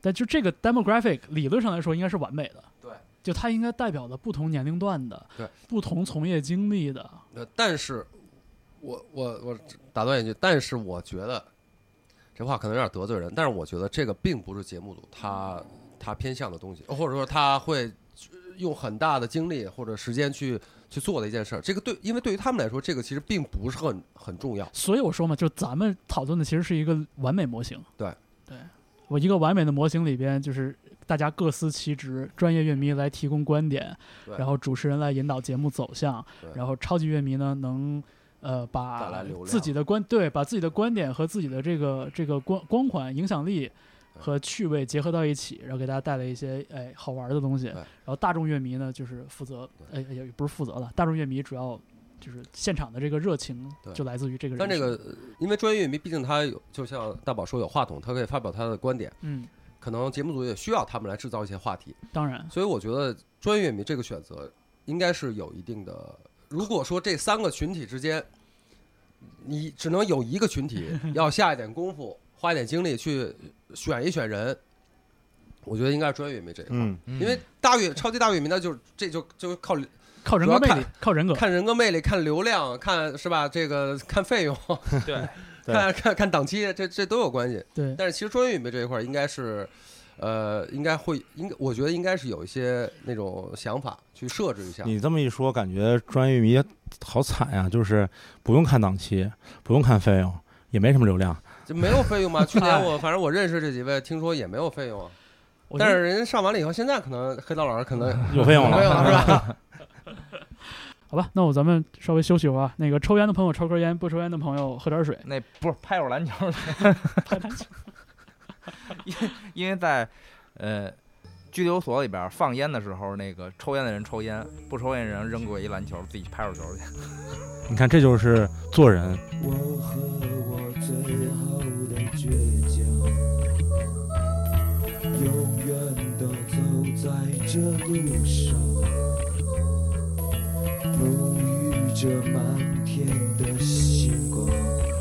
[SPEAKER 1] 但就这个 demographic 理论上来说应该是完美的，
[SPEAKER 3] 对，
[SPEAKER 1] 就它应该代表了不同年龄段的，
[SPEAKER 3] 对，
[SPEAKER 1] 不同从业经历的，
[SPEAKER 3] 呃，但是我我我打断一句，但是我觉得这话可能有点得罪人，但是我觉得这个并不是节目组他他偏向的东西，或者说他会用很大的精力或者时间去去做的一件事儿。这个对，因为对于他们来说，这个其实并不是很很重要。
[SPEAKER 1] 所以我说嘛，就咱们讨论的其实是一个完美模型。
[SPEAKER 3] 对
[SPEAKER 1] 对，我一个完美的模型里边，就是大家各司其职，专业乐迷来提供观点
[SPEAKER 3] 对，
[SPEAKER 1] 然后主持人来引导节目走向
[SPEAKER 3] 对，
[SPEAKER 1] 然后超级乐迷呢能。呃，
[SPEAKER 3] 带来
[SPEAKER 1] 把
[SPEAKER 3] 流量
[SPEAKER 1] 自己的观对，把自己的观点和自己的这个这个光光环、影响力和趣味结合到一起，然后给大家带来一些哎好玩的东西。
[SPEAKER 3] 对
[SPEAKER 1] 然后大众乐迷呢，就是负责，哎也不是负责了，大众乐迷主要就是现场的这个热情
[SPEAKER 3] 对
[SPEAKER 1] 就来自于这个人。
[SPEAKER 3] 但这个，呃因为专业乐迷，毕竟他有，就像大宝说有话筒，他可以发表他的观点。
[SPEAKER 1] 嗯，
[SPEAKER 3] 可能节目组也需要他们来制造一些话题，
[SPEAKER 1] 当然，
[SPEAKER 3] 所以我觉得专业乐迷这个选择应该是有一定的。如果说这三个群体之间，你只能有一个 群体要下一点功夫，花一点精力去选一选人，我觉得应该是专业乐迷这一块，
[SPEAKER 2] 嗯，
[SPEAKER 3] 因为大乐超级大乐迷那就是这就就靠
[SPEAKER 1] 靠人格
[SPEAKER 3] 主
[SPEAKER 1] 魅
[SPEAKER 3] 要
[SPEAKER 1] 力，靠人格。
[SPEAKER 3] 看人格魅力、看流量、看是吧？这个看费用，
[SPEAKER 4] 对，
[SPEAKER 2] 对
[SPEAKER 3] 看看看档期，这这都有关系。
[SPEAKER 1] 对，
[SPEAKER 3] 但是其实专业准备这一块儿应该是，呃，应该会，应该我觉得应该是有一些那种想法去设置一下。
[SPEAKER 2] 你这么一说，感觉专业乐迷好惨呀、就是不用看档期，不用看费用，也没什么流量。
[SPEAKER 3] 就没有费用吗？去
[SPEAKER 2] 哎
[SPEAKER 3] 年我反正我认识这几位，听说也没有费用啊。
[SPEAKER 1] 我觉
[SPEAKER 3] 但
[SPEAKER 1] 得
[SPEAKER 3] 是人家上完了以后，现在可能黑道老师可能
[SPEAKER 2] 有费用
[SPEAKER 3] 有
[SPEAKER 2] 了
[SPEAKER 3] 费用了是吧？
[SPEAKER 1] 好吧，那我咱们稍微休息一会儿啊。那个抽烟的朋友抽根烟，不抽烟的朋友喝点水。
[SPEAKER 4] 那不是拍会儿篮球，
[SPEAKER 1] 拍篮球
[SPEAKER 4] 因为在呃拘留所里边儿放烟的时候，那个抽烟的人抽烟，不抽烟的人扔过一篮球，自己去拍会儿球去。
[SPEAKER 2] 你看，这就是做人。
[SPEAKER 5] 我和我最后的倔强，永远的走在这路上，沐浴着满天的星光。